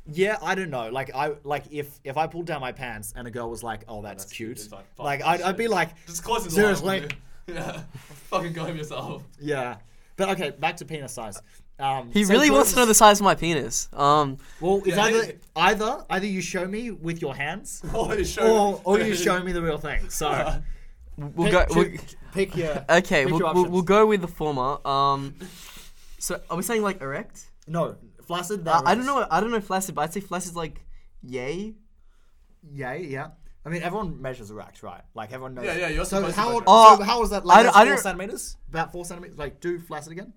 Speaker 2: Yeah, I don't know. Like I like if if I pulled down my pants and a girl was like, "Oh, that's,
Speaker 1: That's
Speaker 2: cute,"
Speaker 1: It's
Speaker 2: like,
Speaker 1: fuck this
Speaker 2: I'd, I'd
Speaker 1: shit.
Speaker 2: be like,
Speaker 1: just close the
Speaker 2: seriously?
Speaker 1: line, will you? yeah, fucking go home yourself.
Speaker 2: "Yeah." But okay, back to penis size. Um,
Speaker 3: he
Speaker 2: so
Speaker 3: really
Speaker 2: girls-
Speaker 3: wants to know the size of my penis. Um,
Speaker 2: Well, it's
Speaker 1: Yeah,
Speaker 2: either
Speaker 1: they-
Speaker 2: either either you show me with your hands,
Speaker 1: Or you show.
Speaker 2: or or you show me the real thing. So
Speaker 3: we'll
Speaker 2: pick,
Speaker 3: go.
Speaker 2: choo-
Speaker 3: We'll,
Speaker 2: pick your
Speaker 3: okay,
Speaker 2: pick your
Speaker 3: we'll, we'll,
Speaker 2: options.
Speaker 3: we'll go with the former. Um, so are we saying like erect?
Speaker 2: no flaccid.
Speaker 3: I,
Speaker 2: that
Speaker 3: I don't
Speaker 2: is-
Speaker 3: know. I don't know flaccid, but I'd say flacid's like yay.
Speaker 2: Yeah, yeah. I mean, everyone measures erect, right? Like everyone knows.
Speaker 1: Yeah, yeah, you're
Speaker 2: so
Speaker 1: supposed to
Speaker 2: how
Speaker 1: measure.
Speaker 2: so
Speaker 3: Uh,
Speaker 2: how was that?
Speaker 3: I
Speaker 2: Like
Speaker 3: don't-
Speaker 2: that's
Speaker 3: I
Speaker 2: four
Speaker 3: don't-
Speaker 2: centimeters, about four centimeters. Like do flaccid again.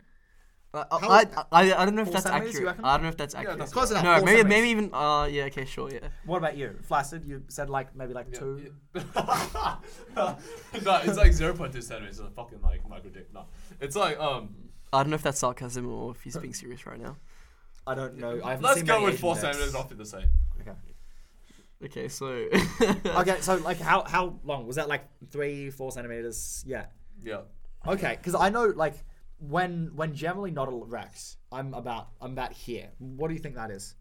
Speaker 3: Uh,
Speaker 2: How
Speaker 3: I,
Speaker 2: is-
Speaker 3: I, I I don't know if
Speaker 2: Four
Speaker 3: that's
Speaker 2: centimeters, you
Speaker 3: accurate.
Speaker 2: reckon?
Speaker 3: I don't know if that's accurate.
Speaker 1: that's
Speaker 2: Close enough.
Speaker 3: no,
Speaker 2: four
Speaker 3: maybe
Speaker 2: centimeters.
Speaker 3: maybe even uh yeah okay sure yeah.
Speaker 2: What about you? Flaccid, you said like maybe like
Speaker 1: Yeah,
Speaker 2: two.
Speaker 1: yeah. no, it's like 0.2 centimeters. It's a fucking like micro dick. No, it's like um.
Speaker 3: I don't know if that's sarcasm or if he's being serious right now.
Speaker 2: I don't know. I haven't
Speaker 1: Let's
Speaker 2: seen
Speaker 1: go
Speaker 2: many
Speaker 1: with
Speaker 2: Asian
Speaker 1: four
Speaker 2: dicks.
Speaker 1: centimeters. I'll fit the same.
Speaker 2: Okay.
Speaker 3: Okay, so
Speaker 2: okay, so like how how long was that? Like three, four centimeters? Yeah.
Speaker 1: Yeah.
Speaker 2: Okay, because I know like when when generally not a Rex, I'm about I'm about here. What do you think that is?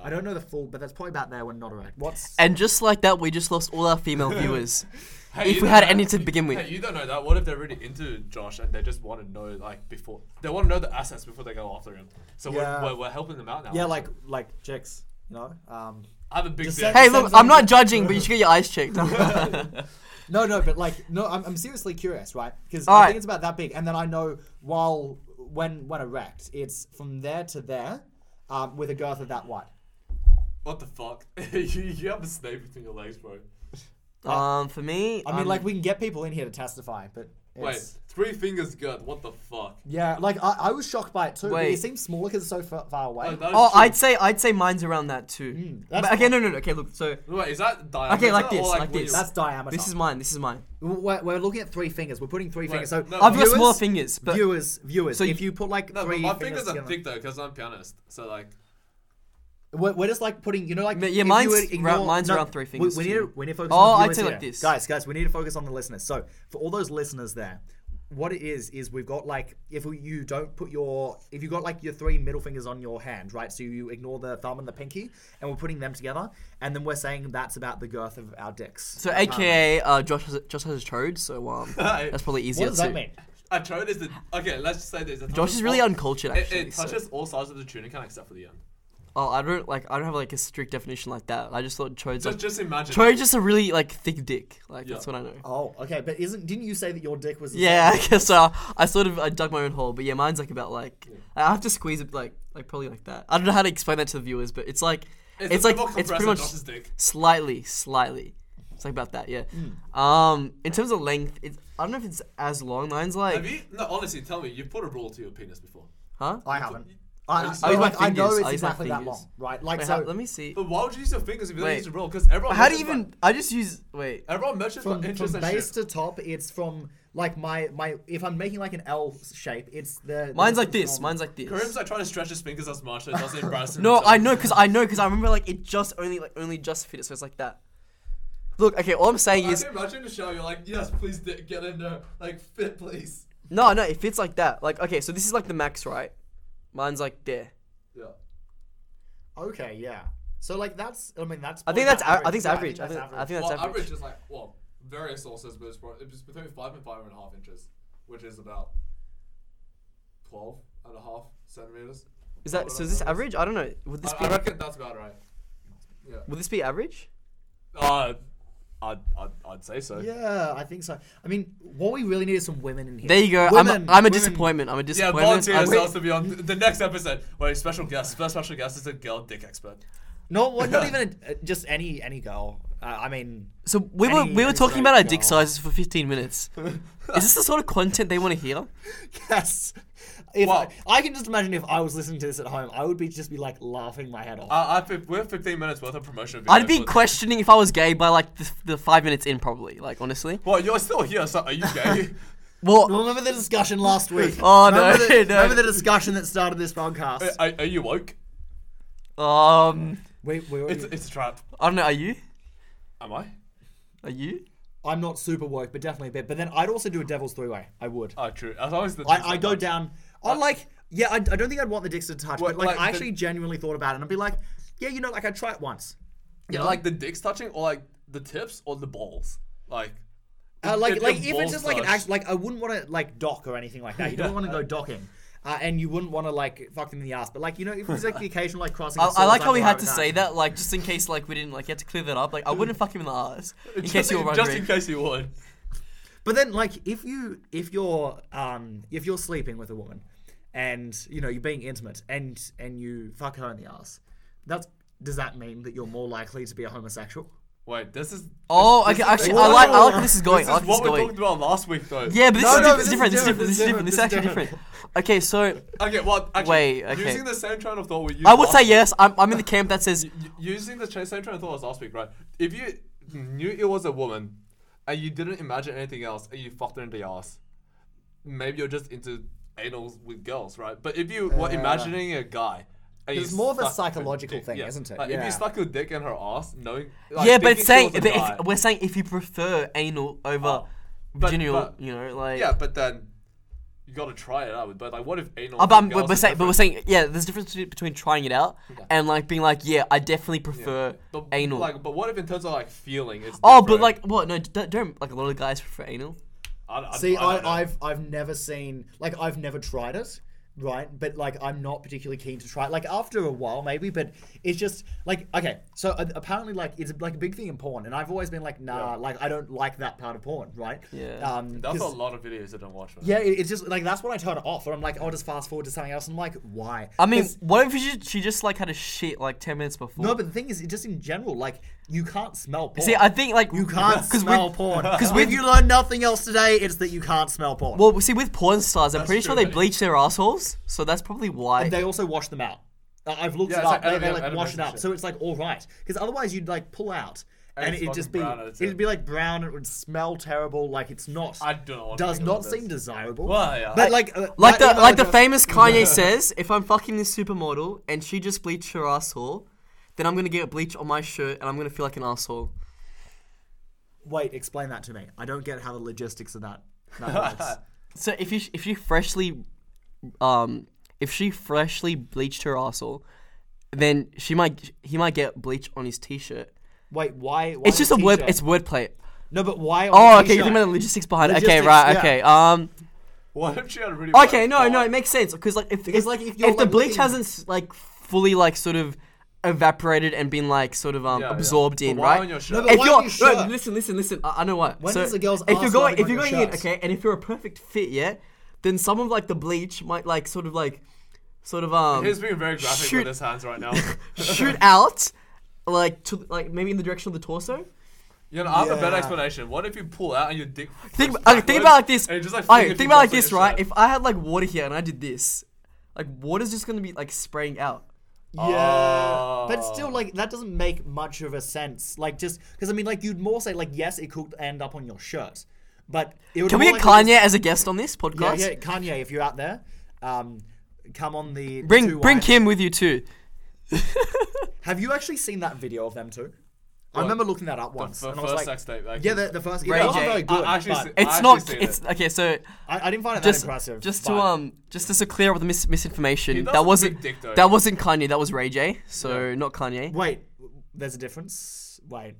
Speaker 2: I don't know the full, but that's probably about there when not a Rex. What's
Speaker 3: And just like that, we just lost all our female viewers.
Speaker 1: Hey,
Speaker 3: If
Speaker 1: you don't
Speaker 3: we had
Speaker 1: know-
Speaker 3: any to begin with.
Speaker 1: Hey, you don't know that. What if they're really into Josh and they just want to know like before they want to know the assets before they go after him. So
Speaker 2: Yeah.
Speaker 1: we're, we're, we're helping them out now.
Speaker 2: yeah, like like chicks, you know. Um,
Speaker 1: I have a big
Speaker 2: Just
Speaker 1: dick.
Speaker 2: say-
Speaker 3: Hey, look, I'm not judging, but you should get your eyes checked.
Speaker 2: no, no, but like no, I'm, I'm seriously curious, right? Because I
Speaker 3: Alright.
Speaker 2: think it's about that big, and then I know while when when a Rex, it's from there to there, um, with a girth of that wide.
Speaker 1: What the fuck? you, you have a snake between your legs, bro.
Speaker 3: um, for me,
Speaker 2: I mean,
Speaker 3: um,
Speaker 2: like we can get people in here to testify, but it's,
Speaker 1: Wait, three fingers good. What the fuck?
Speaker 2: yeah, like I, I was shocked by it too. But
Speaker 3: Wait.
Speaker 2: it seems smaller because it's so far, far away.
Speaker 1: Oh, that is
Speaker 3: Oh,
Speaker 1: true.
Speaker 3: I'd say I'd say mine's around that too.
Speaker 2: Mm, that's
Speaker 3: But- okay,
Speaker 2: fine.
Speaker 3: no, no, no. Okay, look. So
Speaker 1: Wait, is that diameter?
Speaker 3: like
Speaker 1: or,
Speaker 3: this, like
Speaker 1: when
Speaker 3: this.
Speaker 1: you-
Speaker 2: That's diameter.
Speaker 3: this is mine. This is mine.
Speaker 2: We're, we're looking at three fingers. We're putting three
Speaker 1: Right.
Speaker 2: fingers. So
Speaker 1: No,
Speaker 3: I've
Speaker 1: Viewers?
Speaker 3: got smaller fingers, but
Speaker 2: viewers, viewers.
Speaker 3: So
Speaker 2: if
Speaker 3: you-
Speaker 2: you put like
Speaker 1: No, but
Speaker 2: three
Speaker 1: my
Speaker 2: fingers,
Speaker 1: fingers are
Speaker 2: together-
Speaker 1: thick though, because I'm pianist. So like,
Speaker 2: We're, we're just like putting, you know, like
Speaker 3: Ma- yeah,
Speaker 2: if you
Speaker 3: mine's
Speaker 2: would ignore-
Speaker 3: round- mine's
Speaker 2: no,
Speaker 3: around three
Speaker 2: we-
Speaker 3: fingers
Speaker 2: We, need
Speaker 3: too.
Speaker 2: to we need to focus.
Speaker 3: Oh,
Speaker 2: on the
Speaker 3: I'd
Speaker 2: viewers
Speaker 3: say like
Speaker 2: here.
Speaker 3: this.
Speaker 2: guys, guys. We need to focus on the listeners. So for all those listeners there, what it is is we've got like if you don't put your if you got like your three middle fingers on your hand, right? So you ignore the thumb and the pinky, and we're putting them together, and then we're saying that's about the girth of our dicks. Um,
Speaker 3: so AKA uh, Josh has, Josh has a chode, so um, that's probably easier.
Speaker 2: what does that
Speaker 3: too.
Speaker 2: mean?
Speaker 1: I tried is the okay. Let's just say this. it
Speaker 3: Josh
Speaker 1: touches
Speaker 3: is really
Speaker 1: all-
Speaker 3: uncultured,
Speaker 1: It,
Speaker 3: actually.
Speaker 1: it touches all sides of the tuning can except for the end.
Speaker 3: so. Oh, I don't like. I don't have like a strict definition like that. I just thought chode's
Speaker 1: Just,
Speaker 3: like,
Speaker 1: just imagine.
Speaker 3: chode's just a really like thick dick. Like
Speaker 1: Yeah.
Speaker 3: that's what I know.
Speaker 2: Oh, okay, but isn't didn't you say that your dick was? the
Speaker 3: Yeah,
Speaker 2: size-
Speaker 3: I guess uh, I sort of I dug my own hole, but yeah, mine's like about like I have to squeeze it like like probably like that. I don't know how to explain that to the viewers, but it's like it's,
Speaker 1: a
Speaker 3: like
Speaker 1: football
Speaker 3: it's
Speaker 1: compressor,
Speaker 3: pretty much
Speaker 1: Josh's dick.
Speaker 3: slightly, slightly. It's like about that, yeah. Um, in terms of length, it's, I don't know if it's as long. Mine's
Speaker 1: Have
Speaker 3: like,
Speaker 1: you? No, honestly, tell me. You put a rule to your penis before,
Speaker 3: huh?
Speaker 2: I haven't. I,
Speaker 1: use
Speaker 2: I,
Speaker 1: my
Speaker 2: like, I know
Speaker 3: fingers.
Speaker 2: it's
Speaker 3: I use my
Speaker 2: exactly that
Speaker 3: fingers.
Speaker 2: long, right? Like
Speaker 3: Wait,
Speaker 2: so.
Speaker 3: how, let me see.
Speaker 1: but why would you use your fingers if you don't
Speaker 3: Wait.
Speaker 1: use the rule? Because everyone.
Speaker 3: How do you
Speaker 1: measures
Speaker 3: even? I just use wait.
Speaker 1: By, everyone measures
Speaker 2: from,
Speaker 1: by
Speaker 2: from
Speaker 1: inches and
Speaker 2: base
Speaker 1: shit.
Speaker 2: to top, it's from like my my. If I'm making like an L shape, it's the.
Speaker 3: Mine's
Speaker 2: the-
Speaker 3: like this.
Speaker 2: from-
Speaker 3: Mine's like this.
Speaker 1: Karim's like trying to stretch his fingers as much so it doesn't embarrass him.
Speaker 3: No, I know, cause I know, cause I remember like it just only like only just fit it, so it's like that. Look, okay, all I'm saying
Speaker 1: I
Speaker 3: is
Speaker 1: can imagine the show. You're like, yes, please di- get in there, like fit, please.
Speaker 3: no, no, it fits like that. Like okay, so this is like the max, right? Mine's like there.
Speaker 1: Yeah.
Speaker 2: Okay, yeah. So like that's. I mean that's.
Speaker 3: I
Speaker 2: probably
Speaker 3: think that's
Speaker 2: about
Speaker 3: a- I think it's
Speaker 2: Yeah,
Speaker 3: average. I think I think that's
Speaker 1: well, average.
Speaker 3: average.
Speaker 1: is like well, various sources, but it's, pro- it's between five and five and a half inches, which is about 12 and a half centimeters.
Speaker 3: Is that so? Is this average? I don't know. Would this
Speaker 1: I,
Speaker 3: be
Speaker 1: I reckon that's about right.
Speaker 3: would this be average?
Speaker 1: Uh, I'd, I'd, I'd say so.
Speaker 2: Yeah, I think so. I mean, what we really need is some women in here.
Speaker 3: There you go. I'm
Speaker 2: Women,
Speaker 3: a, I'm a
Speaker 2: women.
Speaker 3: disappointment. I'm a
Speaker 1: Yeah,
Speaker 3: disappointment.
Speaker 1: volunteer
Speaker 3: I'm-
Speaker 1: yourselves to be on th- the next episode. Where a special guest, first special guest is a girl dick expert.
Speaker 2: No, well, not even a, uh, just any any girl. Uh, I mean,
Speaker 3: So we were
Speaker 2: Any-
Speaker 3: we were
Speaker 2: any
Speaker 3: talking
Speaker 2: straight
Speaker 3: about our dick
Speaker 2: girl.
Speaker 3: sizes for 15 minutes. Is this the sort of content they want to hear?
Speaker 2: yes. If
Speaker 1: Well-
Speaker 2: I, I can just imagine if I was listening to this at home, I would be just be like laughing my head off.
Speaker 1: Uh, I fi- we're 15 minutes worth of promotion.
Speaker 3: I'd be
Speaker 1: video for-
Speaker 3: questioning if I was gay by like the, the five minutes in, probably. Like honestly.
Speaker 1: Well, you're still here, so are you gay?
Speaker 3: Well,
Speaker 2: Remember the discussion last week?
Speaker 3: Oh, no,
Speaker 2: remember The,
Speaker 3: no. Uh,
Speaker 2: Remember the discussion that started this podcast?
Speaker 1: are, are you woke?
Speaker 3: um,
Speaker 2: Wait, wait, wait.
Speaker 1: It's, it's a trap.
Speaker 3: I don't know. Are you?
Speaker 1: Am I?
Speaker 3: Are you?
Speaker 2: I'm not super woke, but definitely a bit. But then I'd also do a devil's three way. I would.
Speaker 1: Oh, true. As always, the
Speaker 2: I, I go down. I
Speaker 3: Uh,
Speaker 2: like. Yeah, I, I don't think I'd want the dicks to touch,
Speaker 1: Well,
Speaker 2: but like,
Speaker 1: like
Speaker 2: I
Speaker 1: the-
Speaker 2: actually genuinely thought about it, and I'd be like, yeah, you know, like I'd try it once.
Speaker 1: Yeah, like the dicks touching, or like the tips, or the balls. Like,
Speaker 2: Uh, like,
Speaker 1: if
Speaker 2: like
Speaker 1: your
Speaker 2: if
Speaker 1: balls
Speaker 2: it's just like an
Speaker 1: touch-
Speaker 2: act, like I wouldn't want to like dock or anything like that. You don't want to go docking, uh, and you wouldn't want to like fuck them in the ass. But like you know, if it's like the occasional like crossing.
Speaker 3: I,
Speaker 2: of
Speaker 3: I like
Speaker 2: swords,
Speaker 3: how
Speaker 2: I'd
Speaker 3: we
Speaker 2: be
Speaker 3: had
Speaker 2: alright
Speaker 3: to
Speaker 2: with
Speaker 3: say that, like just in case, like we didn't like you had to clear that up. Like I wouldn't fuck him in the ass in case
Speaker 1: just,
Speaker 3: you were
Speaker 1: just in
Speaker 3: wondering.
Speaker 1: case you would.
Speaker 2: But then, like, if you if you're um if you're sleeping with a woman, and you know you're being intimate, and and you fuck her in the ass, that's does that mean that you're more likely to be a homosexual?
Speaker 1: Wait, this is.
Speaker 3: Oh, okay.
Speaker 1: is
Speaker 3: Actually,
Speaker 2: the-
Speaker 3: I like I like
Speaker 2: Whoa.
Speaker 3: where this is going.
Speaker 1: This
Speaker 3: I like
Speaker 1: is
Speaker 3: where
Speaker 1: what
Speaker 3: this is
Speaker 1: we
Speaker 3: going.
Speaker 1: talked about last week, though.
Speaker 3: Yeah, but this
Speaker 2: No,
Speaker 3: is
Speaker 2: no,
Speaker 3: different.
Speaker 2: this is
Speaker 3: This is different. This is
Speaker 2: different,
Speaker 3: different. This is different. This is actually different. Okay, so
Speaker 1: Okay, well, actually,
Speaker 3: Wait, okay.
Speaker 1: using the same train of thought we used.
Speaker 3: I would
Speaker 1: last
Speaker 3: say
Speaker 1: week-
Speaker 3: yes. I'm I'm in the camp that says
Speaker 1: y- Using the tra- same train of thought as last week, right? If you knew it was a woman, and you didn't imagine anything else, and you fucked her in the ass, maybe you're just into anal with girls, right? But if you were imagining a guy. and you
Speaker 2: It's more of a
Speaker 1: stuck your
Speaker 2: psychological
Speaker 1: dick-
Speaker 2: thing, isn't it?
Speaker 1: Like, If
Speaker 2: Yeah.
Speaker 1: you stuck your dick in her ass, knowing. like,
Speaker 3: yeah, but
Speaker 1: thinking
Speaker 3: it's saying
Speaker 1: she was
Speaker 3: but
Speaker 1: a guy-
Speaker 3: if, we're saying if you prefer anal over
Speaker 1: but-
Speaker 3: vaginal,
Speaker 1: but-
Speaker 3: you know, like
Speaker 1: Yeah, but then you gotta try it out. But like, what if anal?
Speaker 3: Oh, but, I'm,
Speaker 1: from
Speaker 3: but,
Speaker 1: girls
Speaker 3: we're
Speaker 1: is
Speaker 3: saying, but we're
Speaker 1: different?
Speaker 3: saying, yeah, there's a difference between- between trying it out and like being like, yeah, I definitely prefer
Speaker 1: But,
Speaker 3: anal.
Speaker 1: Like, but what if in terms of like feeling? It's
Speaker 3: oh, but
Speaker 1: different?
Speaker 3: like, what? No, don't, don't like a lot of guys prefer anal.
Speaker 1: I, I,
Speaker 2: See,
Speaker 1: I, don't know.
Speaker 2: I, I've I've never seen like I've never tried it, right? But like I'm not particularly keen to try it. Like after a while, maybe. But it's just like okay. So uh, apparently, like it's like a big thing in porn, and I've always been like, nah,
Speaker 1: Yeah.
Speaker 2: like I don't like that part of porn, right?
Speaker 3: Yeah.
Speaker 2: Um,
Speaker 1: that's a
Speaker 2: 'cause-
Speaker 1: lot of videos I don't watch. Man.
Speaker 2: Yeah, it, it's just like that's when I turn it off, and I'm like, I'll just fast forward to something else. And I'm like, why?
Speaker 3: I mean,
Speaker 2: 'Cause-
Speaker 3: what if she, she just like had a shit like ten minutes before?
Speaker 2: no, but the thing is, it just in general, like you can't smell porn.
Speaker 3: see, I think like
Speaker 2: you can't
Speaker 3: with-
Speaker 2: smell porn. Because
Speaker 3: with-
Speaker 2: if you learn nothing else today, it's that you can't smell porn.
Speaker 3: Well, see, with porn stars, I'm
Speaker 1: That's
Speaker 3: pretty
Speaker 1: true,
Speaker 3: sure they
Speaker 1: mate.
Speaker 3: bleach their assholes, so that's probably why.
Speaker 2: And they also wash them out. I- I've looked
Speaker 1: Yeah,
Speaker 2: it
Speaker 1: it's
Speaker 2: up.
Speaker 1: like
Speaker 2: they, they
Speaker 1: anime-
Speaker 2: like
Speaker 1: anime
Speaker 2: wash it
Speaker 1: and
Speaker 2: up,
Speaker 1: shit.
Speaker 2: so it's like all right. Because otherwise, you'd like pull out, and,
Speaker 1: And it's
Speaker 2: it'd just
Speaker 1: fucking
Speaker 2: be
Speaker 1: brown and it's
Speaker 2: it'd
Speaker 1: it.
Speaker 2: be like brown. and It would smell terrible. Like it's not.
Speaker 1: I do not want to
Speaker 2: Does
Speaker 1: think
Speaker 2: not
Speaker 1: about this.
Speaker 2: seem desirable.
Speaker 1: Well, yeah.
Speaker 2: But
Speaker 1: I-
Speaker 2: like, uh,
Speaker 3: like
Speaker 2: my
Speaker 3: the
Speaker 2: email
Speaker 3: like the
Speaker 2: address-
Speaker 3: famous Kanye says, if I'm fucking this supermodel and she just bleached her asshole, then I'm gonna get bleach on my shirt and I'm gonna feel like an asshole.
Speaker 2: Wait, explain that to me. I don't get how the logistics of that. That works.
Speaker 3: So if you if you freshly, um, if she freshly bleached her asshole, then she might he might get bleach on his t-shirt.
Speaker 2: Wait, why? why
Speaker 3: It's just a
Speaker 2: on
Speaker 3: word.
Speaker 2: t-shirt?
Speaker 3: It's wordplay.
Speaker 2: no, but why? On
Speaker 3: Oh,
Speaker 2: a
Speaker 3: okay. You think
Speaker 2: t-shirt?
Speaker 3: about the logistics behind it? Okay,
Speaker 2: Logistics,
Speaker 3: right.
Speaker 2: yeah.
Speaker 3: Okay. Um.
Speaker 1: What if she had a really?
Speaker 3: Okay,
Speaker 1: wet
Speaker 3: no, no,
Speaker 1: fart?
Speaker 3: it makes sense because like if
Speaker 2: Because,
Speaker 3: if,
Speaker 2: like, if
Speaker 3: if,
Speaker 2: you're,
Speaker 3: the
Speaker 2: like,
Speaker 3: bleach
Speaker 2: looking-
Speaker 3: hasn't s- like fully like sort of evaporated and been like sort of um
Speaker 1: Yeah, yeah.
Speaker 3: absorbed in,
Speaker 1: But why
Speaker 3: right?
Speaker 1: on your shirt? No,
Speaker 2: but
Speaker 3: if
Speaker 2: why
Speaker 3: you're
Speaker 2: on your
Speaker 3: no,
Speaker 2: shirt?
Speaker 3: listen, listen, listen. I, I know what.
Speaker 2: When
Speaker 3: so
Speaker 2: is the girl's
Speaker 3: if you're
Speaker 2: arse
Speaker 3: going
Speaker 2: rubbing
Speaker 3: if you're
Speaker 2: on
Speaker 3: going
Speaker 2: your
Speaker 3: in
Speaker 2: shirt?
Speaker 3: okay, and if you're a perfect fit, yeah, then some of like the bleach might like sort of like sort of um
Speaker 1: He's being very graphic
Speaker 3: Shoot.
Speaker 1: with his hands right now.
Speaker 3: shoot out like to like maybe in the direction of the torso.
Speaker 1: You know, I have a better
Speaker 2: Yeah.
Speaker 1: explanation. What if you pull out and your dick?
Speaker 3: Think
Speaker 1: flips
Speaker 3: okay,
Speaker 1: backwards
Speaker 3: think about it like this.
Speaker 1: and it just, like,
Speaker 3: okay,
Speaker 1: flips
Speaker 3: think about it like
Speaker 1: across
Speaker 3: this,
Speaker 1: your
Speaker 3: right?
Speaker 1: shirt?
Speaker 3: If I had like water here and I did this, like water's just gonna be like spraying out.
Speaker 2: Yeah, but
Speaker 1: Oh.
Speaker 2: still, like that doesn't make much of a sense. Like just because I mean, like you'd more say like yes, it could end up on your shirt, but it would
Speaker 3: Can we
Speaker 2: more
Speaker 3: get
Speaker 2: likely
Speaker 3: Kanye as a guest on this
Speaker 2: Yeah,
Speaker 3: podcast?
Speaker 2: yeah, Kanye, if you're out there, um, come on the
Speaker 3: Bring
Speaker 2: two
Speaker 3: bring
Speaker 2: wives.
Speaker 3: Kim with you too.
Speaker 2: Have you actually seen that video of them two? I
Speaker 1: What?
Speaker 2: remember looking that up once,
Speaker 1: For
Speaker 2: and I was
Speaker 1: first
Speaker 2: like,
Speaker 1: sex date, like
Speaker 2: yeah, the, the first.
Speaker 3: Ray
Speaker 2: it wasn't
Speaker 3: J.
Speaker 2: very good.
Speaker 1: I actually
Speaker 2: but
Speaker 1: see-
Speaker 3: It's
Speaker 1: actually
Speaker 3: not.
Speaker 1: seen it.
Speaker 3: It's okay. So
Speaker 2: I, I didn't find it
Speaker 3: just
Speaker 2: that impressive.
Speaker 3: just to
Speaker 2: but-
Speaker 3: um just just to clear up the mis- misinformation,
Speaker 1: He does
Speaker 3: that
Speaker 1: have a
Speaker 3: wasn't
Speaker 1: big dick, though.
Speaker 3: that wasn't Kanye. That was Ray J. So not Kanye.
Speaker 2: wait, w- there's a difference. Wait,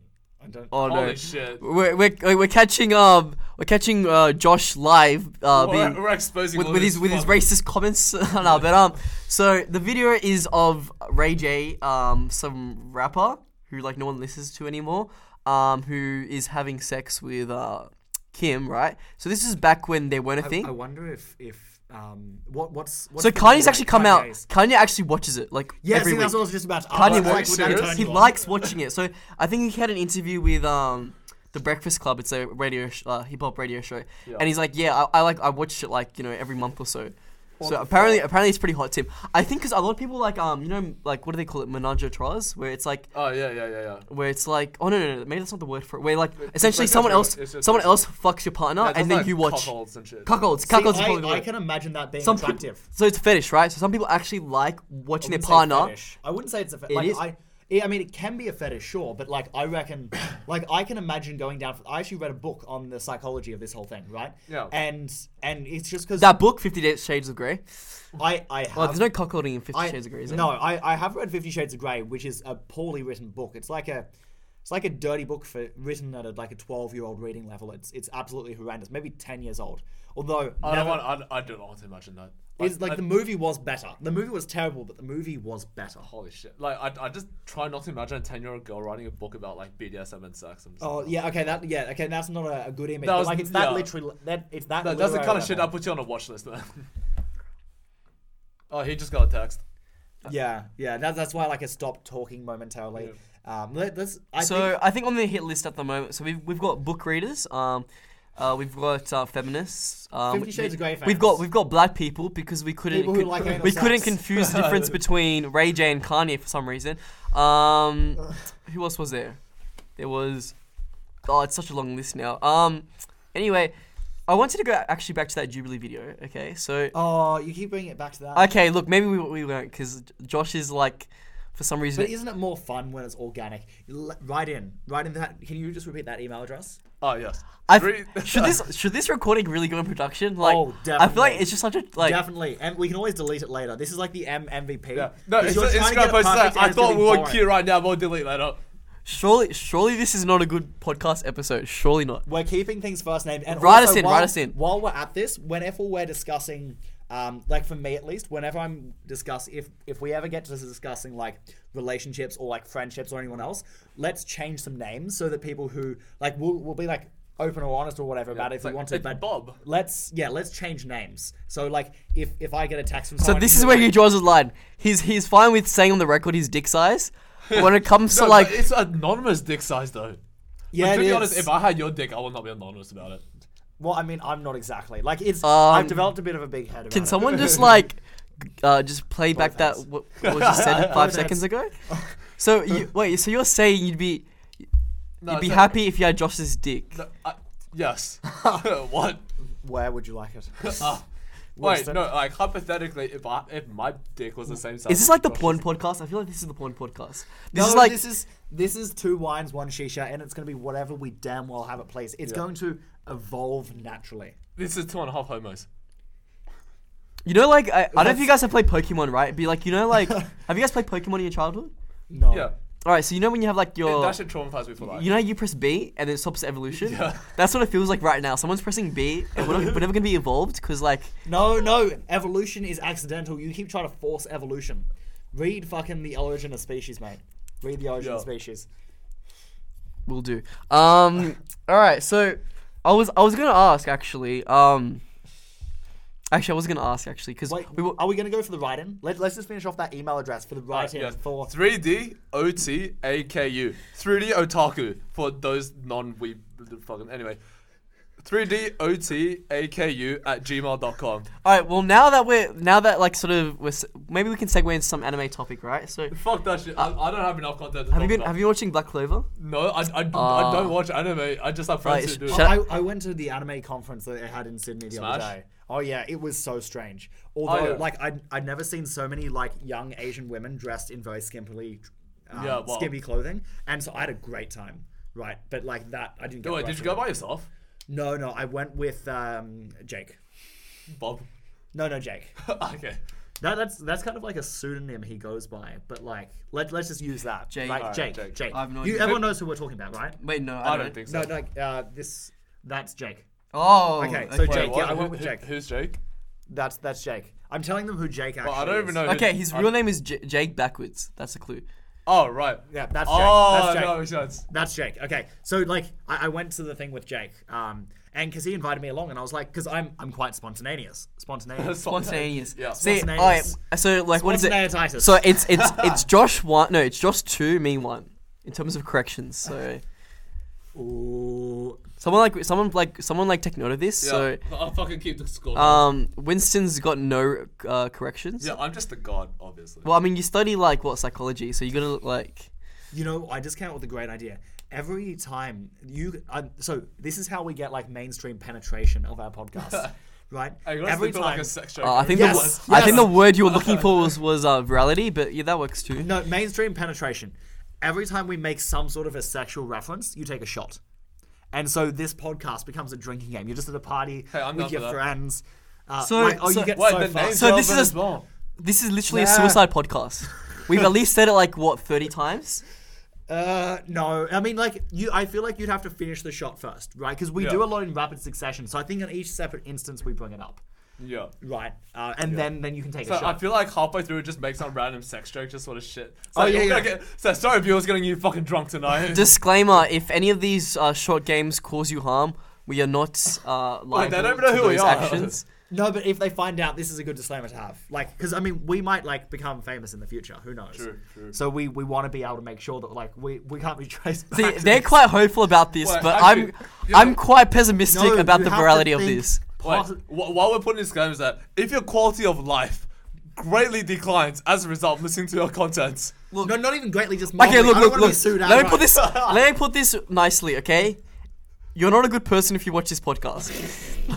Speaker 2: I don't.
Speaker 3: Oh
Speaker 1: Holy
Speaker 3: no.
Speaker 1: shit.
Speaker 3: We're, we're, we're catching um we're catching uh, Josh live uh,
Speaker 1: we're,
Speaker 3: being
Speaker 1: we're exposing
Speaker 3: with,
Speaker 1: all
Speaker 3: with
Speaker 1: this
Speaker 3: his with his
Speaker 1: fucking-
Speaker 3: racist comments. no, but um, so the video is of Ray J, um, some rapper who like no one listens to anymore, um, who is having sex with uh, Kim, right? So this is back when they weren't a
Speaker 2: I
Speaker 3: thing.
Speaker 2: wonder if if um what what's, what's
Speaker 3: so
Speaker 2: the
Speaker 3: Kanye's
Speaker 2: rate
Speaker 3: actually come out.
Speaker 2: Kanye's?
Speaker 3: Kanye actually watches it like
Speaker 2: Yeah,
Speaker 3: every
Speaker 2: see, that's
Speaker 3: week.
Speaker 2: what I was just about. To
Speaker 3: Kanye
Speaker 2: ask.
Speaker 1: Are you
Speaker 3: watches
Speaker 1: serious?
Speaker 3: it. He likes watching it. So I think he had an interview with um. The Breakfast Club, it's a radio, sh- uh, hip hop radio show,
Speaker 1: Yeah.
Speaker 3: and he's like, "Yeah, I, I like, I watch it like you know every month or so." so apparently, apparently it's pretty hot, Tim. I think because a lot of people like, um, you know, like what do they call it, menage a trois, where it's like,
Speaker 1: Oh yeah, yeah, yeah, yeah.
Speaker 3: where it's like, oh no, no, no, maybe that's not the word for it. Where like
Speaker 1: it's
Speaker 3: essentially
Speaker 1: like a
Speaker 3: someone
Speaker 1: thriller.
Speaker 3: else,
Speaker 1: It's just-
Speaker 3: someone
Speaker 1: it's
Speaker 3: else fucks your partner,
Speaker 1: Yeah,
Speaker 3: and
Speaker 1: just
Speaker 3: then
Speaker 1: like
Speaker 3: you watch cuckolds,
Speaker 1: Cuckolds and shit.
Speaker 3: cuckolds.
Speaker 2: See,
Speaker 3: cuckolds is probably the
Speaker 2: I, I
Speaker 3: word.
Speaker 2: can imagine that being
Speaker 3: Some peop-
Speaker 2: attractive.
Speaker 3: so it's a fetish, right? So some people actually like watching their
Speaker 2: Wouldn't say
Speaker 3: partner.
Speaker 2: fetish. I wouldn't say it's a fetish.
Speaker 3: It
Speaker 2: like,
Speaker 3: is.
Speaker 2: I, yeah, I mean, it can be a fetish, sure, but like I reckon, like I can imagine going down. I actually read a book on the psychology of this whole thing, right?
Speaker 1: Yeah.
Speaker 2: And and it's just because I
Speaker 3: That book, Fifty Shades of Grey.
Speaker 2: I have
Speaker 3: Oh, there's no cuckolding in Fifty
Speaker 2: Um, I-
Speaker 3: Shades of Grey, is
Speaker 2: No, I, I have read Fifty Shades of Grey, which is a poorly written book. It's like a it's like a dirty book for written at a, like a twelve year old reading level. It's it's absolutely horrendous. Maybe ten years old. Although
Speaker 1: I don't
Speaker 2: never-
Speaker 1: want. I, I don't want to imagine that.
Speaker 2: it's like
Speaker 1: I-
Speaker 2: the movie was better. The movie was terrible, but the movie was better.
Speaker 1: Holy shit! Like I, I just try not to imagine a ten-year-old girl writing a book about like BDSM and sex. I'm just
Speaker 2: Oh
Speaker 1: like,
Speaker 2: yeah, okay, that yeah, okay, that's not a, a good image.
Speaker 1: That
Speaker 2: but,
Speaker 1: was-
Speaker 2: like it's that
Speaker 1: yeah.
Speaker 2: literally that it's that.
Speaker 1: that, that's the
Speaker 2: literary
Speaker 1: kind of shit I
Speaker 2: level.
Speaker 1: put you on a watch list, man. oh, he just got a text.
Speaker 2: Yeah, yeah, that, that's why like I stopped talking momentarily. Um, let, us I
Speaker 3: so
Speaker 2: think,
Speaker 3: I think on the hit list at the moment, so we've, we've got book readers, um, uh, we've got uh, feminists. Um,
Speaker 2: Fifty
Speaker 3: which-
Speaker 2: Shades of Grey
Speaker 3: We've
Speaker 2: fans.
Speaker 3: got we've got black people because we couldn't
Speaker 2: People who like anal
Speaker 3: we couldn't
Speaker 2: sex.
Speaker 3: confuse the difference between Ray J and Kanye for some reason. Um, who else was there? There was oh, it's such a long list now. Um, anyway, I wanted to go actually back to that Jubilee video. Okay, so
Speaker 2: oh, you keep bringing it back to that.
Speaker 3: Okay, look, maybe we, we won't because Josh is like For some reason,
Speaker 2: But isn't it more fun when it's organic? L- write in, write in that. Can you just repeat that email address?
Speaker 1: Oh yes.
Speaker 3: I
Speaker 1: Three-
Speaker 3: should this should this recording really go in production? Like,
Speaker 2: Oh,
Speaker 3: I feel like
Speaker 2: definitely.
Speaker 3: it's just such a like.
Speaker 2: Definitely, and we can always delete it later. This is like the M MVP.
Speaker 1: Yeah. No,
Speaker 2: Because
Speaker 1: it's,
Speaker 2: you're
Speaker 1: it's Instagram
Speaker 2: trying to get it
Speaker 1: post that.
Speaker 2: perfect and
Speaker 1: I
Speaker 2: it's gonna
Speaker 1: thought
Speaker 2: be
Speaker 1: we were
Speaker 2: boring.
Speaker 1: cute right now. We'll delete later.
Speaker 3: Surely, surely this is not a good podcast episode. Surely not.
Speaker 2: We're keeping things first name. And
Speaker 3: Write
Speaker 2: also,
Speaker 3: us in,
Speaker 2: while,
Speaker 3: write us in.
Speaker 2: While we're at this, whenever we're discussing, um, like for me at least, whenever I'm discuss if if we ever get to discussing like relationships or like friendships or anyone else, let's change some names so that people who like we'll, we'll be like open or honest or whatever about it if
Speaker 1: it's
Speaker 2: we
Speaker 1: like,
Speaker 2: want to.
Speaker 1: it's
Speaker 2: But
Speaker 1: Bob.
Speaker 2: let's yeah, let's change names. So like if if I get a text from
Speaker 3: So
Speaker 2: someone
Speaker 3: this
Speaker 2: who-
Speaker 3: is where he draws his line. He's he's fine with saying on the record his dick size. But when it comes
Speaker 1: No,
Speaker 3: to
Speaker 1: but
Speaker 3: like,
Speaker 1: it's anonymous dick size though.
Speaker 2: yeah,
Speaker 1: But to
Speaker 2: it
Speaker 1: be
Speaker 2: is.
Speaker 1: honest, if I had your dick, I would not be anonymous about it.
Speaker 2: well, I mean, I'm not exactly like it's.
Speaker 3: Um,
Speaker 2: I've developed a bit of a big head. About
Speaker 3: can
Speaker 2: it.
Speaker 3: someone just like, uh, just play back that
Speaker 2: hands.
Speaker 3: what, what was just said five
Speaker 2: Both
Speaker 3: seconds
Speaker 2: hands.
Speaker 3: ago? So you, wait, so you're saying you'd be
Speaker 1: No,
Speaker 3: you'd be
Speaker 1: it's-
Speaker 3: happy if you had Josh's dick?
Speaker 1: No, I, yes. what?
Speaker 2: Where would you like it?
Speaker 1: Ah. wait,
Speaker 2: Winston.
Speaker 1: no. Like hypothetically, if I, if my dick was the same size,
Speaker 3: Is this like the
Speaker 1: as
Speaker 3: porn podcast? I feel like this is the porn podcast. This
Speaker 2: no,
Speaker 3: is like
Speaker 2: this is this is two wines, one shisha, and it's going to be whatever we damn well have it plays. It's going to evolve naturally.
Speaker 1: This is two and a half homos.
Speaker 3: you know, like I, I don't know if you guys have played Pokemon, right? Be like you know, like have you guys played Pokemon in your childhood? Oh.
Speaker 2: No,
Speaker 1: Yeah,
Speaker 3: All right, so you know when you have like your
Speaker 1: that should traumatize me for life.
Speaker 3: You know, you press B and it stops the evolution.
Speaker 1: Yeah.
Speaker 3: That's what it feels like right now. Someone's pressing B, and we're, not, we're never gonna be evolved because, like,
Speaker 2: no, no. Evolution is accidental. You keep trying to force evolution. Read fucking the Origin of Species, mate. Read the Origin
Speaker 1: Yeah.
Speaker 2: of Species.
Speaker 3: we'll do. Um, all right. So, I was I was gonna ask actually. Um, actually, I was gonna ask actually because
Speaker 2: Wait,
Speaker 3: we were.
Speaker 2: are we going to go for the write-in? Let, let's just finish off that email address for the write-in
Speaker 1: Yes.
Speaker 2: for
Speaker 1: 3D OT AKU. 3D otaku for those non weeb fucking anyway. 3D OT AKU at gmail.com.
Speaker 3: All right. Well, now that we're now that like sort of we're, s- maybe we can segue into some anime topic, right? So,
Speaker 1: Fuck that shit. I, I don't have enough content. To
Speaker 3: have
Speaker 1: talk
Speaker 3: you been
Speaker 1: about.
Speaker 3: have you been watching Black Clover?
Speaker 1: No, I, I,
Speaker 3: Ah.
Speaker 1: I don't watch anime. I just have friends
Speaker 3: Right,
Speaker 1: who do.
Speaker 3: sh-
Speaker 1: it.
Speaker 3: shut
Speaker 2: I, I went to the anime conference that they had in Sydney the
Speaker 1: Smash?
Speaker 2: other day. Oh yeah, it was so strange. Although,
Speaker 1: yeah.
Speaker 2: like, I'd, I'd never seen so many like young Asian women dressed in very skimpily, um,
Speaker 1: Yeah, well-
Speaker 2: skimpy clothing, and so I had a great time. Right, but like that, I didn't get.
Speaker 1: No, wait, did
Speaker 2: the rush
Speaker 1: you
Speaker 2: of
Speaker 1: go
Speaker 2: it.
Speaker 1: by yourself?
Speaker 2: No, no, I went with um, Jake.
Speaker 1: Bob.
Speaker 2: No, no, Jake.
Speaker 1: okay.
Speaker 2: That, that's that's kind of like a pseudonym he goes by, but like let us just use that.
Speaker 3: Jake.
Speaker 2: right?
Speaker 3: Alright,
Speaker 2: Jake,
Speaker 1: Jake.
Speaker 2: Jake,
Speaker 3: I have no
Speaker 2: you,
Speaker 3: idea.
Speaker 2: everyone knows who we're talking about, right?
Speaker 3: Wait, no,
Speaker 1: I don't think so.
Speaker 2: No, no, uh, this that's Jake.
Speaker 3: Oh,
Speaker 2: Okay, so
Speaker 1: Wait,
Speaker 2: Jake, yeah,
Speaker 1: what?
Speaker 2: I went
Speaker 1: Who-
Speaker 2: with
Speaker 1: who-
Speaker 2: Jake.
Speaker 1: Who's Jake?
Speaker 2: That's that's Jake. I'm telling them who Jake actually.
Speaker 1: Well, I don't even
Speaker 2: is.
Speaker 1: know. who-
Speaker 3: Okay, his
Speaker 1: I-
Speaker 3: real name is J- Jake backwards. That's a clue.
Speaker 1: Oh, right.
Speaker 2: Yeah, that's Jake.
Speaker 1: Oh,
Speaker 2: that's Jake.
Speaker 1: no, sense.
Speaker 2: That's Jake. Okay, so like I, I went to the thing with Jake, um, and because he invited me along, and I was like, because I'm I'm quite spontaneous, spontaneous,
Speaker 3: Spontaneous.
Speaker 1: Yeah.
Speaker 3: See,
Speaker 2: Spontaneous.
Speaker 3: alright, so like, what is it?
Speaker 2: spontaneitis.
Speaker 3: So it's it's it's Josh one. No, it's Josh two, me one. In terms of corrections, so
Speaker 2: Ooh.
Speaker 3: someone like someone like someone like take note of this.
Speaker 1: Yeah,
Speaker 3: So,
Speaker 1: I'll fucking keep the score.
Speaker 3: um, Winston's got no uh, corrections.
Speaker 1: yeah, I'm just a god, obviously.
Speaker 3: Well, I mean, you study like what psychology, so you're gonna like.
Speaker 2: You know, I just came up with a great idea. Every time you, I, so this is how we get like mainstream penetration of our podcast, right?
Speaker 1: I guess
Speaker 2: Every
Speaker 1: they feel like a sex joke.
Speaker 3: Uh, I think the
Speaker 2: Yes,
Speaker 3: wo- I think the
Speaker 2: yes.
Speaker 3: word you were looking for was was uh, virality, but yeah, that works too.
Speaker 2: No, mainstream penetration. Every time we make some sort of a sexual reference, you take a shot. And so this podcast becomes a drinking game. You're just at a party
Speaker 1: Hey, I'm down
Speaker 2: with
Speaker 1: for
Speaker 2: your
Speaker 1: that.
Speaker 2: friends. Uh,
Speaker 3: So-
Speaker 2: like, oh,
Speaker 3: so-
Speaker 2: you get
Speaker 1: Wait,
Speaker 2: so
Speaker 1: the
Speaker 2: far.
Speaker 1: name's
Speaker 3: So this
Speaker 1: relevant
Speaker 3: is a-
Speaker 1: as well.
Speaker 3: This is literally
Speaker 2: Nah.
Speaker 3: a suicide podcast. We've at least said it like what thirty times.
Speaker 2: Uh, no, I mean, like you, I feel like you'd have to finish the shot first, right? Because we
Speaker 1: Yeah.
Speaker 2: do a lot in rapid succession. So I think in each separate instance we bring it up,
Speaker 1: Yeah.
Speaker 2: right? Uh, and then then you can take
Speaker 1: So
Speaker 2: a
Speaker 1: I
Speaker 2: shot.
Speaker 1: feel like halfway through it just makes some random sex joke, just sort of shit. It's
Speaker 2: Oh,
Speaker 1: like,
Speaker 2: yeah,
Speaker 1: we're
Speaker 2: yeah.
Speaker 1: gonna Get, so sorry, viewers, getting you fucking drunk tonight.
Speaker 3: Disclaimer: If any of these uh, short games cause you harm, we are not uh, liable
Speaker 1: they don't know
Speaker 3: to
Speaker 1: who we
Speaker 3: those
Speaker 1: are.
Speaker 3: actions.
Speaker 2: no, but if they find out, this is a good disclaimer to have, like, because I mean, we might like become famous in the future. Who knows?
Speaker 1: True, true.
Speaker 2: So we we want to be able to make sure that like we we can't be traced.
Speaker 3: See,
Speaker 2: back to
Speaker 3: they're
Speaker 2: this.
Speaker 3: quite hopeful about this,
Speaker 1: Wait,
Speaker 3: but
Speaker 1: actually,
Speaker 3: I'm
Speaker 1: you know-
Speaker 3: I'm quite pessimistic
Speaker 2: No,
Speaker 3: about
Speaker 2: you
Speaker 3: the
Speaker 2: have to
Speaker 3: virality of
Speaker 2: think
Speaker 3: this.
Speaker 1: Wait,
Speaker 2: posi-
Speaker 1: wh- while we're putting disclaimers that if your quality of life greatly declines as a result of listening to our content,
Speaker 2: no, not even greatly. Just
Speaker 3: Okay,
Speaker 2: moderately.
Speaker 3: look,
Speaker 2: I don't
Speaker 3: look,
Speaker 2: wanna be
Speaker 3: look.
Speaker 2: sued
Speaker 3: Let me
Speaker 2: outright.
Speaker 3: put this. let me put this nicely, okay? you're not a good person if you watch this podcast.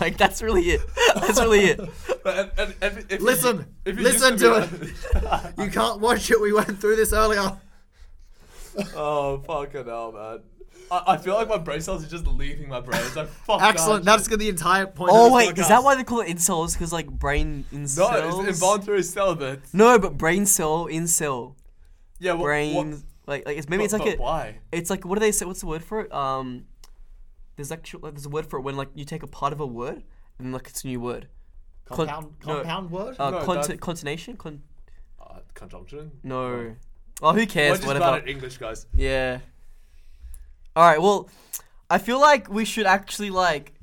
Speaker 3: like that's really it. That's really it.
Speaker 1: And, and, and if you-
Speaker 2: Listen.
Speaker 1: if you
Speaker 2: Listen
Speaker 1: used
Speaker 2: to
Speaker 1: be-
Speaker 2: it. you can't watch it. We went through this earlier.
Speaker 1: oh fucking hell, man! I, I feel like my brain cells are just leaving my brain. It's like fuck.
Speaker 2: Excellent.
Speaker 1: that
Speaker 2: That's gonna be the entire point. of
Speaker 3: Oh
Speaker 2: this
Speaker 3: wait, is that
Speaker 2: podcast.
Speaker 3: why they call it incels? Because like brain
Speaker 1: no,
Speaker 3: incels.
Speaker 1: it's involuntary celibate.
Speaker 3: No, but brain cell, incel,
Speaker 1: Yeah, wha-
Speaker 3: brain.
Speaker 1: what-
Speaker 3: Like, like it's maybe it's
Speaker 1: but-
Speaker 3: like
Speaker 1: but
Speaker 3: a.
Speaker 1: why?
Speaker 3: It's like what do they say? What's the word for it? Um, there's actually like, there's a word for it when like you take a part of a word and like it's a new word. Con-
Speaker 2: Compound,
Speaker 3: no.
Speaker 2: compound word.
Speaker 3: Uh,
Speaker 1: No,
Speaker 3: conti-
Speaker 1: that-
Speaker 3: contination? Con-
Speaker 1: Uh, conjunction.
Speaker 3: no. Oh, who
Speaker 1: We're
Speaker 3: cares?
Speaker 1: just
Speaker 3: Whatever.
Speaker 1: bad at English, guys.
Speaker 3: Yeah. All right. Well, I feel like we should actually like.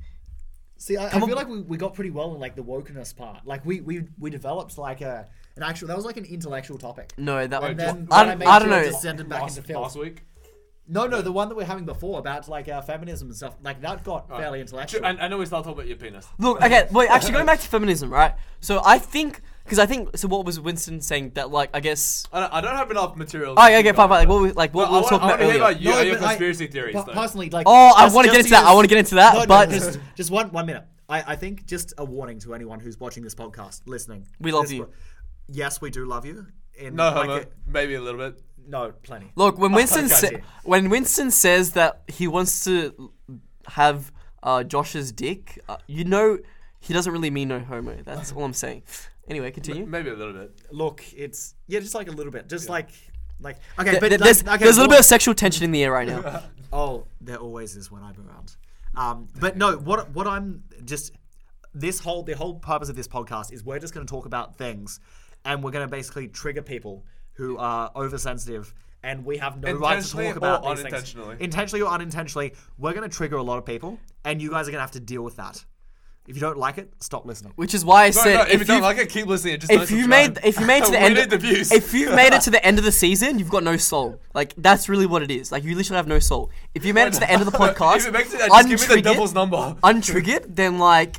Speaker 2: See, I, I
Speaker 3: Come on.
Speaker 2: feel like we, we got pretty well in like the wokeness part. Like we we, we developed like a an actual that was like an intellectual topic.
Speaker 3: No, that.
Speaker 1: Wait,
Speaker 3: one.
Speaker 2: And then
Speaker 3: I,
Speaker 2: when
Speaker 3: don't-
Speaker 2: made
Speaker 3: I don't
Speaker 2: sure
Speaker 3: know.
Speaker 2: it Descended back
Speaker 1: last,
Speaker 2: into filth.
Speaker 1: last week.
Speaker 2: No, no, the one that we are having before about like uh, feminism and stuff like that got fairly intellectual.
Speaker 1: And I know it's not talking about your penis.
Speaker 3: Look, okay, wait, actually, going back to feminism, right? So I think, because I think, so what was Winston saying that, like, I guess.
Speaker 1: I don't, I don't have enough material.
Speaker 3: Oh,
Speaker 1: to
Speaker 3: yeah, okay,
Speaker 1: speak
Speaker 3: fine, fine.
Speaker 1: about,
Speaker 3: Like,
Speaker 1: but-
Speaker 3: what we, like,
Speaker 1: Well, I
Speaker 3: what we were
Speaker 1: wanna-
Speaker 3: talking
Speaker 1: I
Speaker 3: about
Speaker 1: wanna hear
Speaker 3: earlier.
Speaker 1: about you and your
Speaker 2: but I-
Speaker 1: conspiracy theories,
Speaker 2: but
Speaker 1: though.
Speaker 2: Personally, like
Speaker 3: Oh, I
Speaker 2: just-
Speaker 3: want to get
Speaker 2: just
Speaker 3: into that. I
Speaker 2: use-
Speaker 3: want to get into that,
Speaker 2: No, no,
Speaker 3: but
Speaker 2: no, just, just one one minute. I, I think just a warning to anyone who's watching this podcast, listening.
Speaker 3: We love
Speaker 2: This
Speaker 3: you.
Speaker 2: po- Yes, we do love you. In,
Speaker 1: No,
Speaker 2: like,
Speaker 1: homo.
Speaker 2: a-
Speaker 1: maybe a little bit.
Speaker 2: no, plenty.
Speaker 3: look,
Speaker 1: Oh,
Speaker 3: when Winston
Speaker 2: okay, I
Speaker 3: sa-
Speaker 2: see.
Speaker 3: when Winston says that he wants to have uh, Josh's dick, uh, you know, he doesn't really mean no homo. That's all I'm saying. Anyway, continue.
Speaker 2: Hmm?
Speaker 1: Maybe a little bit.
Speaker 2: Look, it's yeah, just like a little bit, just like like okay,
Speaker 3: Th-
Speaker 2: but
Speaker 3: th-
Speaker 2: like,
Speaker 3: there's,
Speaker 2: okay,
Speaker 3: there's a little
Speaker 2: warn-
Speaker 3: bit of sexual tension in the air right now.
Speaker 2: Oh, there always is when I'm around. Um, but no, what what I'm just this whole the whole purpose of this podcast is we're just going to talk about things, and we're going to basically trigger people who are oversensitive, and we have no right to
Speaker 1: Intentionally
Speaker 2: talk about
Speaker 1: or
Speaker 2: these things.
Speaker 1: unintentionally?
Speaker 2: Intentionally or unintentionally, we're going to trigger a lot of people, and you guys are going to have to deal with that. If you don't like it, stop listening.
Speaker 3: Which is why I
Speaker 1: No,
Speaker 3: said
Speaker 1: no, if, you don't
Speaker 3: you've-
Speaker 1: like it, keep listening. Just
Speaker 3: if you made if you made to the
Speaker 1: we
Speaker 3: end
Speaker 1: need the
Speaker 3: of,
Speaker 1: views.
Speaker 3: if you've made it to the end of the season, you've got no soul. Like that's really what it is. Like you literally have no soul. If you made it to the end of the podcast,
Speaker 1: if it makes it, just give me the
Speaker 3: untriggered-
Speaker 1: devil's number.
Speaker 3: untriggered, then like.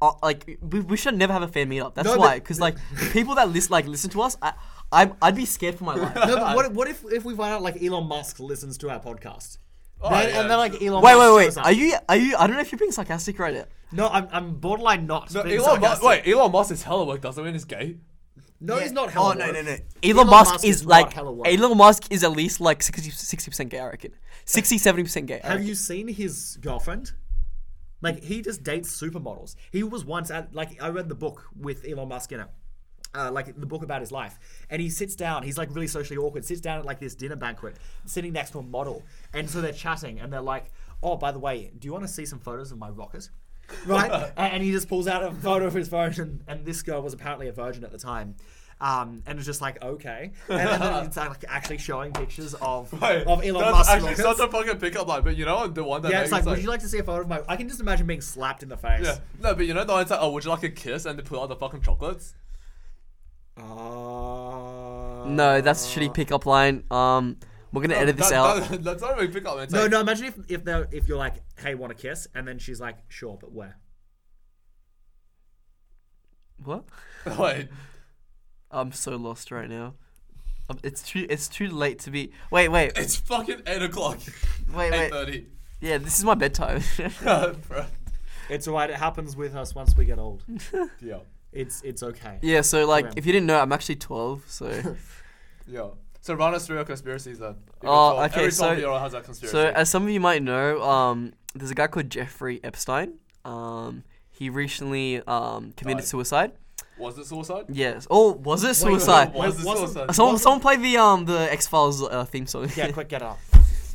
Speaker 3: Uh, like we, we should never have a fan meetup. That's
Speaker 2: No,
Speaker 3: why,
Speaker 2: but-
Speaker 3: because like people that listen like listen to us, I, I'm I'd be scared for my life.
Speaker 2: No, but what, if- what if if we find out like Elon Musk listens to our podcast?
Speaker 1: Oh,
Speaker 2: Then-
Speaker 1: yeah.
Speaker 2: And then like Elon
Speaker 3: wait,
Speaker 2: Musk
Speaker 3: wait,
Speaker 2: shows
Speaker 3: wait.
Speaker 2: up.
Speaker 3: Are you are you? I don't know if you're being sarcastic right now.
Speaker 2: No, I'm, I'm borderline not.
Speaker 1: No,
Speaker 2: being
Speaker 1: Elon Musk,
Speaker 2: sarcastic.
Speaker 1: wait, Elon Musk is hella worked out. I mean, he's gay.
Speaker 2: No, he's not.
Speaker 3: Oh,
Speaker 2: hella
Speaker 3: no,
Speaker 2: woke.
Speaker 3: no, no. Elon, Musk, is,
Speaker 2: not
Speaker 3: like
Speaker 2: hella woke.
Speaker 3: Elon Musk is at least like 60 percent gay. I reckon 60 70 percent gay. I
Speaker 2: Have
Speaker 3: reckon.
Speaker 2: you seen his girlfriend? Like he just dates supermodels. He was once at like I read the book with Elon Musk in it. Uh, like the book about his life, and he sits down. He's like really socially awkward. Sits down at like this dinner banquet, sitting next to a model, and so they're chatting, and they're like, "Oh, by the way, do you want to see some photos of my rocket?" Right? A- and he just pulls out a photo of his phone, and, and this girl was apparently a virgin at the time, um, and it's just like, okay, and, and then it's like actually showing pictures of
Speaker 1: Wait,
Speaker 2: of Elon
Speaker 1: that's
Speaker 2: Musk
Speaker 1: actually
Speaker 2: rockets.
Speaker 1: such a fucking pickup line. But you know the one that
Speaker 2: Yeah,
Speaker 1: they-
Speaker 2: it's like, would you like to see a photo of my? I can just imagine being slapped in the face.
Speaker 1: Yeah. No, but you know the one that's like, oh, would you like a kiss? And they pull out the fucking chocolates.
Speaker 2: Uh,
Speaker 3: No, that's a shitty pickup line. Um, we're gonna edit this
Speaker 1: That-
Speaker 3: out.
Speaker 1: that- that's not a big pickup. It's
Speaker 2: No,
Speaker 1: like,
Speaker 2: no. Imagine if if they if you're like, hey, want a kiss? And then she's like, sure, but where?
Speaker 3: What?
Speaker 1: Wait.
Speaker 3: I'm so lost right now. Um, It's too. It's too late to be. Wait, wait,
Speaker 1: It's fucking 8 o'clock.
Speaker 3: wait, wait.
Speaker 1: 8.30.
Speaker 3: Yeah, this is my bedtime.
Speaker 1: Bruh.
Speaker 2: It's alright. It happens with us once we get old.
Speaker 1: yeah.
Speaker 2: It's it's okay.
Speaker 3: yeah, so like,
Speaker 2: Okay.
Speaker 3: if you didn't know, I'm actually 12. So,
Speaker 1: Yeah. So run us through your conspiracies then. You can
Speaker 3: Oh,
Speaker 1: talk.
Speaker 3: okay,
Speaker 1: Every
Speaker 3: so-
Speaker 1: 12 year old has that conspiracy.
Speaker 3: so as some of you might know, um, there's a guy called Jeffrey Epstein. Um, he recently um committed
Speaker 1: Died.
Speaker 3: suicide.
Speaker 1: was it suicide?
Speaker 3: Yes. Oh, was it suicide?
Speaker 1: Was it
Speaker 2: Wait, wasn't-
Speaker 1: suicide?
Speaker 3: someone,
Speaker 2: wasn't-
Speaker 3: someone play the um the X Files uh, theme song.
Speaker 2: Yeah, quick, get up.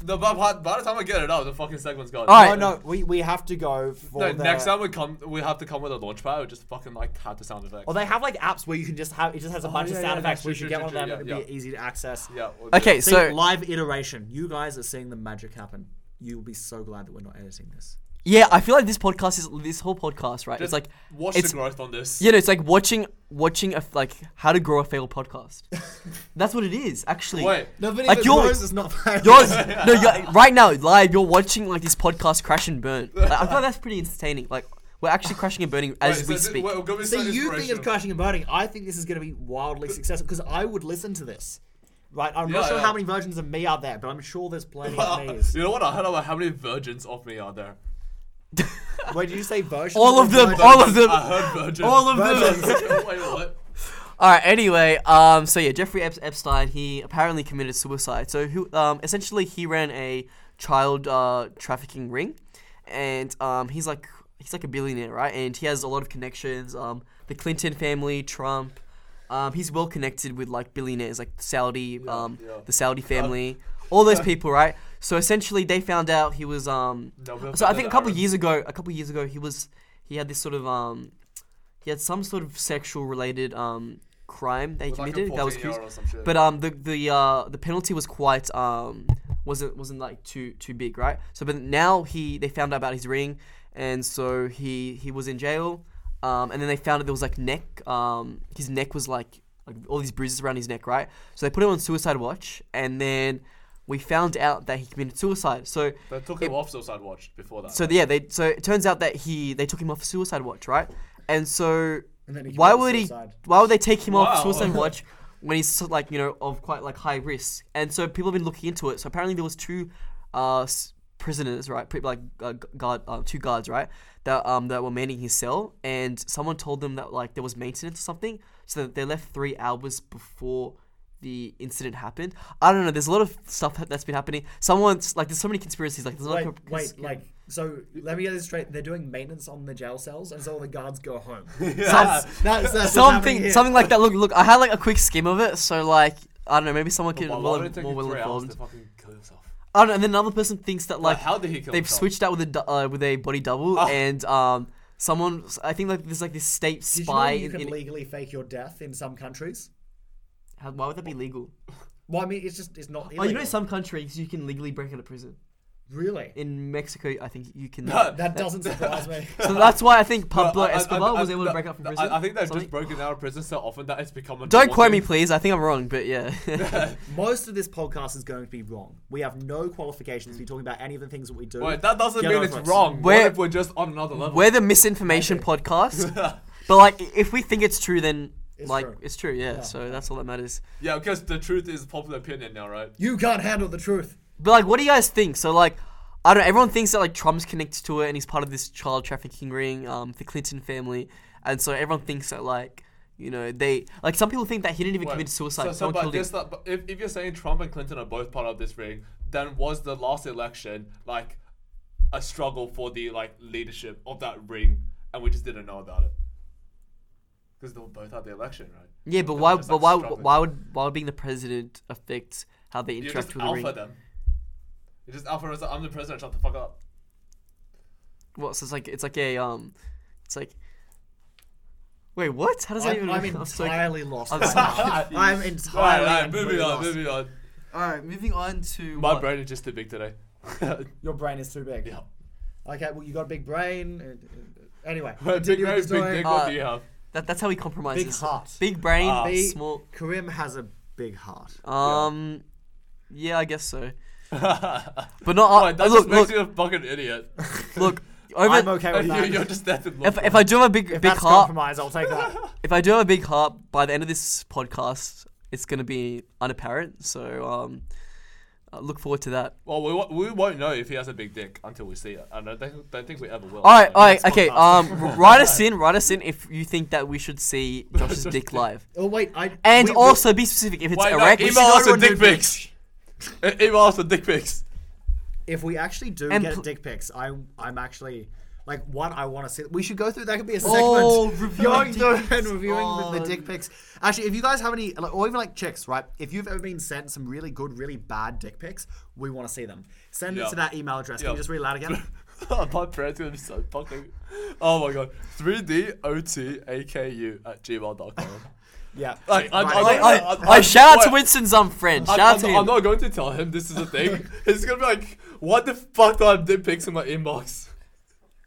Speaker 1: No, by, by- by the time I get it out, the fucking segment's gone.
Speaker 3: All right.
Speaker 2: No, no. We we have to go for
Speaker 1: No,
Speaker 2: the-
Speaker 1: next time we come, we have to come with a launch pad. We just fucking like have the sound effects.
Speaker 2: Or they have like apps where you can just have it just has a bunch
Speaker 1: yeah,
Speaker 2: of sound
Speaker 1: yeah,
Speaker 2: effects.
Speaker 1: yeah,
Speaker 2: we
Speaker 1: true,
Speaker 2: should
Speaker 1: true,
Speaker 2: get one
Speaker 1: true,
Speaker 2: of them.
Speaker 1: yeah,
Speaker 2: It'd
Speaker 1: yeah.
Speaker 2: be easy to access.
Speaker 1: yeah. we'll do
Speaker 3: okay,
Speaker 1: it.
Speaker 2: See,
Speaker 3: so
Speaker 2: live iteration. You guys are seeing the magic happen. You'll be so glad that we're not editing this.
Speaker 3: yeah, I feel like this podcast is this whole podcast, right?
Speaker 1: Just
Speaker 3: it's like
Speaker 1: watch
Speaker 3: it's-
Speaker 1: the growth on this.
Speaker 3: You know, it's like watching watching a f- like how to grow a failed podcast. That's what it is, actually.
Speaker 1: Wait.
Speaker 2: No, but
Speaker 3: Like, it you're- grows,
Speaker 2: is not
Speaker 3: Yours, no, you're, right now, live, you're watching like this podcast crash and burn. Like, I feel like that's pretty entertaining. Like we're actually crashing and burning as
Speaker 1: Wait,
Speaker 3: we
Speaker 1: so thi-
Speaker 3: speak.
Speaker 1: wait, we're gonna
Speaker 2: So
Speaker 1: start
Speaker 2: you think it's
Speaker 1: inspirational.
Speaker 2: crashing and burning. I think this is going to be wildly successful because I would listen to this. Right, I'm not
Speaker 1: Yeah,
Speaker 2: sure
Speaker 1: yeah.
Speaker 2: how many versions of me are there, but I'm sure there's plenty of me's.
Speaker 1: you know what? I don't know how many virgins of me are there.
Speaker 2: Wait, did you say versions?
Speaker 3: All
Speaker 2: or
Speaker 3: of them,
Speaker 2: virgins?
Speaker 3: all of them.
Speaker 1: I heard virgins.
Speaker 3: All of them.
Speaker 1: Wait, what?
Speaker 3: All right. Anyway, um, so yeah, Jeffrey Ep- Epstein, he apparently committed suicide. So who, um, essentially, he ran a child uh, trafficking ring, and um, he's like he's like a billionaire, right? And he has a lot of connections. Um, the Clinton family, Trump. Um, he's well connected with like billionaires, like Saudi, um,
Speaker 1: yeah.
Speaker 3: the Saudi family, all those people, right? So essentially, they found out he was um,
Speaker 1: No, we'll
Speaker 3: so I
Speaker 1: find
Speaker 3: think a
Speaker 1: out,
Speaker 3: couple
Speaker 1: Aaron.
Speaker 3: years ago, a couple years ago, he was he had this sort of um, he had some sort of sexual related um crime that he
Speaker 1: With, like, a
Speaker 3: committed that was
Speaker 1: 14-year-old
Speaker 3: accused.
Speaker 1: or some shit.
Speaker 3: But um, the the uh the penalty was quite um wasn't wasn't like too too big, right? So but now he they found out about his ring, and so he he was in jail. Um, and then they found that there was like neck um his neck was like like all these bruises around his neck, right? So they put him on suicide watch, and then we found out that he committed suicide. So
Speaker 1: They took him off suicide watch before that.
Speaker 3: so yeah, they so it turns out that he they took him off suicide watch, right? And so
Speaker 2: And then he
Speaker 3: why
Speaker 2: committed
Speaker 3: would he?
Speaker 2: suicide.
Speaker 3: Why would they take him off
Speaker 1: Wow.
Speaker 3: suicide watch when he's so- like you know of quite like high risk? And so people have been looking into it. So apparently there was two uh, s- prisoners, right? Pre- like uh, gu- guard, uh, two guards, right? That um that were manning his cell, and someone told them that like there was maintenance or something, so that they left three hours before. The incident happened. I don't know. There's a lot of stuff that- that's been happening. Someone's like, there's so many conspiracies. Like, there's a lot
Speaker 2: Wait,
Speaker 3: of cons-
Speaker 2: wait, like, so let me get this straight. They're doing maintenance on the jail cells, and so all the guards go home.
Speaker 3: Some-
Speaker 2: That's, that's what's happening
Speaker 3: something
Speaker 2: here.
Speaker 3: something like that. Look, look, I had like a quick skim of it, so like I don't know, maybe someone
Speaker 1: But
Speaker 3: can
Speaker 1: why
Speaker 3: well,
Speaker 1: would it take
Speaker 3: more
Speaker 1: him
Speaker 3: well
Speaker 1: three hours to
Speaker 3: informed.
Speaker 1: fucking kill himself?
Speaker 3: I don't know, and then another person thinks that
Speaker 1: Like,
Speaker 3: like
Speaker 1: how did he kill
Speaker 3: they've
Speaker 1: himself?
Speaker 3: switched out with a du- uh, with a body double
Speaker 1: Ah.
Speaker 3: and um someone I think like there's like this state
Speaker 2: Did you
Speaker 3: spy
Speaker 2: know you
Speaker 3: in,
Speaker 2: can
Speaker 3: in-
Speaker 2: legally fake your death in some countries?
Speaker 3: how, why would that be legal?
Speaker 2: Well, I mean, it's just it's not.
Speaker 3: Oh,
Speaker 2: Illegal.
Speaker 3: you know some countries you can legally break out of prison.
Speaker 2: really
Speaker 3: In Mexico, I think you can.
Speaker 2: that doesn't surprise me.
Speaker 3: so that's why I think
Speaker 1: No,
Speaker 3: Pablo
Speaker 1: I- I- I-
Speaker 3: Escobar
Speaker 1: I-
Speaker 3: was able
Speaker 1: no,
Speaker 3: to break out from
Speaker 1: no, I-
Speaker 3: prison.
Speaker 1: I think they've
Speaker 3: something.
Speaker 1: just broken out of prison so often that it's become a.
Speaker 3: Don't
Speaker 1: normal
Speaker 3: quote me,
Speaker 1: thing.
Speaker 3: please. I think I'm wrong, but yeah.
Speaker 2: Most of this podcast is going to be wrong. We have no qualifications to be talking about any of the things that we do.
Speaker 1: Wait, that doesn't
Speaker 2: Get
Speaker 1: mean
Speaker 2: over
Speaker 1: it's
Speaker 2: it.
Speaker 1: wrong.
Speaker 3: Where-
Speaker 1: what if we're just on another level?
Speaker 3: We're the misinformation podcast. but like i- if we think it's true then
Speaker 2: It's
Speaker 3: like
Speaker 2: true.
Speaker 3: it's true, yeah. So that's all that matters.
Speaker 1: yeah, because the truth is popular opinion now, right?
Speaker 2: You can't handle the truth.
Speaker 3: But like what do you guys think? So like I don't know, everyone thinks that like Trump's connected to it and he's part of this child trafficking ring, um, the Clinton family. And so everyone thinks that like you know, they like some people think that he didn't even
Speaker 1: Wait,
Speaker 3: commit suicide.
Speaker 1: So, so
Speaker 3: Someone
Speaker 1: but
Speaker 3: killed him.
Speaker 1: this, uh, but if, if you're saying Trump and Clinton are both part of this ring, then was the last election like a struggle for the like leadership of that ring, and we just didn't know about it because they were both at the election, right?
Speaker 3: Yeah, but
Speaker 1: They're
Speaker 3: why
Speaker 1: just, like,
Speaker 3: but why
Speaker 1: struggling.
Speaker 3: why would why would being the president affect how they
Speaker 1: you just
Speaker 3: interact with the
Speaker 1: alpha
Speaker 3: ring?
Speaker 1: them? You just alpha. us, I'm the president. Shut the fuck up.
Speaker 3: Well, so it's like it's like a um it's like Wait, what? How does that
Speaker 2: I'm,
Speaker 3: even
Speaker 2: I'm
Speaker 3: I'm so
Speaker 2: entirely lost.
Speaker 3: I'm
Speaker 2: right
Speaker 3: so-
Speaker 2: now. I'm
Speaker 1: Alright,
Speaker 2: entirely.
Speaker 1: alright,
Speaker 2: and
Speaker 1: moving
Speaker 2: completely
Speaker 1: on,
Speaker 2: lost.
Speaker 1: moving on.
Speaker 3: All right, moving on to
Speaker 1: My
Speaker 3: what?
Speaker 1: brain is just too big today.
Speaker 2: Your brain is too big.
Speaker 1: Yeah.
Speaker 2: Okay, well you got a big brain. and- Anyway,
Speaker 1: big
Speaker 2: continue
Speaker 1: brain,
Speaker 2: with the
Speaker 1: big
Speaker 2: story.
Speaker 1: dick,
Speaker 3: Uh,
Speaker 1: what do you have?
Speaker 3: That, that's how he compromises.
Speaker 2: Big heart.
Speaker 3: Big brain,
Speaker 1: Ah.
Speaker 2: Big-
Speaker 3: small.
Speaker 2: Karim has a big heart.
Speaker 3: Um, yeah. I guess so.
Speaker 1: Wait,
Speaker 3: But not.
Speaker 1: that
Speaker 3: uh,
Speaker 1: just
Speaker 3: look,
Speaker 1: makes
Speaker 3: look,
Speaker 1: you a fucking idiot.
Speaker 3: look. Over,
Speaker 2: I'm okay with that.
Speaker 1: you, are just that in
Speaker 3: If,
Speaker 1: love.
Speaker 3: if I do have a big
Speaker 2: if
Speaker 3: big
Speaker 2: that's
Speaker 3: heart,
Speaker 2: compromise, I'll take that.
Speaker 3: if I do have a big heart, by the end of this podcast, it's gonna be unapparent. So um, I look forward to that.
Speaker 1: well, we, wo- we won't know if he has a big dick until we see it, and I don't, don't think we ever will.
Speaker 3: All right, all right,
Speaker 2: next
Speaker 3: okay. Um,
Speaker 2: podcast.
Speaker 3: write us in, write us in if you think that we should see Josh's dick live,
Speaker 2: Oh wait, I
Speaker 3: and
Speaker 2: we- we-
Speaker 3: also be specific if it's
Speaker 1: Wait, no,
Speaker 3: erect.
Speaker 1: email us
Speaker 2: go
Speaker 1: with
Speaker 2: to a
Speaker 1: dick
Speaker 2: new
Speaker 1: pics. E- email us with dick pics.
Speaker 2: if we actually do
Speaker 3: And
Speaker 2: get
Speaker 3: pl-
Speaker 2: dick pics, I I'm actually like one. I want to see. We should go through. That could be a segment.
Speaker 3: Oh,
Speaker 2: going
Speaker 3: reviewing dick
Speaker 2: through
Speaker 3: pics.
Speaker 2: and reviewing the, the
Speaker 3: Oh.
Speaker 2: dick pics. Actually, if you guys have any, like, or even like chicks, right? If you've ever been sent some really good, really bad dick pics, we want to see them. Send
Speaker 1: Yeah.
Speaker 2: it to that email address. Can
Speaker 1: Yeah.
Speaker 2: you just read it out again?
Speaker 1: Oh, my parents are gonna be so fucking. Oh my god, 3dotaku at gmail.com.
Speaker 2: yeah.
Speaker 1: Like, I'm,
Speaker 2: Right.
Speaker 1: I'm,
Speaker 2: Wait,
Speaker 1: I'm,
Speaker 3: I,
Speaker 1: I'm-
Speaker 3: I shout out to
Speaker 1: wait.
Speaker 3: Winston's um friend. Shout
Speaker 1: I'm,
Speaker 3: out
Speaker 1: I'm
Speaker 3: to
Speaker 1: not-
Speaker 3: him.
Speaker 1: I'm not going to tell him this is a thing. He's gonna be like, "What the fuck do I have dick pics in my inbox?"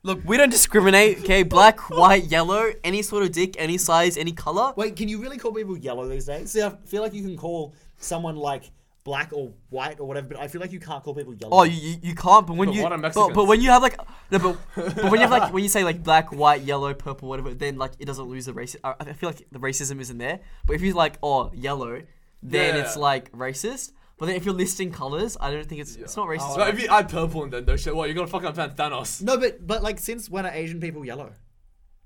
Speaker 3: Look, we don't discriminate, okay? Black, white, yellow, any sort of dick, any size, any color.
Speaker 2: Wait, can you really call people yellow these days? See, I feel like you can call someone like black or white or whatever, but I feel like you can't call people yellow.
Speaker 3: Oh, you, you- you can't. But when
Speaker 1: But
Speaker 3: you
Speaker 1: what are
Speaker 3: but,
Speaker 1: Mexicans?
Speaker 3: but when you have like no, but, but when you have like when you say like black, white, yellow, purple, whatever, then like it doesn't lose the race. I I feel like the racism isn't there. But if you like oh yellow, then
Speaker 1: Yeah.
Speaker 3: it's like racist. But then if you're listing colors, I don't think it's it's not racist.
Speaker 1: So if you add purple and then no shit, what you're gonna fucking offend Thanos?
Speaker 2: No, but but like since when are Asian people yellow?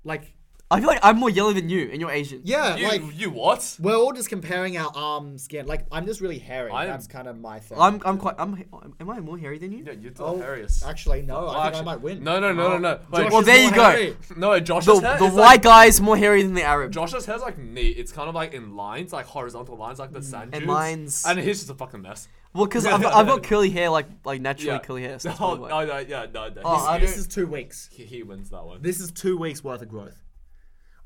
Speaker 2: Like
Speaker 3: I feel like I'm more yellow than you, and you're Asian.
Speaker 2: yeah,
Speaker 1: You,
Speaker 2: like
Speaker 1: you what?
Speaker 2: we're all just comparing our arm skin. Like I'm just really hairy.
Speaker 1: I am-
Speaker 2: That's kind of my thing.
Speaker 3: I'm I'm quite I'm am I more hairy than you?
Speaker 1: Yeah, you're the
Speaker 2: Oh,
Speaker 1: hilarious.
Speaker 2: Actually, no. I think I
Speaker 1: actually-
Speaker 2: might win.
Speaker 1: No, no, no, no, no. Wait,
Speaker 2: Josh
Speaker 3: Well,
Speaker 2: is
Speaker 3: there
Speaker 2: more
Speaker 3: you go.
Speaker 2: hairy.
Speaker 1: no, Josh's
Speaker 3: The,
Speaker 1: hair
Speaker 3: the
Speaker 1: is
Speaker 3: white
Speaker 1: like,
Speaker 3: guy is more hairy than the Arab.
Speaker 1: Josh's hair's like neat. It's kind of like in lines, like horizontal lines, like the
Speaker 2: Mm.
Speaker 1: sand dunes.
Speaker 3: And mine's-
Speaker 1: And he's just a fucking mess.
Speaker 3: Well, because I've, got- I've got curly hair, like like naturally curly hair. So that's
Speaker 1: no,
Speaker 3: probably why.
Speaker 1: no, no, yeah, no, no.
Speaker 3: Oh, I
Speaker 1: He's-
Speaker 2: This is two weeks.
Speaker 1: he, he wins that one.
Speaker 2: This is two weeks worth of growth.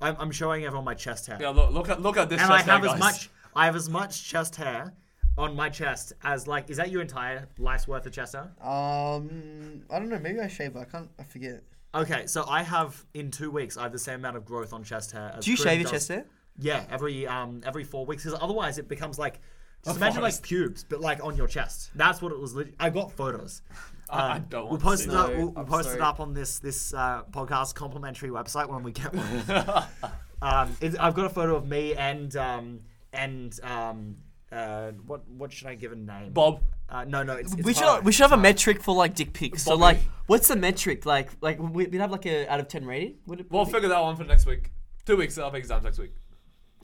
Speaker 2: I'm, I'm showing everyone my chest hair,
Speaker 1: Yeah, look, look at look at this.
Speaker 2: and I
Speaker 1: chest hair,
Speaker 2: have as
Speaker 1: guys.
Speaker 2: much. I have as much chest hair on my chest as like. Is that your entire life's worth of chest
Speaker 3: Uh,
Speaker 2: hair?
Speaker 4: Um, I don't know. Maybe I shave. I can't. I forget.
Speaker 2: Okay, so I have in two weeks. I have the same amount of growth on chest hair. As
Speaker 3: Do you
Speaker 2: Grim
Speaker 3: shave your
Speaker 2: does-
Speaker 3: chest hair?
Speaker 2: Yeah, every um every four weeks, because otherwise it becomes like. Just imagine like
Speaker 1: forest.
Speaker 2: pubes, but like on your chest. That's what it was. Lit- I got photos.
Speaker 1: I, I
Speaker 2: Um,
Speaker 1: don't
Speaker 2: We'll
Speaker 1: want
Speaker 2: post
Speaker 1: to
Speaker 2: it
Speaker 1: see
Speaker 2: up.
Speaker 4: No,
Speaker 1: that.
Speaker 2: We'll, we'll
Speaker 4: I'm
Speaker 2: post it
Speaker 4: sorry.
Speaker 2: up on this this uh, podcast complimentary website when we get one. um, it's, I've got a photo of me and um, and um, uh, what what should I give a name?
Speaker 1: Bob.
Speaker 2: Uh, no, no. It's, it's
Speaker 3: We should
Speaker 2: Taro.
Speaker 3: we should have a metric for like dick pics. So
Speaker 1: Bobby.
Speaker 3: like, what's the metric? Like like we- we'd have like a out of ten rating. Would it?
Speaker 1: We'll
Speaker 3: be-
Speaker 1: figure that one for next week. Two weeks. I'll make exams next week.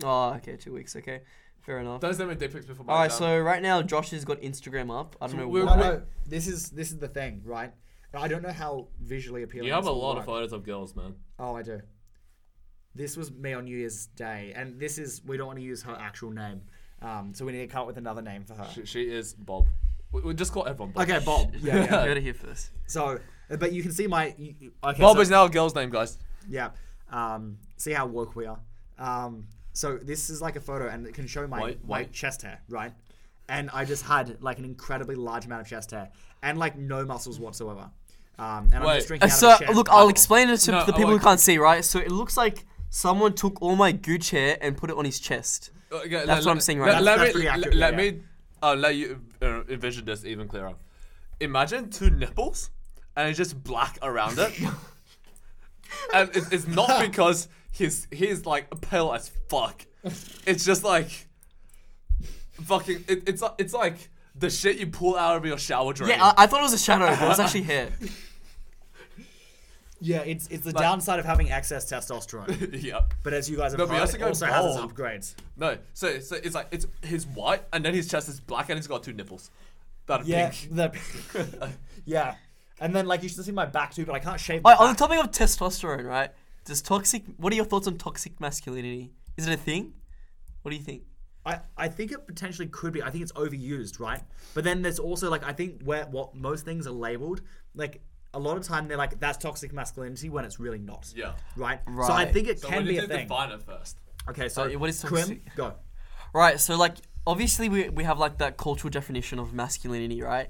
Speaker 3: Oh, okay, two weeks. Okay, fair enough.
Speaker 1: Don't send me dick pics before my
Speaker 3: All right,
Speaker 1: exam.
Speaker 3: so right now Josh has got Instagram up. I
Speaker 1: So
Speaker 3: don't know.
Speaker 1: we're-
Speaker 2: No,
Speaker 3: why.
Speaker 2: no. This is this is the thing, right? And I don't know how visually appealing.
Speaker 1: you have
Speaker 2: this
Speaker 1: a
Speaker 2: will
Speaker 1: lot
Speaker 2: work.
Speaker 1: of photos of girls, man.
Speaker 2: Oh, I do. This was me on New Year's Day, and this is we don't want to use her actual name, um, so we need to come up with another name for her.
Speaker 1: She, she is Bob. We, we just call everyone Bob.
Speaker 2: Okay, Bob. Yeah,
Speaker 3: You
Speaker 2: yeah.
Speaker 3: heard it here first.
Speaker 2: So, but you can see my. You, you- okay,
Speaker 1: Bob
Speaker 2: so-
Speaker 1: is now a girl's name, guys.
Speaker 2: Yeah. Um, see how woke we are. Um, so this is like a photo, and it can show my
Speaker 1: White-
Speaker 2: white,
Speaker 1: white.
Speaker 2: chest hair, right? And I just had like an incredibly large amount of chest hair, and like no muscles whatsoever. Um, and I'm
Speaker 1: Wait. uh,
Speaker 2: just drinking out
Speaker 3: Uh, so
Speaker 2: of a chair.
Speaker 3: look, I'll explain it to
Speaker 1: No,
Speaker 3: the
Speaker 1: oh,
Speaker 3: people who
Speaker 1: okay.
Speaker 3: can't see. Right, so it looks like someone took all my gooch hair and put it on his chest.
Speaker 1: Okay,
Speaker 3: That's what I'm saying right
Speaker 1: let,
Speaker 2: now.
Speaker 1: Let
Speaker 2: That's
Speaker 1: me,
Speaker 2: pretty accurate,
Speaker 1: let- let
Speaker 2: yeah,
Speaker 1: me uh, let you uh, envision this even clearer. Imagine two nipples and it's just black around it. and it's, it's not because he's he's like pale as fuck. It's just like fucking. It, it's like- it's like the shit you pull out of your shower drain.
Speaker 3: Yeah, I, I thought it was a shadow, but it was actually hair.
Speaker 2: Yeah, it's it's the downside of having excess testosterone.
Speaker 1: yeah.
Speaker 2: But as you guys have
Speaker 1: No, but
Speaker 2: heard,
Speaker 1: you also
Speaker 2: it
Speaker 1: go
Speaker 2: also has its
Speaker 1: bald.
Speaker 2: upgrades.
Speaker 1: No. So so it's like it's his white and then his chest is black and he's got two nipples. That are
Speaker 2: Yeah,
Speaker 1: pink.
Speaker 2: the, yeah. And then like you should see my back too, but I can't shave. My
Speaker 3: Alright, on the
Speaker 2: back.
Speaker 3: topic of testosterone, right? Does toxic? What are your thoughts on toxic masculinity? Is it a thing? What do you think?
Speaker 2: I, I think it potentially could be. I think it's overused, right? But then there's also like I think where what most things are labeled, like a lot of time they're like that's toxic masculinity when it's really not.
Speaker 1: Yeah.
Speaker 2: Right. So I
Speaker 3: Right.
Speaker 2: think it
Speaker 1: So
Speaker 2: can
Speaker 1: we
Speaker 2: be
Speaker 1: need
Speaker 2: a
Speaker 1: to
Speaker 2: thing.
Speaker 1: define it first.
Speaker 2: Okay. So
Speaker 3: Uh, what is
Speaker 2: Krim,
Speaker 3: toxic?
Speaker 2: go.
Speaker 3: Right. So like, obviously we we have like that cultural definition of masculinity, right?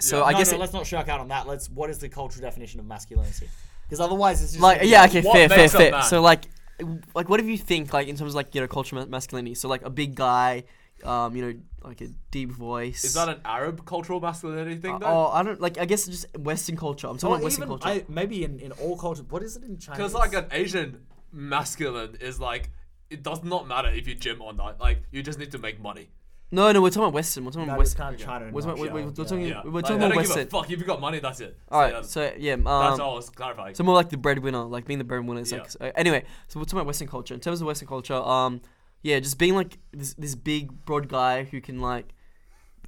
Speaker 3: So I
Speaker 2: no,
Speaker 3: guess
Speaker 2: no,
Speaker 3: it-
Speaker 2: let's not shirk out on that. Let's. What is the cultural definition of masculinity? Because otherwise it's just
Speaker 3: like
Speaker 2: gonna be-
Speaker 3: yeah, okay,
Speaker 1: What
Speaker 3: fair, fair,
Speaker 1: makes a
Speaker 3: fair.
Speaker 1: man?
Speaker 3: So like, w- like what do you think like in terms of like you know cultural ma- masculinity? So like a big guy, um, you know, like a deep voice.
Speaker 1: Is that an Arab cultural masculinity thing though?
Speaker 3: oh, I don't like. I guess it's just Western culture. I'm talking
Speaker 2: Or
Speaker 3: about Western
Speaker 2: oh, even,
Speaker 3: culture.
Speaker 2: I, maybe in, in all cultures. What is it in China?
Speaker 1: Because like an Asian masculine is like it does not matter if you gym or not. Like you just need to make money.
Speaker 3: no, no, we're talking about Western. We're talking
Speaker 2: no,
Speaker 3: about
Speaker 2: it's
Speaker 3: Western.
Speaker 2: kind of China. and
Speaker 3: We're
Speaker 2: not
Speaker 3: talking, we're,
Speaker 2: China,
Speaker 3: we're
Speaker 2: yeah.
Speaker 3: talking,
Speaker 1: Yeah.
Speaker 3: Mm, we're
Speaker 1: Like,
Speaker 3: talking
Speaker 1: I
Speaker 3: about
Speaker 1: don't give a
Speaker 3: Western.
Speaker 1: fuck if you got money. That's it.
Speaker 3: All right,
Speaker 1: So, yeah,
Speaker 3: so yeah, um,
Speaker 1: that's all I was clarifying.
Speaker 3: so more like the breadwinner, like being the breadwinner. Is
Speaker 1: Yeah.
Speaker 3: like, so, anyway, so we're talking about Western culture. In terms of Western culture, um, yeah, just being like this, this big, broad guy who can like,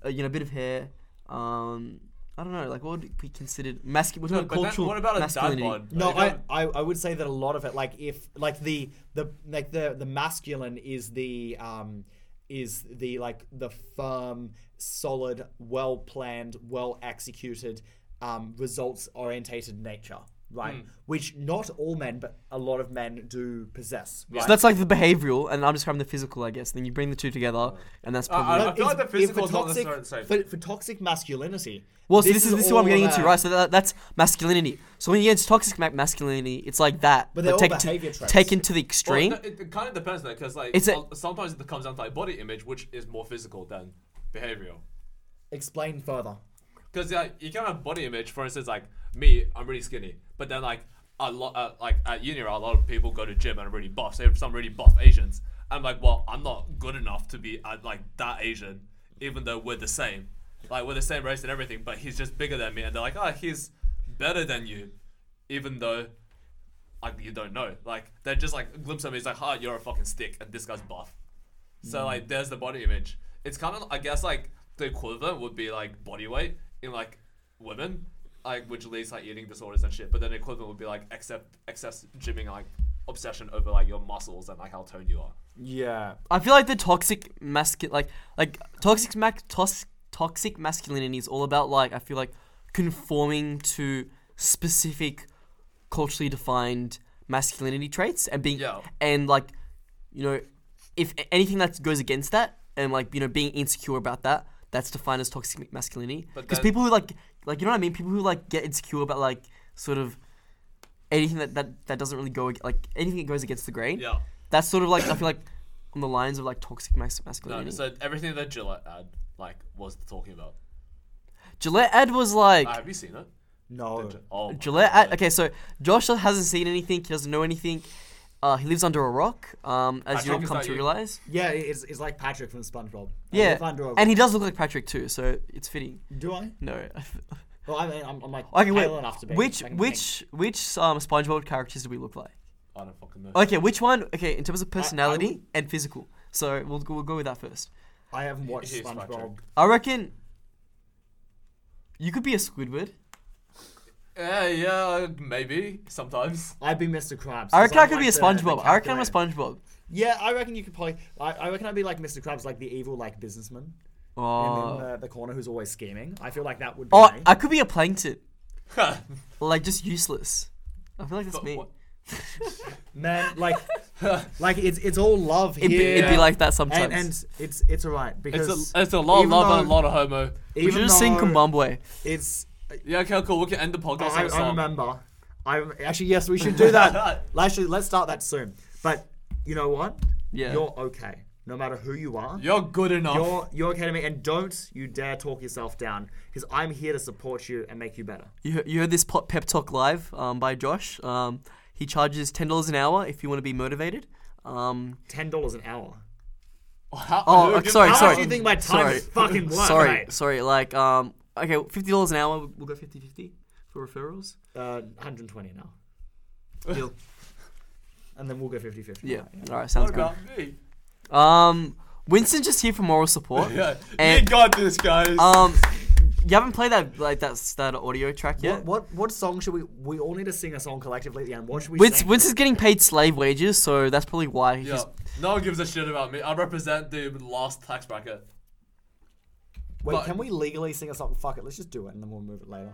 Speaker 3: uh, you know, a bit of hair. Um, I don't know, like what would be considered masculine?
Speaker 1: No, but that-
Speaker 3: cultural
Speaker 1: what about a dad
Speaker 3: masculinity.
Speaker 1: bod?
Speaker 2: No,
Speaker 1: Like, um,
Speaker 2: I, I, I would say that a lot of it, like if like the the like the the masculine is the um is the like the firm, solid, well planned, well executed, um, results orientated nature, right?
Speaker 1: Hmm.
Speaker 2: Which not all men, but a lot of men do possess. Right?
Speaker 3: So that's like the behavioral, and I'm describing the physical, I guess. Then you bring the two together, and that's probably.
Speaker 1: Oh. I
Speaker 2: But
Speaker 1: feel like the
Speaker 2: if- if
Speaker 1: physical
Speaker 2: for
Speaker 1: is not
Speaker 2: toxic-
Speaker 1: necessarily the
Speaker 2: for, for toxic masculinity.
Speaker 3: well, so this, is this is what
Speaker 2: all
Speaker 3: I'm
Speaker 2: uh,
Speaker 3: getting into,
Speaker 2: about-
Speaker 3: right? So that, that's masculinity. So when you get into toxic ma- masculinity, it's like that,
Speaker 2: But they're all
Speaker 3: taken to,
Speaker 2: behavior traits.
Speaker 3: taken to the
Speaker 1: Well,
Speaker 3: extreme.
Speaker 1: no, it, kind of depends though, because like
Speaker 3: It's a-
Speaker 1: some- sometimes it comes down to like body image, which is more physical than behavioral.
Speaker 2: Explain further.
Speaker 1: Because like you can have body image. For instance, like me, I'm really skinny, but then like a lot, uh, like at uni, a lot of people go to gym and are really buff. So some really buff Asians, I'm like, well, I'm not good enough to be uh, like that Asian, even though we're the same, like we're the same race and everything. But he's just bigger than me, and they're like, oh, he's better than you, even though. Like you don't know, like they're just like glimpse of me. It's like, "Ha, you're a fucking stick," and this guy's buff. So like, there's the body image. It's kind of, I guess, like the equivalent would be like body weight in like women, like which leads like eating disorders and shit. But then the equivalent would be like except excess gymming, like obsession over like your muscles and like how toned you are.
Speaker 5: Yeah.
Speaker 3: I feel like the toxic masculine, like like toxic mac tos- toxic masculinity is all about like I feel like conforming to specific culturally defined masculinity traits and being
Speaker 1: Yeah.
Speaker 3: and like you know if a- anything that goes against that and like you know being insecure about that that's defined as toxic ma- masculinity
Speaker 1: But
Speaker 3: because
Speaker 1: that-
Speaker 3: people who like like you know what I mean people who like get insecure about like sort of anything that that, that doesn't really go ag- like anything that goes against the grain
Speaker 1: Yeah.
Speaker 3: that's sort of like I feel like on the lines of like toxic mas-
Speaker 1: No,
Speaker 3: masculinity.
Speaker 1: so everything that Gillette ad like was talking about.
Speaker 3: Gillette ad was like
Speaker 1: Uh, have you seen it?
Speaker 2: No.
Speaker 1: The Gi- Oh, my
Speaker 3: Gillette
Speaker 1: God.
Speaker 3: ad. Okay, so Josh hasn't seen anything. He doesn't know anything. Uh, he lives under a rock, um, as you'll
Speaker 1: Patrick, is
Speaker 3: come
Speaker 1: that
Speaker 3: to
Speaker 1: you?
Speaker 3: realize.
Speaker 2: Yeah, it- it's, it's like Patrick from SpongeBob. I
Speaker 3: Yeah,
Speaker 2: live under a
Speaker 3: and he does look like Patrick too, so it's fitting.
Speaker 2: do I?
Speaker 3: No.
Speaker 2: Well, I mean, I'm, I'm like
Speaker 3: okay, wait.
Speaker 2: pale enough to be.
Speaker 3: Which
Speaker 2: I can think.
Speaker 3: which which um, SpongeBob characters do we look like?
Speaker 1: I don't fucking know.
Speaker 3: Okay, which one? Okay, in terms of
Speaker 2: I
Speaker 3: personality and physical. So we'll go- we'll go with that first.
Speaker 2: I haven't watched
Speaker 1: Here's Patrick.
Speaker 2: SpongeBob.
Speaker 3: I reckon you could be a Squidward.
Speaker 1: Yeah, yeah, maybe sometimes.
Speaker 2: I'd be Mr. Krabs. 'cause
Speaker 3: I reckon I could
Speaker 2: like
Speaker 3: be a
Speaker 2: the- the
Speaker 3: SpongeBob. I reckon I'm a
Speaker 2: calculator.
Speaker 3: SpongeBob.
Speaker 2: Yeah, I reckon you could probably. I, I reckon I'd be like Mr. Krabs, like the evil like businessman
Speaker 3: Oh.
Speaker 2: in the, the corner who's always scheming. I feel like that would be.
Speaker 3: Oh,
Speaker 2: me.
Speaker 3: I could be a plankton,
Speaker 1: but
Speaker 3: like just useless. I feel like that's me.
Speaker 1: what?
Speaker 2: Man, like, like it's it's all love
Speaker 3: It'd,
Speaker 2: here.
Speaker 3: be, it'd be
Speaker 1: Yeah.
Speaker 3: like that
Speaker 2: and,
Speaker 3: sometimes.
Speaker 2: and it's it's alright because
Speaker 1: It's a, it's a lot of
Speaker 2: even
Speaker 1: love and a
Speaker 2: though-
Speaker 1: lot of homo.
Speaker 3: we should just sing
Speaker 2: though
Speaker 3: Kumbambwe.
Speaker 2: It's
Speaker 1: Yeah, okay, cool. We can end the podcast uh,
Speaker 2: I,
Speaker 1: on a
Speaker 2: I
Speaker 1: song.
Speaker 2: remember. I rem- actually yes, we should do that. actually, let's start that soon. But you know what?
Speaker 3: Yeah.
Speaker 2: You're okay, no matter who you are.
Speaker 1: You're good enough.
Speaker 2: You're you're okay to me, and don't you dare talk yourself down, because I'm here to support you and make you better.
Speaker 3: You, he- you heard this po- pep talk live um, by Josh. Um, he charges ten dollars an hour if you want to be motivated. Um,
Speaker 2: Ten dollars an hour.
Speaker 1: How-
Speaker 3: oh,
Speaker 1: who
Speaker 3: uh,
Speaker 1: gives-
Speaker 3: sorry,
Speaker 2: How
Speaker 3: sorry.
Speaker 2: much do you think my time
Speaker 3: sorry.
Speaker 2: is fucking worth?
Speaker 3: sorry,
Speaker 2: mate?
Speaker 3: sorry. Like, um, okay, fifty dollars an hour. We'll we'll go 50-50 for referrals.
Speaker 2: Uh, 120 now,
Speaker 3: Deal.
Speaker 2: and then we'll go 50-50.
Speaker 3: yeah.
Speaker 2: right?
Speaker 3: All right.
Speaker 1: What
Speaker 3: Sounds
Speaker 1: about me?
Speaker 3: good. Um, Winston just here for moral support.
Speaker 1: Yeah,
Speaker 3: And-
Speaker 1: you got this, guys.
Speaker 3: Um, you haven't played that like that that audio track yet.
Speaker 2: What, what what song should we? We all need to sing a song collectively at the end. What should we
Speaker 3: Wins,
Speaker 2: sing?
Speaker 3: Wins is getting paid slave wages, so that's probably why he's.
Speaker 1: yeah, no one gives a shit about me. I represent the last tax bracket.
Speaker 2: Wait,
Speaker 1: but-
Speaker 2: can we legally sing a song? Fuck it, let's just do it, and then we'll move it later.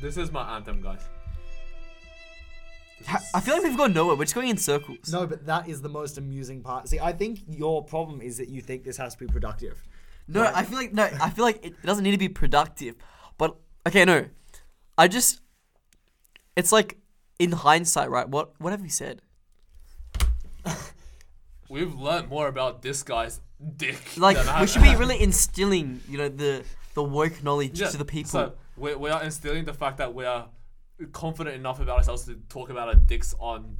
Speaker 1: This is my anthem, guys. This
Speaker 3: Ha-
Speaker 1: is-
Speaker 3: I feel like we've gone nowhere. We're just going in circles.
Speaker 2: No, but that is the most amusing part. See, I think your problem is that you think this has to be productive.
Speaker 3: No, I feel like no. I feel like it it doesn't need to be productive, but okay, no. I just, it's like in hindsight, right? What what have we said?
Speaker 1: We've learned more about this guy's dick.
Speaker 3: Like
Speaker 1: than I
Speaker 3: we
Speaker 1: have-
Speaker 3: should be really instilling, you know, the the woke knowledge
Speaker 1: Yeah,
Speaker 3: to the people.
Speaker 1: So we, we are instilling the fact that we are confident enough about ourselves to talk about our dicks on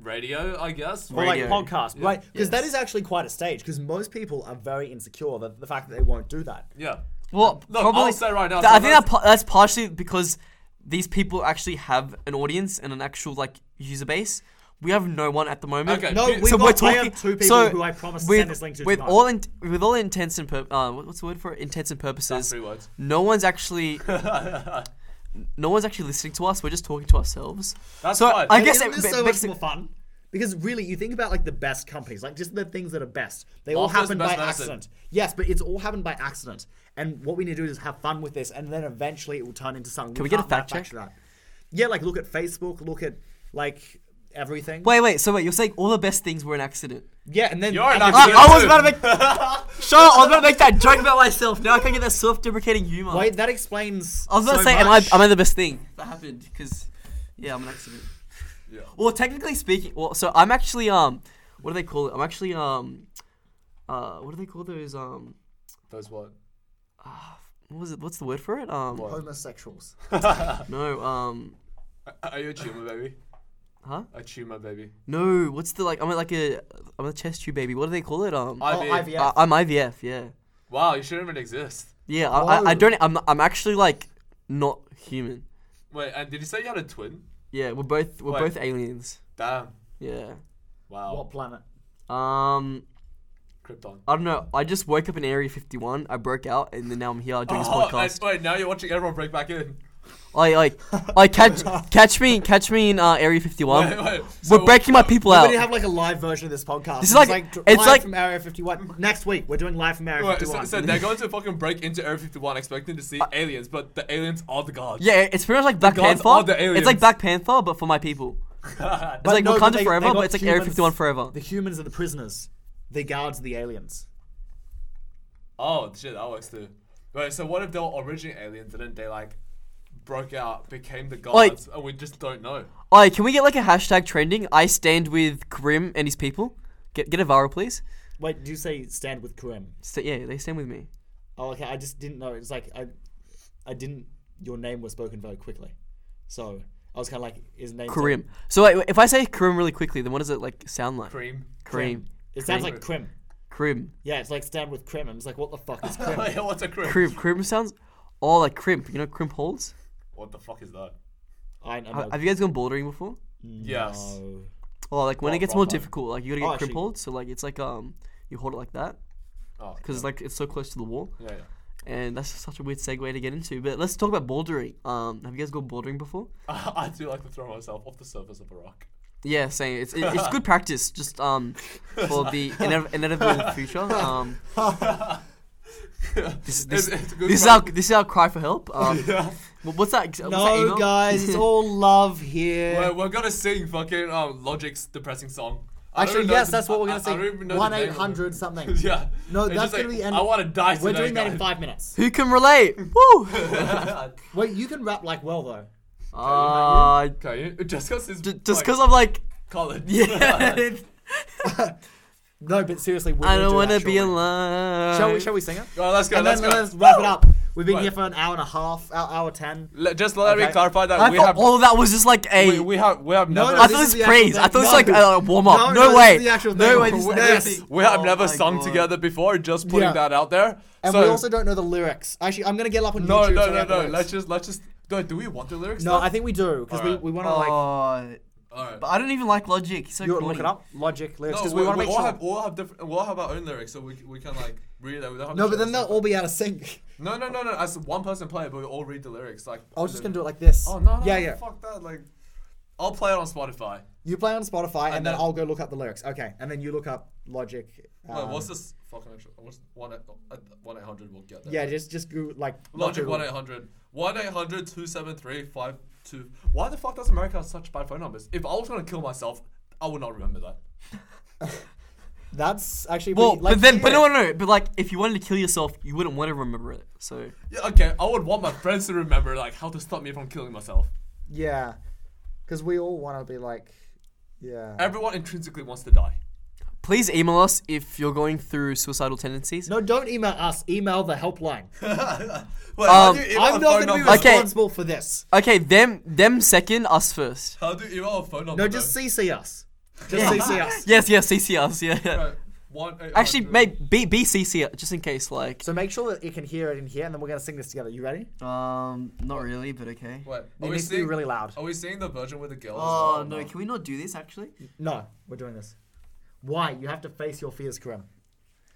Speaker 1: radio, I guess.
Speaker 2: Or like
Speaker 3: Radio.
Speaker 2: podcast, right? Because that
Speaker 3: Yes.
Speaker 2: is actually quite a stage. Because most people are very insecure that the fact that they won't do that.
Speaker 1: Yeah.
Speaker 3: well,
Speaker 1: Um, Look,
Speaker 3: probably.
Speaker 1: I'll say right now.
Speaker 3: th- I think
Speaker 1: sometimes-
Speaker 3: that pa- that's partially because these people actually have an audience and an actual like user base. We have no one at the moment.
Speaker 1: Okay,
Speaker 2: No,
Speaker 1: Yeah.
Speaker 2: we've
Speaker 1: So
Speaker 2: got, I have two people
Speaker 3: so
Speaker 2: who I promised to
Speaker 3: with,
Speaker 2: send this link to.
Speaker 3: with
Speaker 2: tonight.
Speaker 3: all in, with all intents and pur- uh, what- what's the word for it? intents and purposes.
Speaker 1: three words.
Speaker 3: No one's actually no one's actually listening to us. We're just talking to ourselves.
Speaker 1: That's
Speaker 3: so
Speaker 1: fine.
Speaker 3: I
Speaker 1: Yeah,
Speaker 3: guess
Speaker 2: Isn't
Speaker 3: it
Speaker 2: this
Speaker 3: ba-
Speaker 2: so much
Speaker 3: basic-
Speaker 2: more fun. Because really, you think about like the best companies, like just the things that are best. They all
Speaker 1: Laughter is
Speaker 2: happen
Speaker 1: the
Speaker 2: by
Speaker 1: best medicine.
Speaker 2: accident. Yes, but it's all happened by accident. And what we need to do is have fun with this, and then eventually it will turn into something. Can
Speaker 3: we get a fact check?
Speaker 2: That. Yeah, like look at Facebook, look at like everything.
Speaker 3: wait, wait. So wait, you're saying all the best things were an accident?
Speaker 2: Yeah, and then
Speaker 1: You're an
Speaker 2: and then-
Speaker 1: accident.
Speaker 3: I was about to make. Shut up! I was about to make that joke about myself. Now I can't get that self-deprecating humor.
Speaker 2: Wait, that explains.
Speaker 3: I was about
Speaker 2: so
Speaker 3: to say, am I,
Speaker 2: much.
Speaker 3: am I the best thing that happened? Because, yeah, I'm an accident.
Speaker 1: Yeah.
Speaker 3: Well, technically speaking, well, so I'm actually um, what do they call it? I'm actually um, uh, what do they call those um,
Speaker 1: Those what?
Speaker 3: what was it? What's the word for it? Um,
Speaker 1: What?
Speaker 2: homosexuals?
Speaker 3: no um,
Speaker 1: Are- Are you a tumor, baby?
Speaker 3: Huh?
Speaker 1: A tumor, baby.
Speaker 3: No, what's the like? I'm like a I'm a chest tube baby. What do they call it? Um,
Speaker 1: I-
Speaker 2: Oh,
Speaker 1: IVF.
Speaker 2: IVF.
Speaker 3: I, I'm IVF. Yeah,
Speaker 1: Wow, you shouldn't even exist.
Speaker 3: yeah. I, I,
Speaker 1: Oh.
Speaker 2: Whoa.
Speaker 3: I don't. I'm I'm actually like not human.
Speaker 1: Wait, and did you say you had a twin?
Speaker 3: Yeah, we're both we're
Speaker 1: Wait.
Speaker 3: both aliens.
Speaker 1: Damn.
Speaker 3: Yeah.
Speaker 1: Wow.
Speaker 2: what planet?
Speaker 3: Um,
Speaker 1: Krypton.
Speaker 3: I don't know. I just woke up in Area 51. I broke out, and then now I'm here doing this
Speaker 1: Oh, and
Speaker 3: podcast.
Speaker 1: wait, now you're watching everyone break back in.
Speaker 3: Like, like, like, catch, catch me, catch me in uh, Area 51.
Speaker 1: Wait, wait,
Speaker 3: We're
Speaker 1: so-
Speaker 3: breaking my people
Speaker 2: We're
Speaker 3: out.
Speaker 2: gonna have like a live version of this podcast.
Speaker 3: Oh. This is
Speaker 2: It's
Speaker 3: like-
Speaker 2: dr-
Speaker 3: it's
Speaker 2: live
Speaker 3: like-
Speaker 2: from Area 51. Next week we're doing live from Area
Speaker 1: Wait, so,
Speaker 2: 51.
Speaker 1: so they're going to fucking break into Area 51 expecting to see aliens, but the aliens are the gods.
Speaker 3: Uh, yeah, it's pretty much like Black
Speaker 1: gods
Speaker 3: Panther.
Speaker 1: are the aliens.
Speaker 3: It's like Black Panther, but for my people.
Speaker 1: Yeah.
Speaker 3: It's like
Speaker 2: no, but
Speaker 3: Wakanda
Speaker 2: they-
Speaker 3: forever,
Speaker 2: they
Speaker 3: but
Speaker 2: got
Speaker 3: it's like Area
Speaker 2: humans-
Speaker 3: 51 forever.
Speaker 2: The humans are the prisoners. The guards are the aliens.
Speaker 1: oh, shit, that works too. Wait, so what if they were originally aliens and then they like broke out, became the gods,
Speaker 3: Like-
Speaker 1: and we just don't know?
Speaker 3: Alright, can we get like a hashtag trending? I stand with Grim and his people. Get get a viral, please.
Speaker 2: Wait, did you say stand with Krim?
Speaker 3: St- yeah, they stand with me.
Speaker 2: Oh, okay. I just didn't know. It's like I, I didn't. Your name was spoken very quickly, so I was kind of like, his name
Speaker 3: Karim. So like, if I say Karim really quickly, then what does it like sound like?
Speaker 1: Cream.
Speaker 3: Karim.
Speaker 2: It sounds like Krim.
Speaker 3: Krim.
Speaker 2: Yeah, it's like stand with Krim. I'm just like, what the fuck is Krim?
Speaker 1: Wait, what's a crimp?
Speaker 3: Krim. Krim sounds. Oh, like crimp. You know crimp holes.
Speaker 1: What the fuck is that?
Speaker 2: I know.
Speaker 3: Ha- Uh, Have you guys gone bouldering before?
Speaker 1: Yes.
Speaker 2: No.
Speaker 3: Oh, like when
Speaker 2: Not
Speaker 3: it gets more
Speaker 2: proper.
Speaker 3: difficult, like you gotta get
Speaker 2: Oh,
Speaker 3: crimp
Speaker 2: actually-
Speaker 3: hold. So like it's like um, you hold it like that
Speaker 1: Oh,
Speaker 3: because it's like it's so close to the wall,
Speaker 1: yeah, yeah.
Speaker 3: and that's just such a weird segue to get into. But let's talk about bouldering. Um, have you guys gone bouldering before?
Speaker 1: I do like to throw myself off the surface of a rock.
Speaker 3: Yeah, saying it's it, it's good practice just um for the inev- inevitable future. Um, this is this,
Speaker 1: It's- it's a good
Speaker 3: this is our
Speaker 1: practice.
Speaker 3: this is our cry for help. Um, wh- what's that? ex- What's that
Speaker 2: No,
Speaker 3: email?
Speaker 2: guys, it's all love
Speaker 1: We're,
Speaker 2: here.
Speaker 1: we're gonna sing fucking um, Logic's depressing song. I don't
Speaker 2: Actually,
Speaker 1: know
Speaker 2: yes,
Speaker 1: the-
Speaker 2: that's what we're
Speaker 1: I-
Speaker 2: gonna
Speaker 1: I don't even know
Speaker 2: sing.
Speaker 1: the
Speaker 2: One
Speaker 1: name
Speaker 2: eight
Speaker 1: of it.
Speaker 2: hundred something.
Speaker 1: yeah.
Speaker 2: No,
Speaker 1: It's
Speaker 2: that's
Speaker 1: just
Speaker 2: gonna
Speaker 1: like,
Speaker 2: be an-
Speaker 1: I want to die.
Speaker 2: We're
Speaker 1: today,
Speaker 2: doing that in
Speaker 1: guys.
Speaker 2: five minutes.
Speaker 3: Who can relate? Woo!
Speaker 2: Wait, you can rap like well though.
Speaker 3: uh,
Speaker 1: Okay, just because it's
Speaker 3: j- just
Speaker 1: like,
Speaker 3: because I'm like
Speaker 1: Colin.
Speaker 3: yeah,
Speaker 2: No, but seriously, we're
Speaker 3: I don't
Speaker 2: want to
Speaker 3: be alone.
Speaker 2: Shall we? Shall we sing it?
Speaker 1: Well, let's go.
Speaker 2: Um, and
Speaker 1: let's
Speaker 2: then
Speaker 1: go.
Speaker 2: let's wrap it up. We've been
Speaker 1: Right.
Speaker 2: here for an hour and a half, hour, hour ten.
Speaker 1: Let- just let me
Speaker 2: Okay.
Speaker 1: clarify that
Speaker 3: I
Speaker 1: we
Speaker 3: thought
Speaker 1: have
Speaker 3: all of that was just like a.
Speaker 1: we, we have we have never
Speaker 3: I
Speaker 2: this
Speaker 3: thought
Speaker 2: is
Speaker 3: it
Speaker 2: the
Speaker 3: was
Speaker 2: actual
Speaker 3: praise.
Speaker 2: thing.
Speaker 3: I thought it was
Speaker 2: No.
Speaker 3: like a warm up.
Speaker 2: No,
Speaker 3: No,
Speaker 2: no,
Speaker 3: way.
Speaker 2: this is the actual
Speaker 3: no
Speaker 2: thing.
Speaker 3: way. This
Speaker 1: we,
Speaker 3: is
Speaker 1: yes,
Speaker 3: nothing.
Speaker 1: we have
Speaker 3: Oh
Speaker 1: never
Speaker 3: my
Speaker 1: sung
Speaker 3: God.
Speaker 1: together before. Just putting
Speaker 2: Yeah.
Speaker 1: that out there.
Speaker 2: And
Speaker 1: so
Speaker 2: we also don't know the lyrics. Actually, I'm gonna get up on
Speaker 1: no
Speaker 2: YouTube.
Speaker 1: no
Speaker 2: so we
Speaker 1: no
Speaker 2: have the
Speaker 1: no.
Speaker 2: lyrics.
Speaker 1: Let's just let's just do. Do we want the lyrics?
Speaker 2: No, I think we do because
Speaker 1: Alright.
Speaker 2: we, we want to like.
Speaker 3: Oh,
Speaker 1: All right.
Speaker 3: but I don't even like Logic. He's so
Speaker 2: You wanna look
Speaker 3: corny.
Speaker 2: it up. Logic lyrics
Speaker 1: No,
Speaker 2: because
Speaker 1: we,
Speaker 2: we want
Speaker 1: we
Speaker 2: to make
Speaker 1: all
Speaker 2: sure.
Speaker 1: have all have different. We all have our own lyrics, so we, we can like read it. We don't have to
Speaker 2: No,
Speaker 1: share
Speaker 2: but then
Speaker 1: the
Speaker 2: they'll
Speaker 1: same
Speaker 2: all be out of sync.
Speaker 1: No, no, no, no. As one person play it, but we all read the lyrics. Like
Speaker 2: I was just gonna do it like this.
Speaker 1: Oh no, no
Speaker 2: Yeah, yeah.
Speaker 1: Fuck that. Like, I'll play it on Spotify.
Speaker 2: You play on Spotify, and,
Speaker 1: And
Speaker 2: then
Speaker 1: then-
Speaker 2: I'll go look up the lyrics. Okay, and then you look up Logic.
Speaker 1: Wait,
Speaker 2: um,
Speaker 1: what's this fucking actual? What's one uh, one eight hundred? We'll get there.
Speaker 2: Yeah, just just Google, like
Speaker 1: Logic
Speaker 2: Google.
Speaker 1: one 800 273 273 Why the fuck does America have such bad phone numbers? If I was gonna kill myself, I would not remember that.
Speaker 2: That's actually
Speaker 3: Well,
Speaker 2: pretty- like,
Speaker 3: but then, but
Speaker 2: yeah.
Speaker 3: no, no, no. But like, if you wanted to kill yourself, you wouldn't want to remember it. So
Speaker 1: Yeah, okay. I would want my friends to remember like how to stop me from killing myself.
Speaker 2: Yeah, because we all want to be like, yeah.
Speaker 1: Everyone intrinsically wants to die.
Speaker 3: please email us if you're going through suicidal tendencies.
Speaker 2: no, don't email us. Email the helpline.
Speaker 1: Wait, how
Speaker 3: Um,
Speaker 1: do you email
Speaker 2: I'm
Speaker 1: a phone
Speaker 2: not going to be
Speaker 1: number?
Speaker 3: Okay.
Speaker 2: responsible for this.
Speaker 3: Okay, them, them second, us first.
Speaker 1: How do you email a phone number?
Speaker 2: No, just
Speaker 1: though?
Speaker 2: CC us. Just CC us.
Speaker 3: Yes, yes, CC us. Yeah. yeah.
Speaker 1: Right, 1-800.
Speaker 3: Actually, maybe B, B CC us, just in case. Like,
Speaker 2: So make sure that you can hear it in here, and then we're gonna sing this together. You ready?
Speaker 3: um, not really, but okay.
Speaker 1: Wait, are
Speaker 2: It
Speaker 1: we
Speaker 2: needs to be
Speaker 1: seeing-
Speaker 2: really loud.
Speaker 1: Are we seeing the version with the girls?
Speaker 3: Oh no, can we not do this actually?
Speaker 2: No, we're doing this. Why? You have to face your fears, Karim.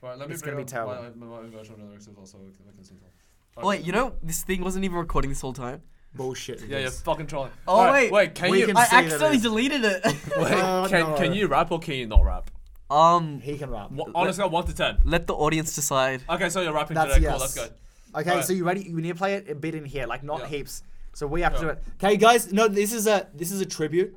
Speaker 1: Right, let me
Speaker 2: It's
Speaker 1: bring
Speaker 2: gonna be
Speaker 1: up my-
Speaker 2: terrible.
Speaker 1: My, my, own version of the lyrics as well, so we can, we can sing along.
Speaker 3: Oh, wait, you know this thing wasn't even recording this whole time.
Speaker 2: Bullshit. it
Speaker 1: Yeah, you're
Speaker 2: is.
Speaker 1: fucking trolling.
Speaker 3: Oh,
Speaker 1: Alright,
Speaker 3: wait.
Speaker 1: wait, can
Speaker 2: We
Speaker 1: you?
Speaker 2: can-
Speaker 3: I
Speaker 2: see that
Speaker 3: accidentally
Speaker 2: it's-
Speaker 3: deleted it.
Speaker 1: wait,
Speaker 2: Oh,
Speaker 1: can,
Speaker 2: no.
Speaker 1: can you rap or can you not rap?
Speaker 3: um,
Speaker 2: He can rap.
Speaker 1: Wha- on a scale of one to ten.
Speaker 3: let the audience decide.
Speaker 1: Okay, so you're rapping
Speaker 2: That's
Speaker 1: today.
Speaker 2: yes.
Speaker 1: Cool, let's go.
Speaker 2: Okay,
Speaker 1: Alright.
Speaker 2: so you ready? You need to play it a bit in here, like not
Speaker 1: Yeah.
Speaker 2: heaps. So we have to
Speaker 1: Yeah.
Speaker 2: do it. Okay, guys. No, this is a this is a tribute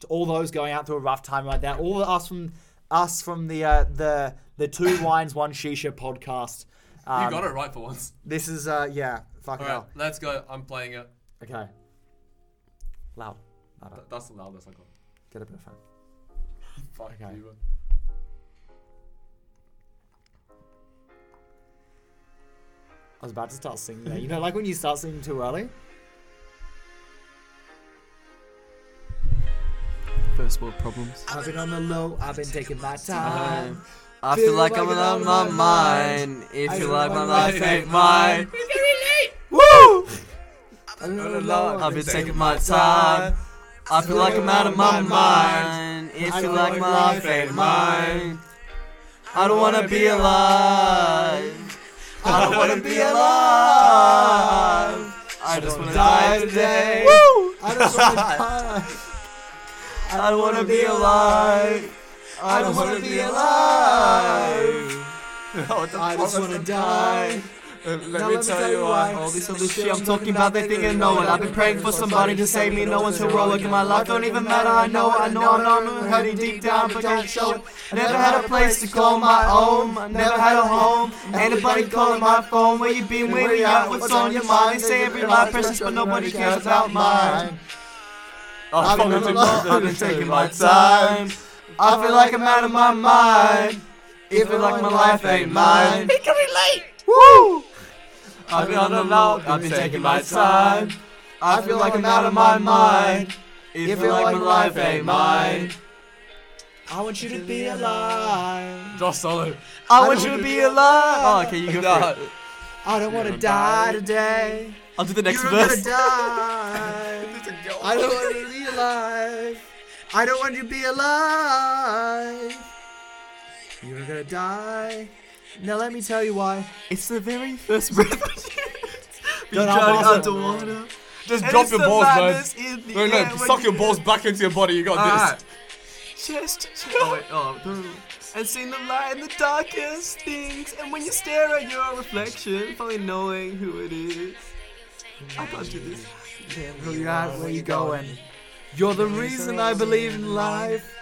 Speaker 2: to all those going out through a rough time right now. All of us from us from the uh, the the two wines one shisha podcast. Um,
Speaker 1: you got it right for once.
Speaker 2: This is uh yeah. Fucking
Speaker 1: Alright,
Speaker 2: hell.
Speaker 1: let's go. I'm playing it.
Speaker 2: Okay. Loud. Louder.
Speaker 1: Th- That's the loudest I got.
Speaker 2: Get a bit of fun.
Speaker 1: Fuck
Speaker 2: Okay.
Speaker 1: you.
Speaker 2: I was about to start singing there. You know, like when you start singing too early.
Speaker 3: first world problems.
Speaker 2: I've been on the low, I've been taking my time.
Speaker 3: I feel like I'm on my mind. If you like my life, ain't mine. Woo!
Speaker 2: I've been on the low,
Speaker 3: I've been taking my time. I feel like I'm out of my mind. If you like my life, ain't mine. I don't wanna be alive. I don't wanna be alive. I just wanna die today. Woo!
Speaker 2: I just want to die.
Speaker 3: I don't wanna be alive. I don't wanna be alive.
Speaker 2: I just want to die.
Speaker 3: Let
Speaker 2: Now let me tell you why.
Speaker 3: All this other shit I'm talking about, they think I know it. I've been praying for somebody to save me. No one's heroic in my life. Don't even matter. I know it. I know it. I'm hurting deep down, but don't show it. I never had a place to call my own. I never had a home. Anybody calling my phone? Where you been? Where you at? What's on your mind? They say every life precious, but nobody cares about mine. I've been,
Speaker 2: I've been
Speaker 3: taking- I've been taking my time. I feel like I'm out of my mind. Even like my life ain't mine. He can relate. Woo! I've been on the low. I've been taking my time. I feel like I'm out of my mind. Even like my life ain't mine.
Speaker 2: I want you to be alive.
Speaker 1: Josh Solo.
Speaker 3: I want you to be alive. Oh, okay, you go for it.
Speaker 2: I don't want to die today.
Speaker 3: I'll do the next
Speaker 2: You're gonna die. I don't want to be alive. I don't want you to be alive. You're gonna die. Now let me tell you why.
Speaker 3: It's the very first breath.
Speaker 2: Don't
Speaker 3: Johnny
Speaker 2: ask me.
Speaker 3: underwater.
Speaker 1: Just
Speaker 3: And
Speaker 1: drop
Speaker 3: it's
Speaker 1: your
Speaker 3: the
Speaker 1: balls, man.
Speaker 3: madness in the
Speaker 1: No, no,
Speaker 3: air when
Speaker 1: suck your
Speaker 3: you-
Speaker 1: balls back into your body. You got
Speaker 3: Alright.
Speaker 1: this.
Speaker 3: Chest, chest. Oh, wait, oh, no. And seen the light in the darkest things. And when you stare at your reflection, finally knowing who it is. I can't do this.
Speaker 2: Who you at? Where you going? You're the reason I believe in life.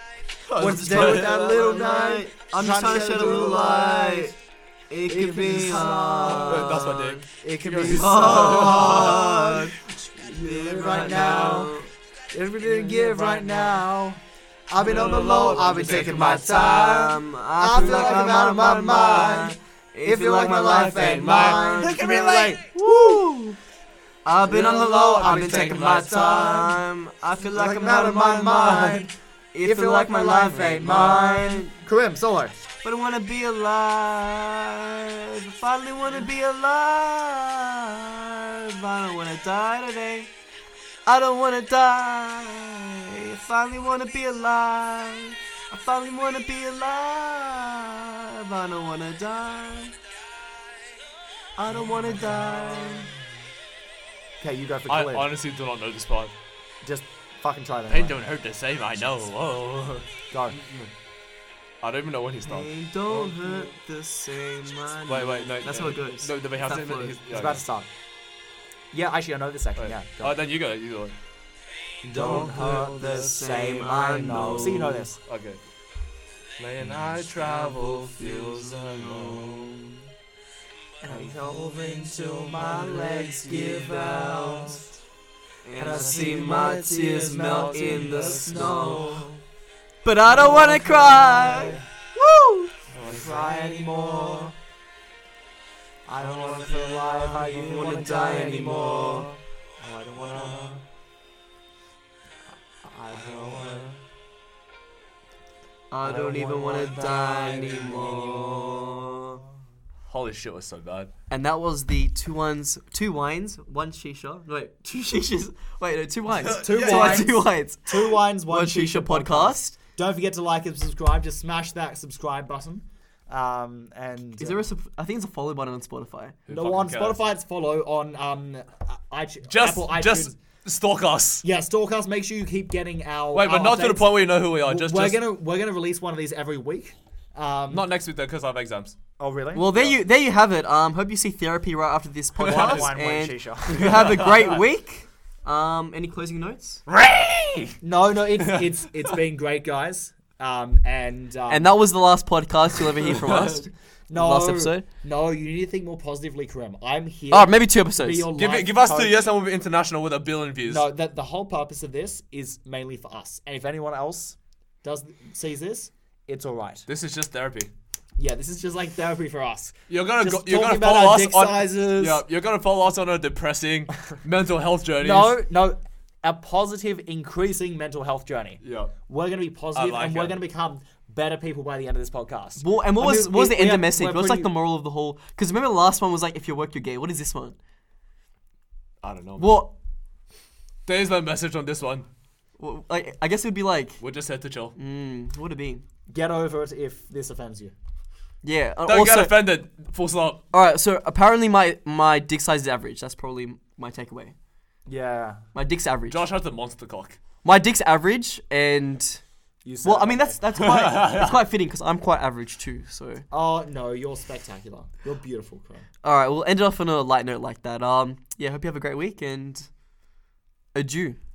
Speaker 2: What's
Speaker 3: Just
Speaker 2: there
Speaker 3: trying
Speaker 2: with
Speaker 3: to
Speaker 2: that
Speaker 3: shed
Speaker 2: little
Speaker 3: a
Speaker 2: night?
Speaker 3: I'm just trying to shed a little light. It could be
Speaker 1: Uh,
Speaker 3: hard.
Speaker 1: That's my dick.
Speaker 2: It can
Speaker 1: You're
Speaker 2: be
Speaker 1: so
Speaker 2: hard.
Speaker 3: Hard.
Speaker 2: Live right now. Everything to give right now. I've been on the low. I've been taking my time.
Speaker 3: Um, I feel like I'm out of my mind. If you like my life ain't mine.
Speaker 2: Who can relate?
Speaker 3: Woo! I've been on the low, I've been taking my time. I feel like I'm out of my mind. If you like my life ain't mine.
Speaker 2: Karim, solo.
Speaker 3: But I wanna be alive. I finally wanna be alive. I don't wanna die today. I don't wanna die. I finally wanna be alive. I finally wanna be alive. I don't wanna die. I don't wanna die.
Speaker 2: Okay, you go for
Speaker 1: I
Speaker 2: Khalid.
Speaker 1: honestly do not know this part.
Speaker 2: Just fucking try that.
Speaker 1: Pain
Speaker 2: anyway.
Speaker 1: don't hurt the same, I know. Whoa.
Speaker 2: Go.
Speaker 1: I don't even know when he starts.
Speaker 3: Pain don't hurt the same. I
Speaker 1: Wait,
Speaker 3: know.
Speaker 1: wait, no.
Speaker 3: That's
Speaker 1: no,
Speaker 3: how it goes.
Speaker 1: No, do we
Speaker 3: It's
Speaker 1: have
Speaker 3: that
Speaker 1: to.
Speaker 3: flow.
Speaker 1: he's-
Speaker 2: It's
Speaker 1: yeah,
Speaker 2: about to start. Yeah, actually, I know this section.
Speaker 1: okay.
Speaker 2: Yeah.
Speaker 1: Oh,
Speaker 2: Go.
Speaker 1: then you go. You go.
Speaker 3: Don't hurt the same, I know.
Speaker 2: So you know this.
Speaker 1: Okay. When I travel, feels alone.
Speaker 3: And
Speaker 2: I'm
Speaker 3: holding
Speaker 2: till my legs give out.
Speaker 3: And
Speaker 2: I see my tears melt in the snow.
Speaker 3: But I don't wanna cry. Woo!
Speaker 2: Cry anymore. I don't wanna feel alive. I don't
Speaker 3: wanna
Speaker 2: wanna
Speaker 3: die
Speaker 2: die anymore.
Speaker 3: anymore.
Speaker 2: I don't wanna. I don't wanna.
Speaker 3: I don't even wanna die anymore.
Speaker 1: Holy shit, was so bad.
Speaker 3: And that was the two ones, two wines, one shisha. No, wait, two shishas. Wait, no, two wines.
Speaker 2: Two
Speaker 3: Two
Speaker 2: wines.
Speaker 3: Two wines.
Speaker 2: Two wines, one,
Speaker 3: One shisha podcast.
Speaker 2: Don't forget to like and subscribe. Just smash that subscribe button. Um, and
Speaker 3: Is there a? sub- I think it's a follow button on Spotify.
Speaker 1: Who
Speaker 2: no
Speaker 1: fucking
Speaker 2: on
Speaker 1: cares?
Speaker 2: Spotify? It's follow on um, iTunes.
Speaker 1: Just,
Speaker 2: Apple iTunes.
Speaker 1: just stalk us.
Speaker 2: yeah, stalk us. Make sure you keep getting our.
Speaker 1: Wait, but
Speaker 2: our
Speaker 1: not to the
Speaker 2: updates.
Speaker 1: point where you know who we are.
Speaker 2: W-
Speaker 1: Just,
Speaker 2: we're
Speaker 1: just
Speaker 2: gonna we're gonna release one of these every week. Um,
Speaker 1: not next week though, because I have exams.
Speaker 2: oh really?
Speaker 3: Well, there you there you have it. Um, hope you see therapy right after this
Speaker 2: wine,
Speaker 3: podcast,
Speaker 2: wine, wine,
Speaker 3: and
Speaker 2: shisha.
Speaker 3: you have a great week. Um, any closing notes?
Speaker 2: no, no, it's it's it's been great, guys. Um, and um,
Speaker 3: And that was the last podcast you'll ever hear from us.
Speaker 2: no,
Speaker 3: last episode?
Speaker 2: No, you need to think more positively, Karim. I'm here.
Speaker 3: Oh, maybe two
Speaker 2: to be
Speaker 3: episodes.
Speaker 2: your
Speaker 1: Give,
Speaker 2: life
Speaker 1: it, give us
Speaker 2: coach.
Speaker 1: two years and we'll be international with a billion views.
Speaker 2: No, that the whole purpose of this is mainly for us. And if anyone else does sees this, it's all right.
Speaker 1: This is just therapy.
Speaker 2: Yeah, this is just like therapy for us.
Speaker 1: You're gonna go,
Speaker 2: Just
Speaker 1: you're
Speaker 2: talking
Speaker 1: gonna
Speaker 2: about
Speaker 1: follow
Speaker 2: our
Speaker 1: us
Speaker 2: dick
Speaker 1: on
Speaker 2: sizes.
Speaker 1: yeah. You're gonna follow us on our depressing mental health journeys.
Speaker 2: No, no. a positive, increasing mental health journey.
Speaker 1: Yeah.
Speaker 2: We're going to be positive
Speaker 1: like
Speaker 2: and we're
Speaker 1: it.
Speaker 2: going to become better people by the end of this podcast.
Speaker 3: Well, and what
Speaker 2: I mean,
Speaker 3: was what was
Speaker 2: we-
Speaker 3: the end
Speaker 2: we are-
Speaker 3: of message?
Speaker 2: we're
Speaker 3: What was like
Speaker 2: pretty-
Speaker 3: the moral of the whole? Because remember the last one was like, if you work, you're gay. What is this one?
Speaker 1: I don't know.
Speaker 3: What?
Speaker 1: There is no message on this one.
Speaker 3: what- Like, I guess it would be like,
Speaker 1: We're just here to chill.
Speaker 3: mm, what would it be?
Speaker 2: Get over it if this offends you.
Speaker 3: Yeah. uh,
Speaker 1: Don't get
Speaker 3: also,
Speaker 1: offended. Full stop.
Speaker 3: all right. So apparently my my dick size is average. That's probably my takeaway.
Speaker 2: Yeah.
Speaker 3: My dick's average.
Speaker 1: Josh has the monster cock.
Speaker 3: My dick's average, and
Speaker 2: You said
Speaker 3: well,
Speaker 2: it
Speaker 3: I mean
Speaker 2: that
Speaker 3: that's
Speaker 2: way.
Speaker 3: that's quite it's quite fitting because I'm quite average too. So
Speaker 2: Oh, no, you're spectacular. You're beautiful, Crow.
Speaker 3: all right, we'll end it off on a light note like that. Um, yeah. Hope you have a great week and adieu.